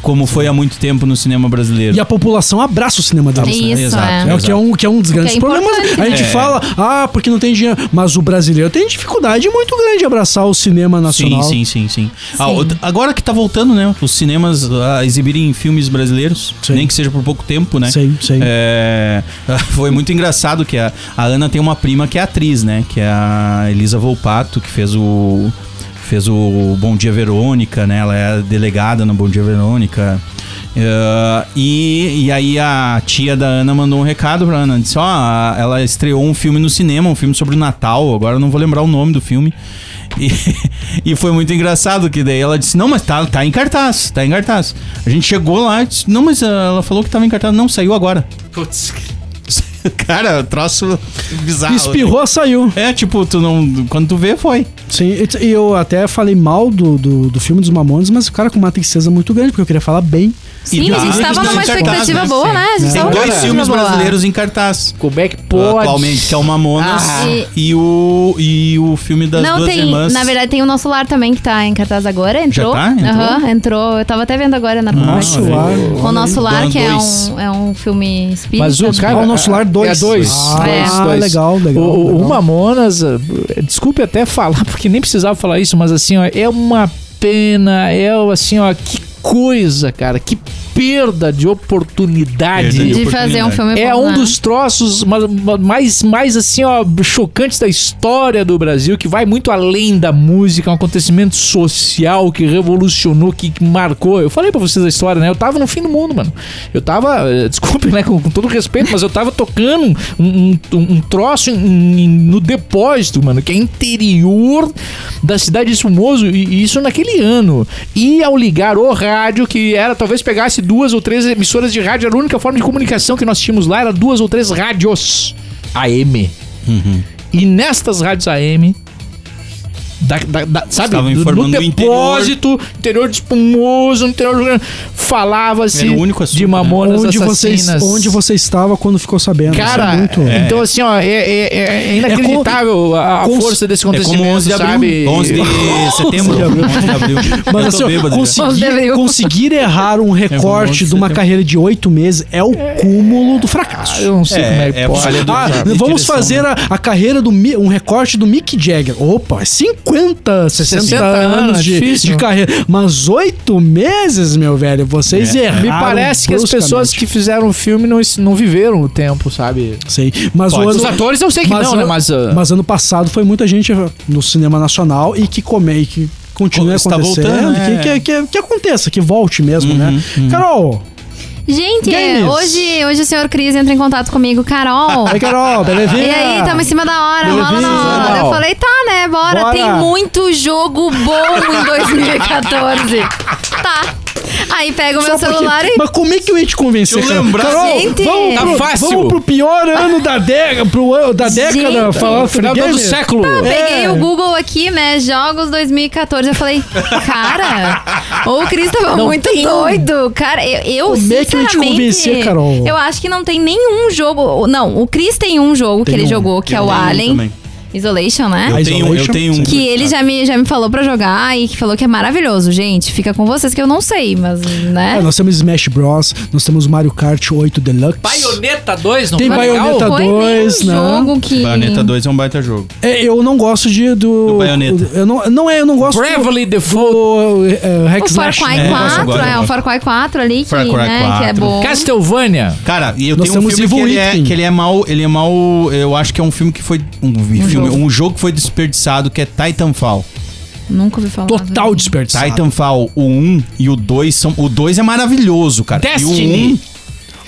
Speaker 3: como foi há muito tempo no cinema brasileiro.
Speaker 5: E a população abraça o cinema deles. né?
Speaker 6: Isso,
Speaker 5: É, o que é um, que é um dos grandes problemas.
Speaker 6: importante,
Speaker 5: A gente
Speaker 3: né?
Speaker 5: fala, ah, porque não tem dinheiro. Mas o brasileiro tem dificuldade muito grande de abraçar o cinema nacional.
Speaker 3: Sim, sim, sim, sim. Ah, o- agora que tá voltando, né? Os cinemas a exibirem filmes brasileiros,
Speaker 5: Sim.
Speaker 3: nem que seja por pouco tempo, né?
Speaker 5: Sim, sim.
Speaker 3: É, [LAUGHS] foi muito engraçado que a, a Ana tem uma prima que é atriz, né? Que é a Elisa Volpato, que fez o. Fez o Bom Dia Verônica, né? Ela é delegada no Bom Dia Verônica. É, e, e aí a tia da Ana mandou um recado pra Ana. Disse, ó, a- ela estreou um filme no cinema, um filme sobre o Natal. Agora eu não vou lembrar o nome do filme. [LAUGHS] E, e foi muito engraçado que daí ela disse, não, mas tá, tá em cartaz, tá em cartaz. A gente chegou lá e disse, não, mas ah, ela falou que tava em cartaz. Não, saiu agora. [LAUGHS]
Speaker 1: Putz,
Speaker 3: Cara, troço bizarro.
Speaker 5: Espirrou, saiu.
Speaker 3: É, tipo, tu não. Quando tu vê, foi.
Speaker 5: Sim, e- e eu até falei mal do, do, do filme dos Mamones, mas o cara com uma tristeza muito grande, porque eu queria falar bem.
Speaker 6: Sim, a gente
Speaker 3: tá.
Speaker 6: tava numa
Speaker 3: Eles estão em cartaz,
Speaker 6: expectativa
Speaker 3: né?
Speaker 6: boa, né? A
Speaker 3: Tem
Speaker 6: gente tava numa
Speaker 3: dois
Speaker 6: expectativa
Speaker 3: filmes
Speaker 6: boa.
Speaker 3: brasileiros em cartaz.
Speaker 4: Como é que pode?
Speaker 3: Atualmente, que é o Mamonas
Speaker 6: Ah.
Speaker 3: e, o, e o filme das
Speaker 6: não,
Speaker 3: duas
Speaker 6: tem.
Speaker 3: irmãs.
Speaker 6: Na verdade, tem o nosso lar também que tá em cartaz agora. Entrou.
Speaker 3: tá? Entrou?
Speaker 6: Aham, entrou. Eu tava até vendo agora
Speaker 4: Ah,
Speaker 6: na
Speaker 3: Nossa,
Speaker 6: conversa.
Speaker 5: Nosso lar.
Speaker 6: O nosso lar,
Speaker 3: Dan
Speaker 6: que é
Speaker 3: dois.
Speaker 6: um, é um filme espírita.
Speaker 4: Mas o cara.
Speaker 5: Ah, o nosso lar dois.
Speaker 4: É dois. tá
Speaker 5: Ah,
Speaker 4: dois,
Speaker 5: ah,
Speaker 4: dois.
Speaker 5: legal, legal,
Speaker 4: O, o- o
Speaker 5: legal.
Speaker 4: Mamonas, eh, desculpe até falar, [LAUGHS] porque nem precisava falar isso, mas assim, ó, é uma pena, é assim, ó, que coisa, cara, que perda de oportunidade.
Speaker 3: Perda
Speaker 6: de fazer um filme
Speaker 4: É
Speaker 6: bom,
Speaker 4: um
Speaker 6: né?
Speaker 4: dos troços ma- ma- mais, mais assim, ó, chocantes da história do Brasil, que vai muito além da música, é um acontecimento social que revolucionou, que, que marcou. Eu falei pra vocês a história, né? Eu tava no fim do mundo, mano. Eu tava, eh, desculpe, né, com, com todo respeito, mas eu tava tocando um, um- um troço em- em- no depósito, mano, que é interior da cidade de Sumoso, e, e isso naquele ano. E ao ligar o rádio, que era talvez pegasse duas ou três emissoras de rádio, era a única forma de comunicação que nós tínhamos lá, era duas ou três rádios AM. E nestas rádios AM. da- da- da- sabe,
Speaker 3: Estavam informando
Speaker 4: no
Speaker 3: o interior.
Speaker 4: depósito, interior, de espumoso, interior. Falava-se
Speaker 3: Era o único assunto, né?
Speaker 4: de mamonas
Speaker 5: onde, você,
Speaker 4: assassinas.
Speaker 5: onde você estava quando ficou sabendo. Isso
Speaker 4: Cara,
Speaker 5: é muito-
Speaker 4: então assim, ó, é, é- é- é inacreditável a, a
Speaker 5: cons-
Speaker 4: força desse
Speaker 3: É como
Speaker 4: acontecimento,
Speaker 3: 11 de abril.
Speaker 4: sabe?
Speaker 3: 11
Speaker 6: [LAUGHS]
Speaker 3: de setembro. 11 de abril.
Speaker 5: Mas
Speaker 3: Eu tô
Speaker 5: assim, ó,
Speaker 3: bêbado né? já.
Speaker 5: conseguir, conseguir
Speaker 4: [LAUGHS]
Speaker 5: errar
Speaker 4: É
Speaker 5: um recorte de uma carreira de oito meses é o cúmulo do fracasso.
Speaker 4: Eu não sei como é que
Speaker 3: É, é
Speaker 4: pode.
Speaker 3: falha do
Speaker 5: Ah,
Speaker 3: de
Speaker 5: vamos
Speaker 3: direção,
Speaker 5: fazer a, a carreira do Mi- um recorte do Mick Jagger. Opa, 50, 60,
Speaker 4: 60
Speaker 5: anos
Speaker 4: anos,
Speaker 5: de,
Speaker 4: difícil.
Speaker 5: de carreira. Mas oito meses, meu velho, vocês
Speaker 3: É.
Speaker 5: erraram.
Speaker 4: Me parece que as pessoas
Speaker 5: bruscamente.
Speaker 4: que fizeram o filme não, não viveram o tempo, sabe?
Speaker 5: Sei. Mas
Speaker 3: Pode
Speaker 5: o
Speaker 4: Os
Speaker 5: ano,
Speaker 4: atores eu sei que
Speaker 5: mas
Speaker 4: não,
Speaker 5: ano-
Speaker 4: né? Mas, ah,
Speaker 5: mas ano passado foi muita gente no cinema nacional e que come e que continua
Speaker 3: Está
Speaker 5: acontecendo.
Speaker 3: voltando, né?
Speaker 5: que, que, que, que aconteça, que volte mesmo, né?
Speaker 4: Uhum,
Speaker 5: Carol!
Speaker 6: Gente, é,
Speaker 5: Games. É
Speaker 6: hoje, hoje o senhor Cris entra em contato
Speaker 5: [LAUGHS]
Speaker 6: comigo. Carol.
Speaker 5: Oi, Carol, belezinha?
Speaker 6: E aí, tamo em cima da hora,
Speaker 5: Beleza,
Speaker 6: vamos na hora.
Speaker 5: Carol.
Speaker 6: Eu falei, tá, né? Bora.
Speaker 5: Bora.
Speaker 6: Tem muito jogo bom em 2014. tá. Aí pega o meu
Speaker 5: Só porque-
Speaker 6: celular e.
Speaker 5: Mas como é que eu ia te convencer,
Speaker 3: Se eu
Speaker 5: cara?
Speaker 3: lembrar-
Speaker 5: Carol,
Speaker 6: Gente!
Speaker 5: vamos,
Speaker 6: Tá
Speaker 5: pro,
Speaker 4: fácil.
Speaker 5: vamos pro pior ano da, déca, pro ano, da
Speaker 6: Gente.
Speaker 5: década. Falar
Speaker 4: Final do
Speaker 5: Free Gamer.
Speaker 4: século.
Speaker 6: Eu peguei
Speaker 5: É.
Speaker 6: o Google aqui, né? Jogos 2014. Eu falei, cara, ou o Cris tava muito doido. Cara, eu, eu
Speaker 5: Como é
Speaker 6: sinceramente.
Speaker 5: que eu ia te convencer, Carol?
Speaker 6: eu acho que não tem nenhum jogo. Não, o Cris tem um jogo
Speaker 5: Tem
Speaker 6: que ele
Speaker 5: um.
Speaker 6: jogou, que é o
Speaker 3: tenho um
Speaker 6: Alien
Speaker 3: também.
Speaker 6: Isolation, né?
Speaker 3: Eu tenho, eu
Speaker 5: Isolation?
Speaker 3: tenho um.
Speaker 6: Que ele já me, já me falou pra jogar e que falou que é maravilhoso. Gente, fica com vocês que eu não sei, mas, né?
Speaker 5: É, nós temos Smash Bros, nós temos Mario Kart 8 Deluxe.
Speaker 4: Baioneta 2, não
Speaker 5: Tem
Speaker 4: tá
Speaker 5: Baioneta
Speaker 4: legal?
Speaker 6: Foi nem um
Speaker 5: 2, né?
Speaker 6: jogo que...
Speaker 3: Bayonetta 2 é um baita jogo.
Speaker 5: É, eu não gosto de do.
Speaker 3: Do Bayonetta.
Speaker 5: Eu não, não é, eu não gosto do,
Speaker 4: Bravely Default,
Speaker 5: do é, é, Hack
Speaker 6: O Far
Speaker 5: Slash,
Speaker 6: Cry
Speaker 5: né?
Speaker 3: Eu gosto, eu
Speaker 6: 4,
Speaker 3: gosto, eu
Speaker 6: é, o
Speaker 3: gosto.
Speaker 6: Far Cry 4 ali, que,
Speaker 3: Far Cry
Speaker 6: né,
Speaker 3: 4.
Speaker 6: que é bom.
Speaker 4: Castlevania.
Speaker 3: Cara, e eu
Speaker 5: Nós
Speaker 3: tenho um
Speaker 5: temos
Speaker 3: filme que
Speaker 5: Evil
Speaker 3: ele, é,
Speaker 5: Within.
Speaker 3: que ele é mal. Ele é mal. Eu acho que é um filme que foi. Um, filme,
Speaker 6: jogo.
Speaker 3: um jogo que foi desperdiçado, que é Titanfall.
Speaker 6: Nunca ouvi falar.
Speaker 5: Total desperdiçado.
Speaker 3: Titanfall, o 1 e o 2 são. O 2 é maravilhoso, cara.
Speaker 4: Destiny.
Speaker 3: E um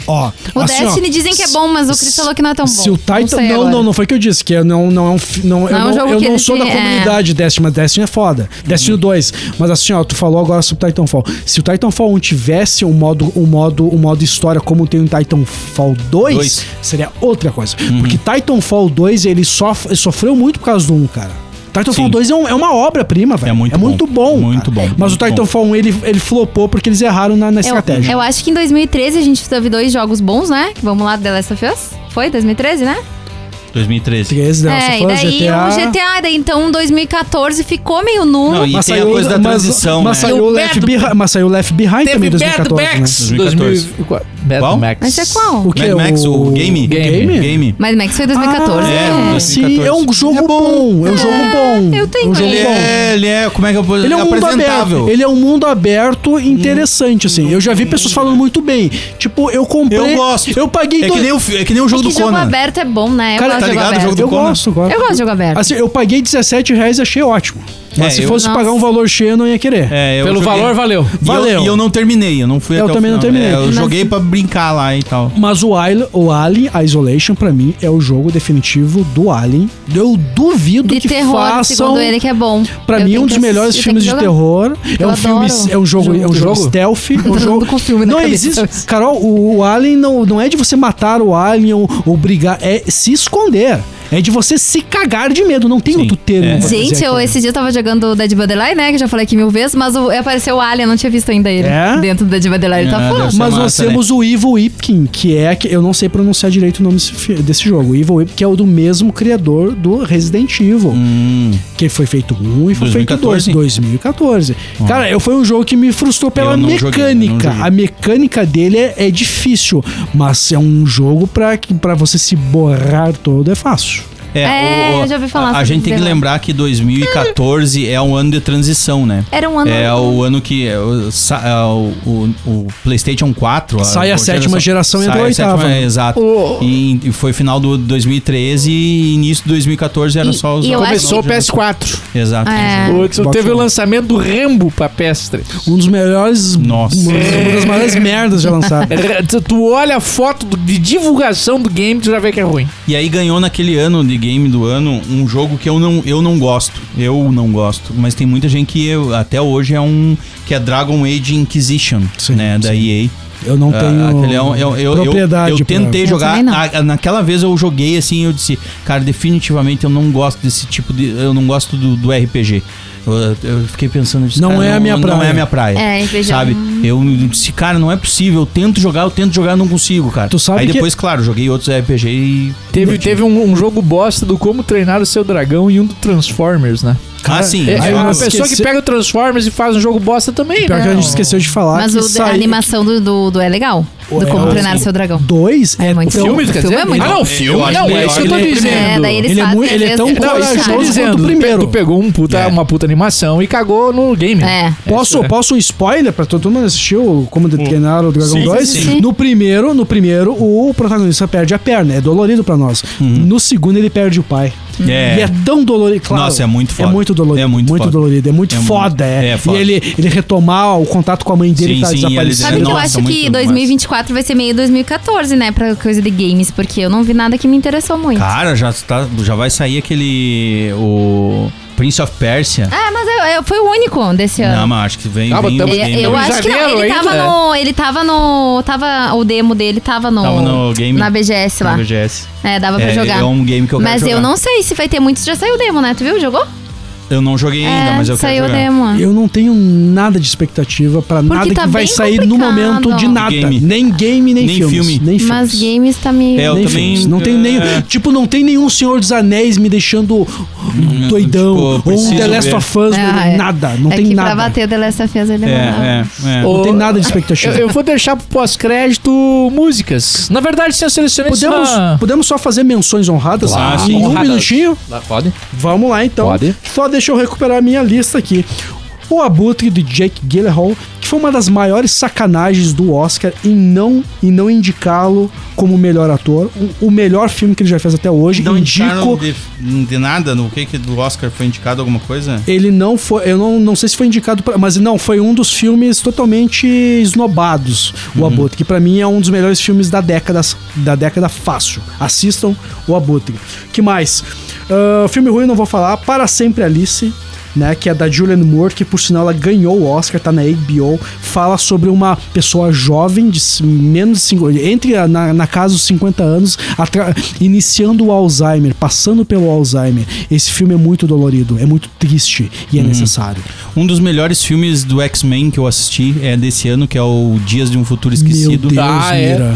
Speaker 5: Ó,
Speaker 6: O
Speaker 5: assim, ó,
Speaker 6: Destiny dizem que é bom, mas o Cris falou que não é tão bom.
Speaker 5: Se o Titan.
Speaker 6: sei
Speaker 5: Não, não,
Speaker 6: agora.
Speaker 5: não, foi o que eu disse, que eu não, não é um. fi- Não, eu
Speaker 6: é um
Speaker 5: não,
Speaker 6: jogo
Speaker 5: eu
Speaker 6: que
Speaker 5: não
Speaker 6: ele
Speaker 5: sou da
Speaker 6: tem- é.
Speaker 5: comunidade Destiny, mas Destiny é foda. Destiny
Speaker 3: Uhum.
Speaker 5: 2. Mas assim, ó, tu falou agora sobre Titanfall. Se o Titanfall 1 tivesse um modo, um modo, um modo história como tem o Titanfall 2,
Speaker 3: Dois. Uhum.
Speaker 5: seria outra coisa. Porque Titanfall 2, ele sof- ele sofreu muito por causa do 1, cara. Titanfall
Speaker 3: Sim.
Speaker 5: 2 é, um- é uma obra-prima, velho. É
Speaker 3: muito bom.
Speaker 5: muito bom. cara.
Speaker 3: Muito bom,
Speaker 5: Mas
Speaker 3: muito
Speaker 5: o Titanfall 1, ele, ele flopou porque eles erraram na,
Speaker 6: É
Speaker 5: na estratégia.
Speaker 6: Eu, eu acho que em 2013 a gente teve dois jogos bons, né? Vamos lá, The Last of Us. Foi? 2013, né?
Speaker 3: um 2013.
Speaker 5: 13, né? Você
Speaker 6: é, e
Speaker 5: falou
Speaker 6: daí o GTA, daí então 2014 ficou meio nulo.
Speaker 3: Não, e
Speaker 5: um, Mas
Speaker 3: tem a
Speaker 5: saiu-
Speaker 3: coisa da
Speaker 5: mas-
Speaker 3: transição,
Speaker 5: Mas
Speaker 3: né?
Speaker 5: saiu,
Speaker 4: E o
Speaker 5: Left
Speaker 4: Bad-
Speaker 5: Behind, mas saiu Left Behind também
Speaker 4: Teve
Speaker 5: em
Speaker 4: Bad
Speaker 5: 2014,
Speaker 4: Max.
Speaker 5: né?
Speaker 3: 2014.
Speaker 4: 2004. Bad
Speaker 3: Qual?
Speaker 4: Max.
Speaker 6: Mas é qual?
Speaker 5: O que
Speaker 3: Mad
Speaker 5: é
Speaker 3: Max, o,
Speaker 5: o
Speaker 3: game?
Speaker 5: Game?
Speaker 3: Game.
Speaker 6: Mad Max foi 2014.
Speaker 5: Ah,
Speaker 3: É,
Speaker 6: né?
Speaker 3: 2014.
Speaker 5: Sim, é um jogo bom. É um jogo bom.
Speaker 6: eu
Speaker 5: É
Speaker 6: tenho
Speaker 5: um jogo
Speaker 3: Ele
Speaker 6: ele.
Speaker 5: bom.
Speaker 3: é, ele é. Como é que eu posso
Speaker 5: Ele é um mundo
Speaker 3: apresentável. Hum.
Speaker 5: aberto. Ele é um mundo aberto interessante, assim. Eu já vi pessoas falando muito bem. Tipo, eu comprei.
Speaker 3: Eu gosto.
Speaker 5: Eu paguei.
Speaker 3: é,
Speaker 5: dois-
Speaker 3: que nem o, fi- é que nem o jogo
Speaker 6: que
Speaker 3: do
Speaker 6: jogo
Speaker 3: Conan.
Speaker 6: aberto é bom, né? Eu
Speaker 5: Cara,
Speaker 6: gosto
Speaker 5: tá
Speaker 6: de jogo
Speaker 3: ligado o
Speaker 6: aberto.
Speaker 3: jogo do
Speaker 5: Eu
Speaker 3: Conan.
Speaker 5: gosto agora.
Speaker 6: Eu gosto de jogo aberto.
Speaker 5: Assim, eu paguei 17 reais e achei ótimo. Mas
Speaker 3: É,
Speaker 5: se
Speaker 3: eu-
Speaker 5: fosse
Speaker 6: Nossa.
Speaker 5: pagar um valor cheio, eu não ia querer.
Speaker 3: É, eu
Speaker 4: Pelo
Speaker 3: joguei-
Speaker 4: valor, valeu.
Speaker 3: E eu-
Speaker 5: Valeu.
Speaker 3: E eu, não terminei, eu não fui
Speaker 5: Eu
Speaker 3: até o
Speaker 5: também não
Speaker 3: final.
Speaker 5: terminei.
Speaker 3: É, eu
Speaker 5: Mas-
Speaker 3: joguei pra brincar lá e tal.
Speaker 5: Mas o, Alien, o Alien Isolation, pra mim, é o jogo definitivo do Alien. Eu duvido
Speaker 6: de
Speaker 5: que
Speaker 6: terror,
Speaker 5: façam.
Speaker 6: segundo ele, que é bom.
Speaker 5: Pra
Speaker 6: Eu
Speaker 5: mim, é
Speaker 6: tenho
Speaker 5: um dos
Speaker 6: que
Speaker 5: melhores
Speaker 6: assistir,
Speaker 5: filmes
Speaker 6: tem
Speaker 5: de
Speaker 6: que jogar.
Speaker 5: terror. É
Speaker 6: Eu
Speaker 5: um filme,
Speaker 6: adoro.
Speaker 5: é um jogo, é um jogo,
Speaker 6: [LAUGHS]
Speaker 4: jogo?
Speaker 5: stealth.
Speaker 6: todo
Speaker 5: Um jogo
Speaker 6: mundo com filme na
Speaker 5: não
Speaker 6: cabeça.
Speaker 5: existe. Carol, o, o Alien não, não é de você matar o Alien ou, ou brigar, é se esconder. É de você se cagar de medo. Não tem
Speaker 3: Sim,
Speaker 5: outro termo.
Speaker 3: é.
Speaker 5: pra
Speaker 6: Gente,
Speaker 5: dizer
Speaker 6: eu
Speaker 5: aquilo.
Speaker 6: esse dia eu tava jogando Dead by Daylight, né? Que eu já falei aqui mil vezes, mas o, apareceu o Alien, eu não tinha visto ainda ele.
Speaker 5: É?
Speaker 6: Dentro do Dead by Daylight, ele
Speaker 3: Ah,
Speaker 6: tá
Speaker 3: deve
Speaker 6: falando.
Speaker 3: ser
Speaker 5: Mas
Speaker 3: massa,
Speaker 5: nós temos o Evil Ipkin, que é. que- Eu não sei pronunciar direito o nome desse, fi- desse jogo. O Evil Ipkin é o do mesmo criador do Resident Evil.
Speaker 3: Hum,
Speaker 5: Que foi feito um e foi feito dois.
Speaker 3: 2014?
Speaker 5: 2014. Cara, eu, foi um jogo que me frustrou pela
Speaker 3: Eu não
Speaker 5: mecânica.
Speaker 3: joguei, eu não joguei.
Speaker 5: a mecânica dele é, é difícil, mas é um jogo pra, que- pra você se borrar todo, é fácil.
Speaker 3: é,
Speaker 6: É, eu já ouvi falar
Speaker 3: A, a
Speaker 6: sobre
Speaker 3: gente tem que
Speaker 6: isso.
Speaker 3: lembrar que 2014 é um ano de transição, né?
Speaker 6: Era um ano.
Speaker 3: É o ano que é, o, sa- é, o- o- o PlayStation 4
Speaker 5: Sai a sétima geração e entra
Speaker 3: sai
Speaker 5: a
Speaker 3: A
Speaker 5: oitava,
Speaker 3: sétima, é,
Speaker 5: né?
Speaker 3: exato.
Speaker 6: Oh.
Speaker 3: E, e foi final do 2013 e início de 2014 era
Speaker 6: E-
Speaker 3: só os
Speaker 6: e eu
Speaker 3: novos
Speaker 6: acho-
Speaker 4: Começou o
Speaker 3: jogos.
Speaker 4: PS4.
Speaker 3: Exato.
Speaker 6: É.
Speaker 4: O Axel
Speaker 5: Xbox
Speaker 4: teve o
Speaker 5: One.
Speaker 4: lançamento do Rambo pra PS3.
Speaker 5: Um dos melhores.
Speaker 3: Nossa.
Speaker 5: Uma uma das
Speaker 3: [LAUGHS]
Speaker 5: maiores merdas já
Speaker 6: É.
Speaker 5: lançadas.
Speaker 4: R- Tu, tu olha a foto do- de divulgação do game, tu já vê que é ruim.
Speaker 3: E aí ganhou naquele ano de game do ano um jogo que eu não, eu não gosto. Eu não gosto. Mas tem muita gente que eu- até hoje é um. que é Dragon Age Inquisition,
Speaker 5: Sim,
Speaker 3: né? Da
Speaker 5: sim.
Speaker 3: EA.
Speaker 5: Eu não tenho.
Speaker 3: Ah, aquele é um- eu, eu, eu,
Speaker 5: propriedade
Speaker 3: eu
Speaker 5: pra-
Speaker 3: tentei
Speaker 6: Eu
Speaker 3: jogar.
Speaker 6: também não.
Speaker 3: a- naquela vez eu joguei assim eu disse, cara, definitivamente eu não gosto desse tipo de. Eu não gosto do, do RPG. Eu, eu fiquei pensando eu disse,
Speaker 5: Não
Speaker 3: cara,
Speaker 5: é a minha
Speaker 3: Não
Speaker 5: praia.
Speaker 3: é a minha praia.
Speaker 6: É, RPG.
Speaker 3: Sabe? Eu disse, cara, não é possível. Eu tento jogar, eu tento jogar, eu não consigo, cara.
Speaker 5: Tu sabe
Speaker 3: Aí
Speaker 5: que-
Speaker 3: depois, claro, joguei outros RPG e.
Speaker 4: Teve, teve um, um jogo bosta do Como Treinar o Seu Dragão e um do Transformers, né?
Speaker 3: ah, sim.
Speaker 4: É,
Speaker 5: aí
Speaker 4: é
Speaker 5: eu
Speaker 4: uma
Speaker 5: não
Speaker 4: pessoa
Speaker 5: esqueci-
Speaker 4: que pega o Transformers e faz um jogo bosta também,
Speaker 5: Pior
Speaker 4: né?
Speaker 5: que a gente esqueceu de falar.
Speaker 6: mas
Speaker 5: Ah, que
Speaker 6: o,
Speaker 5: sai-
Speaker 6: a animação do, do, do é legal. Do
Speaker 5: É,
Speaker 6: Como
Speaker 5: o-
Speaker 6: Treinar o Seu Dragão.
Speaker 5: Dois é,
Speaker 6: É muito
Speaker 5: tão-
Speaker 6: bom.
Speaker 4: Filme,
Speaker 6: O
Speaker 4: quer
Speaker 6: filme
Speaker 4: dizer?
Speaker 6: é muito
Speaker 4: ah, não,
Speaker 6: bom.
Speaker 3: Eu
Speaker 4: filme
Speaker 3: acho
Speaker 4: não, é
Speaker 3: melhor.
Speaker 4: isso que eu tô
Speaker 5: Ele é
Speaker 4: dizendo.
Speaker 5: tremendo.
Speaker 6: É, daí eles
Speaker 5: Ele é
Speaker 6: fazem,
Speaker 5: mui-
Speaker 6: às
Speaker 5: ele é
Speaker 6: vezes,
Speaker 5: tão
Speaker 6: um
Speaker 4: Não,
Speaker 5: corajoso
Speaker 4: isso que eu
Speaker 6: puxado.
Speaker 4: tô
Speaker 5: quanto
Speaker 4: dizendo.
Speaker 5: o primeiro.
Speaker 4: Tu pegou um puta,
Speaker 3: É.
Speaker 4: uma puta animação e cagou no game.
Speaker 6: É.
Speaker 5: Posso, posso um spoiler pra todo mundo assistir o Como de Treinar o Dragão
Speaker 3: Sim,
Speaker 5: 2?
Speaker 6: sim, sim.
Speaker 5: No primeiro, no primeiro, o protagonista perde a perna, é dolorido pra nós. No segundo, ele perde o pai.
Speaker 3: Uhum. É.
Speaker 5: E é tão dolorido, claro.
Speaker 3: Nossa, é muito foda.
Speaker 5: É muito dolorido.
Speaker 3: É muito foda.
Speaker 5: dolorido, é muito
Speaker 3: É muito-
Speaker 5: foda, é.
Speaker 3: é foda.
Speaker 5: E ele, ele retomar o contato com a mãe dele
Speaker 3: Sim,
Speaker 5: que tá
Speaker 3: sim, e ele-
Speaker 5: desaparecida.
Speaker 6: Sabe que eu
Speaker 3: Nossa,
Speaker 6: acho
Speaker 3: muito
Speaker 6: que
Speaker 3: massa.
Speaker 6: 2024 vai ser meio 2014, né? Pra coisa de games, porque eu não vi nada que me interessou muito.
Speaker 3: Cara, já, tá, já vai sair aquele. O Prince of Persia.
Speaker 6: Ah, mas eu, é, foi o único desse ano.
Speaker 3: Não, mas acho que vem.
Speaker 4: Ah,
Speaker 3: vem
Speaker 4: botamos-
Speaker 3: o
Speaker 6: É,
Speaker 3: Game
Speaker 6: eu
Speaker 3: Awards.
Speaker 6: acho que não.
Speaker 4: janeiro
Speaker 6: Ele tava
Speaker 4: ainda?
Speaker 6: no. Ele tava no. Tava. O demo dele tava no.
Speaker 3: Tava no game.
Speaker 6: Na BGS lá.
Speaker 3: Na BGS.
Speaker 6: É, dava pra
Speaker 3: É,
Speaker 6: jogar.
Speaker 3: é um game que eu quero
Speaker 6: mas eu
Speaker 3: jogar.
Speaker 6: não sei se vai ter muitos. Já saiu o demo, né? Tu viu? Jogou?
Speaker 3: Eu não joguei ainda,
Speaker 6: é,
Speaker 3: mas eu quero
Speaker 6: saiu o
Speaker 3: jogar.
Speaker 6: demo.
Speaker 5: Eu não tenho nada de expectativa pra nada
Speaker 6: tá
Speaker 5: que vai
Speaker 6: bem
Speaker 5: sair no
Speaker 6: complicado.
Speaker 5: momento de nada.
Speaker 3: Game.
Speaker 5: Nem game, nem,
Speaker 3: Nem
Speaker 5: filmes,
Speaker 3: filme.
Speaker 5: Nem filmes.
Speaker 6: Mas games tá meio.
Speaker 3: É, eu
Speaker 5: nem
Speaker 3: também,
Speaker 5: filmes. Não tem nem,
Speaker 3: é.
Speaker 5: tipo, não tem nenhum Senhor dos Anéis me deixando doidão.
Speaker 3: tipo,
Speaker 5: ou um The
Speaker 3: preciso
Speaker 5: Last
Speaker 3: ver.
Speaker 5: of Us, não-
Speaker 6: Ah, é.
Speaker 5: nada. Não
Speaker 6: é
Speaker 5: tem
Speaker 6: que
Speaker 5: nada.
Speaker 6: pra bater o The Last of Us ele mandava.
Speaker 3: É, é, é.
Speaker 5: Não
Speaker 4: Ô,
Speaker 5: tem nada
Speaker 6: [LAUGHS]
Speaker 5: de
Speaker 4: Eu,
Speaker 5: expectativa.
Speaker 4: eu vou deixar pro pós-crédito músicas. Na verdade, se eu selecionei
Speaker 5: Podemos,
Speaker 4: só-
Speaker 5: podemos só fazer menções honradas
Speaker 3: Claro.
Speaker 5: em um
Speaker 4: Honradas.
Speaker 5: minutinho?
Speaker 4: Lá, Pode?
Speaker 5: Vamos lá então.
Speaker 4: Pode.
Speaker 5: Só deixa eu recuperar a minha lista aqui. O Abutre de Jake Gyllenhaal, que foi uma das maiores sacanagens do Oscar em não, em não indicá-lo como melhor ator, o, o melhor filme que ele já fez até hoje.
Speaker 3: Não indicaram
Speaker 5: Indico.
Speaker 3: de, de nada no que, que do Oscar foi indicado alguma coisa?
Speaker 5: Ele não foi, eu não, não sei se foi indicado, pra, mas não, foi um dos filmes totalmente esnobados, o Abutre, que pra mim é um dos melhores filmes da década, da década fácil. Assistam o Abutre. Que mais? Ah, filme ruim eu não vou falar, Para Sempre Alice, né, que é da Julian Moore, que por sinal ela ganhou o Oscar, tá na HBO, fala sobre uma pessoa jovem de c- menos de 50, entre a- na, na casa dos 50 anos, atra- iniciando o Alzheimer, passando pelo Alzheimer. Esse filme é muito dolorido, é muito triste e
Speaker 3: Uhum.
Speaker 5: é necessário.
Speaker 3: Um dos melhores filmes do X-Men que eu assisti é desse ano, que é o Dias de um Futuro
Speaker 5: Meu
Speaker 3: Esquecido.
Speaker 5: Deus,
Speaker 4: Ah, é.
Speaker 5: Mira.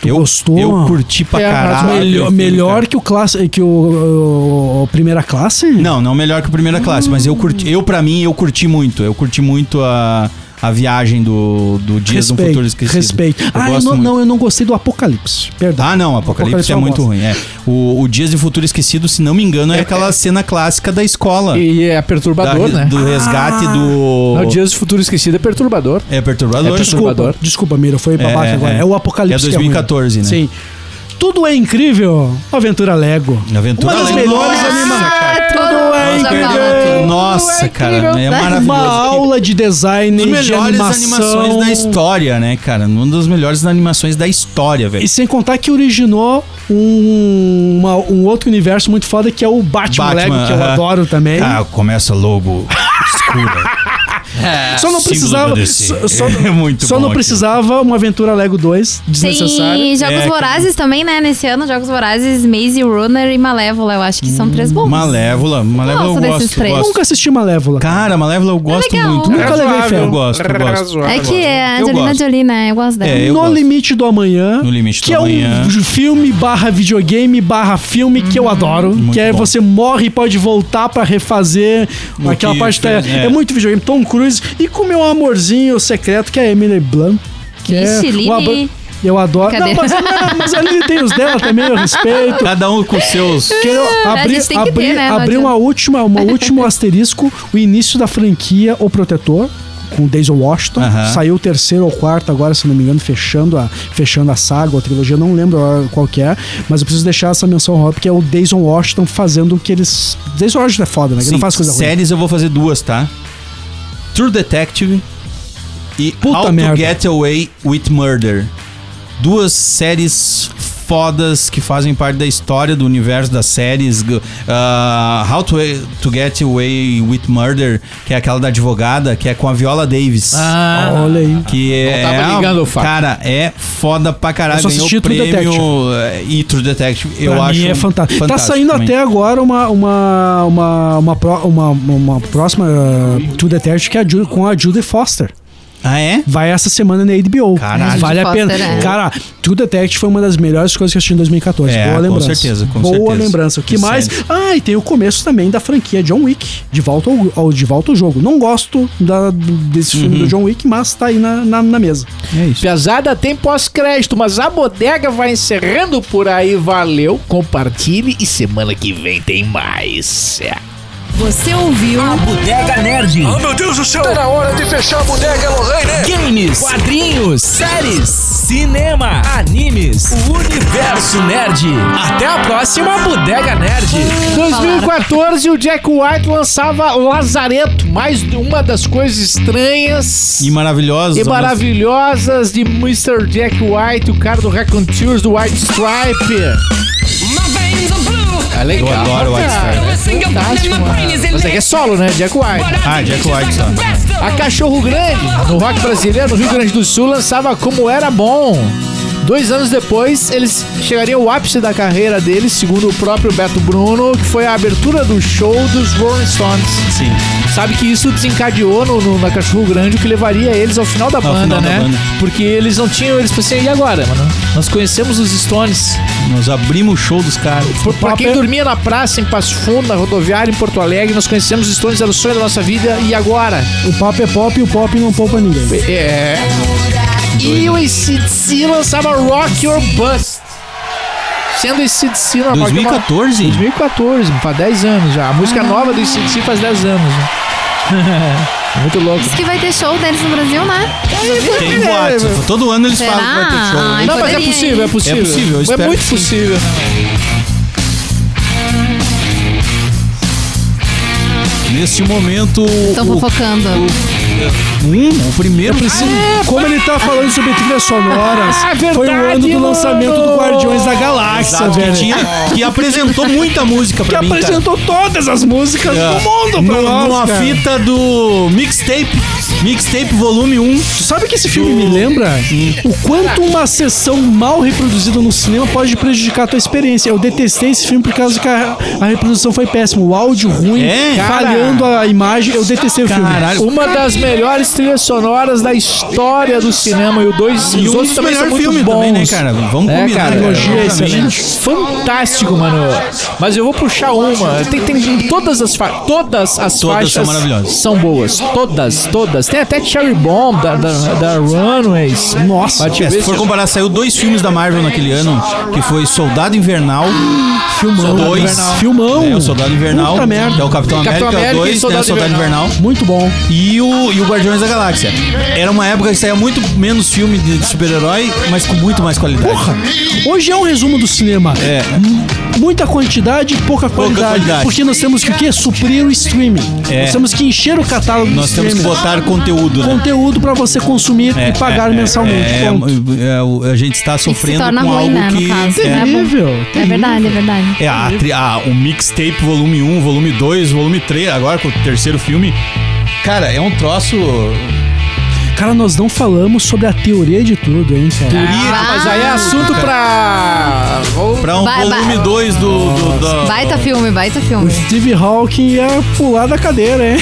Speaker 5: Tu
Speaker 3: eu,
Speaker 5: gostou?
Speaker 3: Eu curti pra
Speaker 4: É, mas
Speaker 3: caralho.
Speaker 5: melhor
Speaker 3: aquele filme,
Speaker 5: melhor
Speaker 3: cara.
Speaker 5: que o classe que o, o- o primeira classe?
Speaker 3: Não, não melhor que o Primeira Classe, mas eu curti. Eu, pra mim, eu curti muito. Eu curti muito a, a viagem do, do Dias de um Futuro Esquecido.
Speaker 5: respeito.
Speaker 3: Eu
Speaker 5: ah, eu
Speaker 3: gosto
Speaker 5: não,
Speaker 3: muito.
Speaker 5: não, eu não gostei do Apocalipse. Perdão.
Speaker 3: Ah, não, Apocalipse, é
Speaker 5: eu
Speaker 3: muito
Speaker 5: gosto.
Speaker 3: ruim. É. O, o Dias de Futuro Esquecido, se não me engano, é, aquela cena clássica da escola.
Speaker 4: E é
Speaker 3: da-
Speaker 4: perturbador, né?
Speaker 3: Do resgate do.
Speaker 4: No Dias do Futuro Esquecido é perturbador.
Speaker 3: É perturbador.
Speaker 4: É perturbador.
Speaker 5: Desculpa, desculpa, Mira, foi babaca
Speaker 3: é,
Speaker 5: agora. É,
Speaker 3: é.
Speaker 5: o Apocalipse.
Speaker 3: É
Speaker 5: que ruim.
Speaker 3: 2014, né?
Speaker 5: Sim. Tudo é incrível. Aventura Lego.
Speaker 3: Aventura
Speaker 5: Uma das
Speaker 3: Lego.
Speaker 5: melhores
Speaker 3: Nossa,
Speaker 5: anima-
Speaker 3: cara.
Speaker 6: Ah, todo
Speaker 5: Tudo é
Speaker 6: mundo já fala
Speaker 5: incrível.
Speaker 6: tudo.
Speaker 3: Nossa, cara, é
Speaker 5: Uma
Speaker 3: maravilhoso.
Speaker 5: aula de design
Speaker 3: Uma das
Speaker 5: de
Speaker 3: melhores
Speaker 5: animação.
Speaker 3: animações da história, né, cara? Uma das melhores animações da história, velho.
Speaker 5: E sem contar que originou um, uma- um outro universo muito foda que é o Batman,
Speaker 3: Batman,
Speaker 5: Lego, que eu
Speaker 3: aham.
Speaker 5: adoro também.
Speaker 3: Ah, começa logo escura.
Speaker 5: só não
Speaker 3: símbolo do
Speaker 5: precisava.
Speaker 3: DC.
Speaker 5: Só, só-
Speaker 3: É muito
Speaker 5: só
Speaker 3: bom
Speaker 5: não
Speaker 3: aquilo.
Speaker 5: precisava uma aventura Lego 2 desnecessária.
Speaker 6: Tem Jogos
Speaker 3: É,
Speaker 6: Vorazes também, né? Nesse ano, Jogos Vorazes, Maze Runner e Malévola. Eu acho que são três bons.
Speaker 3: Malévola, Malévola eu
Speaker 6: Gosto desses
Speaker 3: gosto, eu
Speaker 6: três.
Speaker 3: gosto.
Speaker 5: Nunca assisti Malévola.
Speaker 3: Cara, Malévola eu gosto
Speaker 6: legal.
Speaker 3: muito.
Speaker 5: Nunca levei fé.
Speaker 3: Eu gosto, eu gosto.
Speaker 6: É que é a
Speaker 3: Eu
Speaker 6: Angelina
Speaker 3: gosto.
Speaker 6: Jolie, né? Eu gosto dela.
Speaker 3: É, eu
Speaker 5: no
Speaker 3: gosto.
Speaker 5: Limite do Amanhã.
Speaker 3: No Limite
Speaker 5: que
Speaker 3: do
Speaker 5: é
Speaker 3: Amanhã. Hum,
Speaker 5: um filme barra videogame barra filme que eu adoro.
Speaker 3: Muito
Speaker 5: que é
Speaker 3: bom.
Speaker 5: você morre e pode voltar pra refazer
Speaker 3: O
Speaker 5: aquela
Speaker 3: que
Speaker 5: parte. Da,
Speaker 3: fez,
Speaker 5: é.
Speaker 3: é.
Speaker 5: muito videogame. Tom Cruise e com meu amorzinho secreto, que é a Emily Blunt. Que é
Speaker 6: Ixi, Lili.
Speaker 5: uma ban- Eu adoro.
Speaker 6: Cadê?
Speaker 5: Não, mas, não, mas a Lili tem os dela também, eu respeito.
Speaker 3: Cada um com seus.
Speaker 6: [LAUGHS]
Speaker 5: Quero abrir,
Speaker 6: gente tem que
Speaker 5: abrir,
Speaker 6: ter, né? Não
Speaker 5: abrir uma última, uma
Speaker 6: [LAUGHS]
Speaker 5: último asterisco, o início da franquia O Protetor. Com o Denzel Washington,
Speaker 3: Aham.
Speaker 5: saiu o terceiro ou quarto agora, se não me engano, fechando a, fechando a saga ou a trilogia, eu não lembro a- qual que é, mas eu preciso deixar essa menção honrosa, porque é o Denzel Washington fazendo o que eles... Denzel Washington é foda, né? Que não
Speaker 3: Sim,
Speaker 5: faz coisa ruim.
Speaker 3: séries eu vou fazer duas, tá? True Detective e
Speaker 5: Puta
Speaker 3: How
Speaker 5: merda.
Speaker 3: to Get Away with Murder. Duas séries fodas que fazem parte da história do universo das séries. G- ah, How to, to Get Away with Murder, que é aquela da advogada, que é com a Viola Davis.
Speaker 4: Ah,
Speaker 5: Olha aí.
Speaker 3: Que é.
Speaker 4: Não tava ligando o fato.
Speaker 3: Cara, é foda pra caralho.
Speaker 5: Eu só
Speaker 3: Ganhou
Speaker 5: assisti True
Speaker 3: prêmio eh, e True Detective. eu
Speaker 5: pra
Speaker 3: acho. um
Speaker 5: mim é fantástico. Tá saindo
Speaker 3: também.
Speaker 5: até agora uma uma uma uma, pró- uma, uma, uma próxima uh, True Detective que é a Ju- com a Judy Foster.
Speaker 3: Ah, é?
Speaker 5: Vai essa semana na HBO.
Speaker 3: Caralho.
Speaker 5: Vale a
Speaker 6: Foster,
Speaker 5: pena.
Speaker 6: é.
Speaker 5: Cara, True Detective foi uma das melhores coisas que eu assisti em 2014.
Speaker 3: É,
Speaker 5: Boa
Speaker 3: com
Speaker 5: lembrança.
Speaker 3: certeza, com
Speaker 5: Boa
Speaker 3: certeza.
Speaker 5: lembrança. O que
Speaker 3: Que
Speaker 5: mais?
Speaker 3: série.
Speaker 5: Ah, e tem o começo também da franquia John Wick, de volta ao, ao- de volta ao jogo. Não gosto da- desse filme do John Wick, mas tá aí na, na, na mesa.
Speaker 3: Uhum. É isso.
Speaker 4: Pesada tem pós-crédito, mas a bodega vai encerrando por aí. Valeu, compartilhe e semana que vem tem mais. É.
Speaker 8: Você ouviu?
Speaker 9: Bodega Nerd.
Speaker 2: meu Deus do céu! Tá na hora de fechar a bodega, né? Lorraine!
Speaker 9: Games, quadrinhos, séries, cinema, animes, o universo nerd. Até a próxima Bodega Nerd.
Speaker 4: 2014 o Jack White lançava Lazareto, mais uma das coisas estranhas
Speaker 3: E maravilhosa.
Speaker 4: e maravilhosas de Mr. Jack White, o cara do Raconteurs do White Stripe. É legal.
Speaker 3: Eu adoro White
Speaker 4: cara.
Speaker 3: Stripes.
Speaker 4: É fantástico, mano. Mas é que é solo, né? Jack White.
Speaker 3: Ah, Jack White só.
Speaker 4: A Cachorro Grande, no rock brasileiro, no Rio Grande do Sul, lançava Como Era Bom. Dois anos depois, eles chegariam ao ápice da carreira deles, segundo o próprio Beto Bruno, que foi a abertura do show dos Rolling Stones.
Speaker 3: Sim.
Speaker 4: Sabe que isso desencadeou no, no- na Cachorro Grande o que levaria eles ao final da banda,
Speaker 3: final da
Speaker 4: né?
Speaker 3: banda.
Speaker 4: Porque eles não tinham, eles pensaram, e agora, mano? Nós conhecemos os Stones.
Speaker 3: Nós abrimos o show dos caras.
Speaker 4: Por- Pra quem dormia na praça, em Passo Fundo, na rodoviária, em Porto Alegre, nós conhecemos os Stones, era o sonho da nossa vida, e agora?
Speaker 5: O pop é pop e o pop não poupa
Speaker 3: Hum,
Speaker 5: ninguém.
Speaker 4: É. E o ACDC lançava Rock Your Bust. Sendo ACDC na
Speaker 3: 2014?
Speaker 4: 2014, faz 10 anos já. A música nova do ACDC faz 10 anos. né? [LAUGHS] É Muito louco.
Speaker 6: Diz que vai ter show deles no Brasil, né?
Speaker 4: É,
Speaker 3: Tem boatos. Todo ano eles
Speaker 6: Será?
Speaker 3: falam que vai ter show.
Speaker 6: Ai,
Speaker 3: né?
Speaker 4: Não, mas é
Speaker 6: poderia,
Speaker 4: possível, é
Speaker 6: hein?
Speaker 4: possível.
Speaker 3: É possível, eu espero
Speaker 4: muito
Speaker 3: que sim.
Speaker 4: possível.
Speaker 3: Neste momento,
Speaker 6: Estão
Speaker 3: o,
Speaker 6: fofocando.
Speaker 3: um, o primeiro
Speaker 5: Hum, Como ele tá falando sobre trilhas sonoras,
Speaker 4: Ah,
Speaker 5: foi o ano
Speaker 4: verdade,
Speaker 5: do
Speaker 4: mano.
Speaker 5: lançamento do Guardiões da Galáxia,
Speaker 3: é Exato, que,
Speaker 5: velho.
Speaker 3: tinha, que apresentou muita música
Speaker 5: Que
Speaker 3: pra mim, tá. É. cara.
Speaker 5: apresentou todas as músicas do mundo pra
Speaker 3: Num-
Speaker 5: nós,
Speaker 3: Numa
Speaker 5: cara.
Speaker 3: fita do mixtape, mixtape volume 1.
Speaker 5: Sabe que esse filme me lembra o quanto uma sessão mal reproduzida no cinema pode prejudicar a tua experiência. Eu detestei esse filme por causa que a, a reprodução foi péssima, o áudio ruim,
Speaker 3: É?
Speaker 5: falhando a imagem. Eu detestei o filme.
Speaker 3: Caralho.
Speaker 4: Uma das melhores trilhas sonoras da história do cinema. E o dois,
Speaker 3: E
Speaker 4: os
Speaker 3: um
Speaker 4: outros
Speaker 3: dos
Speaker 4: também são
Speaker 3: melhores
Speaker 4: muito
Speaker 3: filmes
Speaker 4: bons.
Speaker 3: também, né, cara? Vamos
Speaker 4: É,
Speaker 3: combinar.
Speaker 4: cara,
Speaker 3: né?
Speaker 5: trilogia
Speaker 3: Exatamente.
Speaker 5: excelente.
Speaker 4: Fantástico, mano. Mas eu vou puxar uma. Tem, tem todas as faixas. Todas as
Speaker 3: Todas
Speaker 4: faixas
Speaker 3: são maravilhosas.
Speaker 4: são boas. Todas, todas. Tem até Cherry Bomb da, da, da Runaways. tipo,
Speaker 5: Nossa,
Speaker 4: Bate-
Speaker 3: É, Se for comparar, saiu dois filmes da Marvel naquele ano, que foi Soldado Invernal. Filmão. Dois.
Speaker 4: Invernal.
Speaker 5: filmão.
Speaker 3: É, o Soldado Invernal.
Speaker 5: Puta merda.
Speaker 3: Que é o Capitão América,
Speaker 4: Capitão América e
Speaker 3: 2, né,
Speaker 4: Soldado
Speaker 3: Soldado Invernal.
Speaker 5: Muito bom.
Speaker 3: E o, e o Guardiões da Galáxia. Era uma época que saía muito menos filme de super-herói, mas com muito mais qualidade.
Speaker 5: Porra, hoje é um resumo do cinema.
Speaker 3: É.
Speaker 5: M- Muita quantidade e pouca qualidade.
Speaker 3: qualidade.
Speaker 5: Porque nós temos que o quê? Suprir o streaming.
Speaker 3: É.
Speaker 5: Nós temos que encher o catálogo
Speaker 3: Nós
Speaker 5: do
Speaker 3: temos que
Speaker 5: streaming.
Speaker 3: botar conteúdo, né?
Speaker 5: Conteúdo pra você consumir
Speaker 3: É,
Speaker 5: e pagar
Speaker 3: é,
Speaker 5: mensalmente.
Speaker 3: é,
Speaker 5: Ponto.
Speaker 3: é, o- a gente está sofrendo
Speaker 6: torna
Speaker 3: com
Speaker 6: ruim,
Speaker 3: algo
Speaker 6: né, no
Speaker 3: que.
Speaker 6: caso.
Speaker 3: é,
Speaker 5: Terrível.
Speaker 6: É verdade, é verdade.
Speaker 3: É, a, tri- a- o mixtape volume 1, volume 2, volume 3, agora com o terceiro filme. Cara, é um troço.
Speaker 5: Cara, nós não falamos sobre a teoria de tudo, hein, cara?
Speaker 4: Ah, mas aí é assunto
Speaker 3: cara.
Speaker 4: pra.
Speaker 3: Pra um
Speaker 6: Vai, vai.
Speaker 3: volume 2 do. do, do-
Speaker 6: Baita filme, baita
Speaker 3: É.
Speaker 6: filme.
Speaker 5: O Steve Hawking ia pular da cadeira,
Speaker 3: [LAUGHS]
Speaker 5: hein?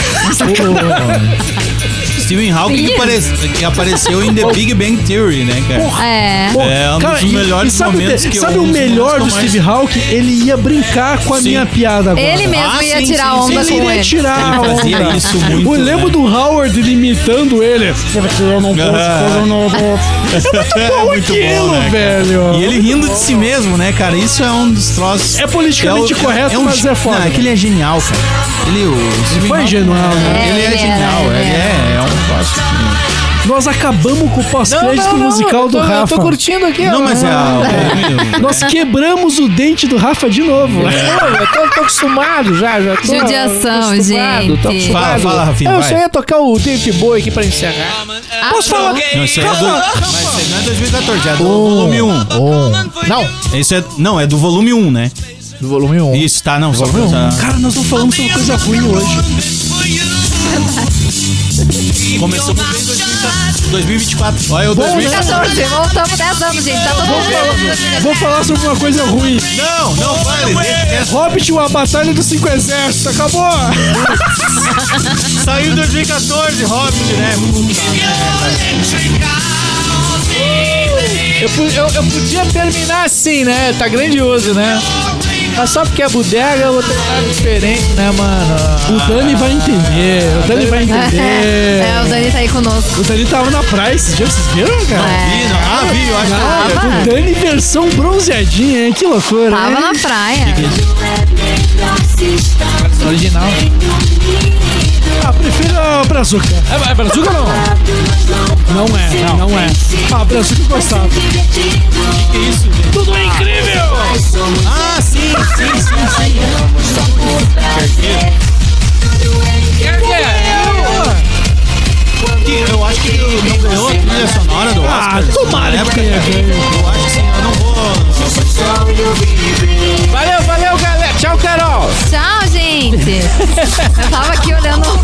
Speaker 3: Stephen Hawking que, apare- que apareceu em The Big Bang Theory, né, cara?
Speaker 6: É.
Speaker 3: É um dos
Speaker 5: e-
Speaker 3: melhores
Speaker 5: e sabe
Speaker 3: momentos
Speaker 5: o,
Speaker 3: que
Speaker 5: te-
Speaker 3: eu-
Speaker 5: Sabe
Speaker 3: um
Speaker 5: o
Speaker 3: dos
Speaker 5: melhor do
Speaker 3: momentos que eu mais-
Speaker 5: Steve Hawking? Ele ia brincar com a
Speaker 3: Sim.
Speaker 5: minha piada agora.
Speaker 6: Ele mesmo
Speaker 3: Ah,
Speaker 6: ia
Speaker 3: sim,
Speaker 6: tirar
Speaker 3: sim,
Speaker 6: onda
Speaker 3: sim,
Speaker 6: com
Speaker 5: Ele ia
Speaker 6: ele.
Speaker 5: tirar a
Speaker 3: Ele fazia
Speaker 5: onda.
Speaker 3: isso muito,
Speaker 5: Eu lembro
Speaker 3: né?
Speaker 5: do Howard limitando ele. Porque eu não posso,
Speaker 3: Ah.
Speaker 5: eu não posso.
Speaker 3: [LAUGHS] É muito
Speaker 5: Aquilo,
Speaker 3: bom, né, cara?
Speaker 5: velho.
Speaker 3: E ele rindo de si mesmo, né, cara? Isso é um dos troços.
Speaker 5: É politicamente
Speaker 3: o- um
Speaker 5: correto, mas é foda.
Speaker 3: Não, é que ele é genial, cara. Ele, o Stephen
Speaker 5: Foi
Speaker 3: Hawking-
Speaker 5: genial, né?
Speaker 3: Ele é,
Speaker 6: ele era,
Speaker 3: genial,
Speaker 6: ele
Speaker 3: ele é, é um troço.
Speaker 5: Nós acabamos com o pós-crédito musical
Speaker 4: eu
Speaker 5: do
Speaker 4: tô, Eu
Speaker 5: Rafa.
Speaker 4: tô curtindo aqui, ó.
Speaker 3: Não, mas é. a-
Speaker 5: Nós quebramos o dente do Rafa de novo.
Speaker 4: Não, eu tô, tô acostumado já, já tô.
Speaker 6: Judiação,
Speaker 4: acostumado, tô
Speaker 6: gente.
Speaker 3: Fala,
Speaker 4: acostumado.
Speaker 3: fala, Rafinha.
Speaker 4: Eu
Speaker 3: vai.
Speaker 4: só ia tocar o David Bowie aqui pra encerrar.
Speaker 6: Ah,
Speaker 5: Posso falar?
Speaker 3: Não, isso aí é do. Mas isso aí não é 2014, é do
Speaker 5: Oh.
Speaker 3: volume 1.
Speaker 4: Não,
Speaker 3: Isso é, não, é do volume 1, né?
Speaker 4: do volume 1.
Speaker 3: Isso, tá, não, só
Speaker 4: Volume
Speaker 3: pra-
Speaker 5: Cara, nós não falamos sobre coisa ruim hoje.
Speaker 3: Começamos bem em 2014, 2024. Olha, eu 2024.
Speaker 6: 14, Tá voltamos 10 anos, gente. Tá todo mundo falando.
Speaker 5: Vou falar sobre uma coisa ruim.
Speaker 3: Não, não vale. deixa-
Speaker 5: Hobbit, uma batalha dos cinco exércitos. Acabou.
Speaker 3: Saiu em 2014, Hobbit, né?
Speaker 4: Eu, pu- eu- eu podia terminar assim, né? Tá grandioso, né? Mas só porque é bodega, eu vou terminar diferente, né, mano?
Speaker 5: O Dani vai entender. O Dani vai entender.
Speaker 6: É, o Dani tá aí conosco.
Speaker 5: O Dani tava na praia esses dias, vocês viram, cara?
Speaker 3: Ih, não, Ah, vi, eu acho que.
Speaker 5: O
Speaker 6: Tava,
Speaker 5: Dani versão bronzeadinha, hein? Que loucura,
Speaker 6: tava
Speaker 5: hein?
Speaker 6: na praia.
Speaker 4: Original.
Speaker 5: Ah, prefiro a Brazuca.
Speaker 4: É, é Brazuca ou não?
Speaker 5: Não é, não, é. Ah, a Brazuca eu gostava.
Speaker 3: Ah, sim, sim, sim. Que Eu acho que não ganhou a trilha sonora do Oscar.
Speaker 5: Ah, tomara
Speaker 3: Na
Speaker 5: que
Speaker 3: época,
Speaker 5: tenha
Speaker 3: cara.
Speaker 5: ganho.
Speaker 3: Eu acho que sim, eu não vou.
Speaker 4: Valeu, valeu, galera. Tchau,
Speaker 6: Eu tava aqui olhando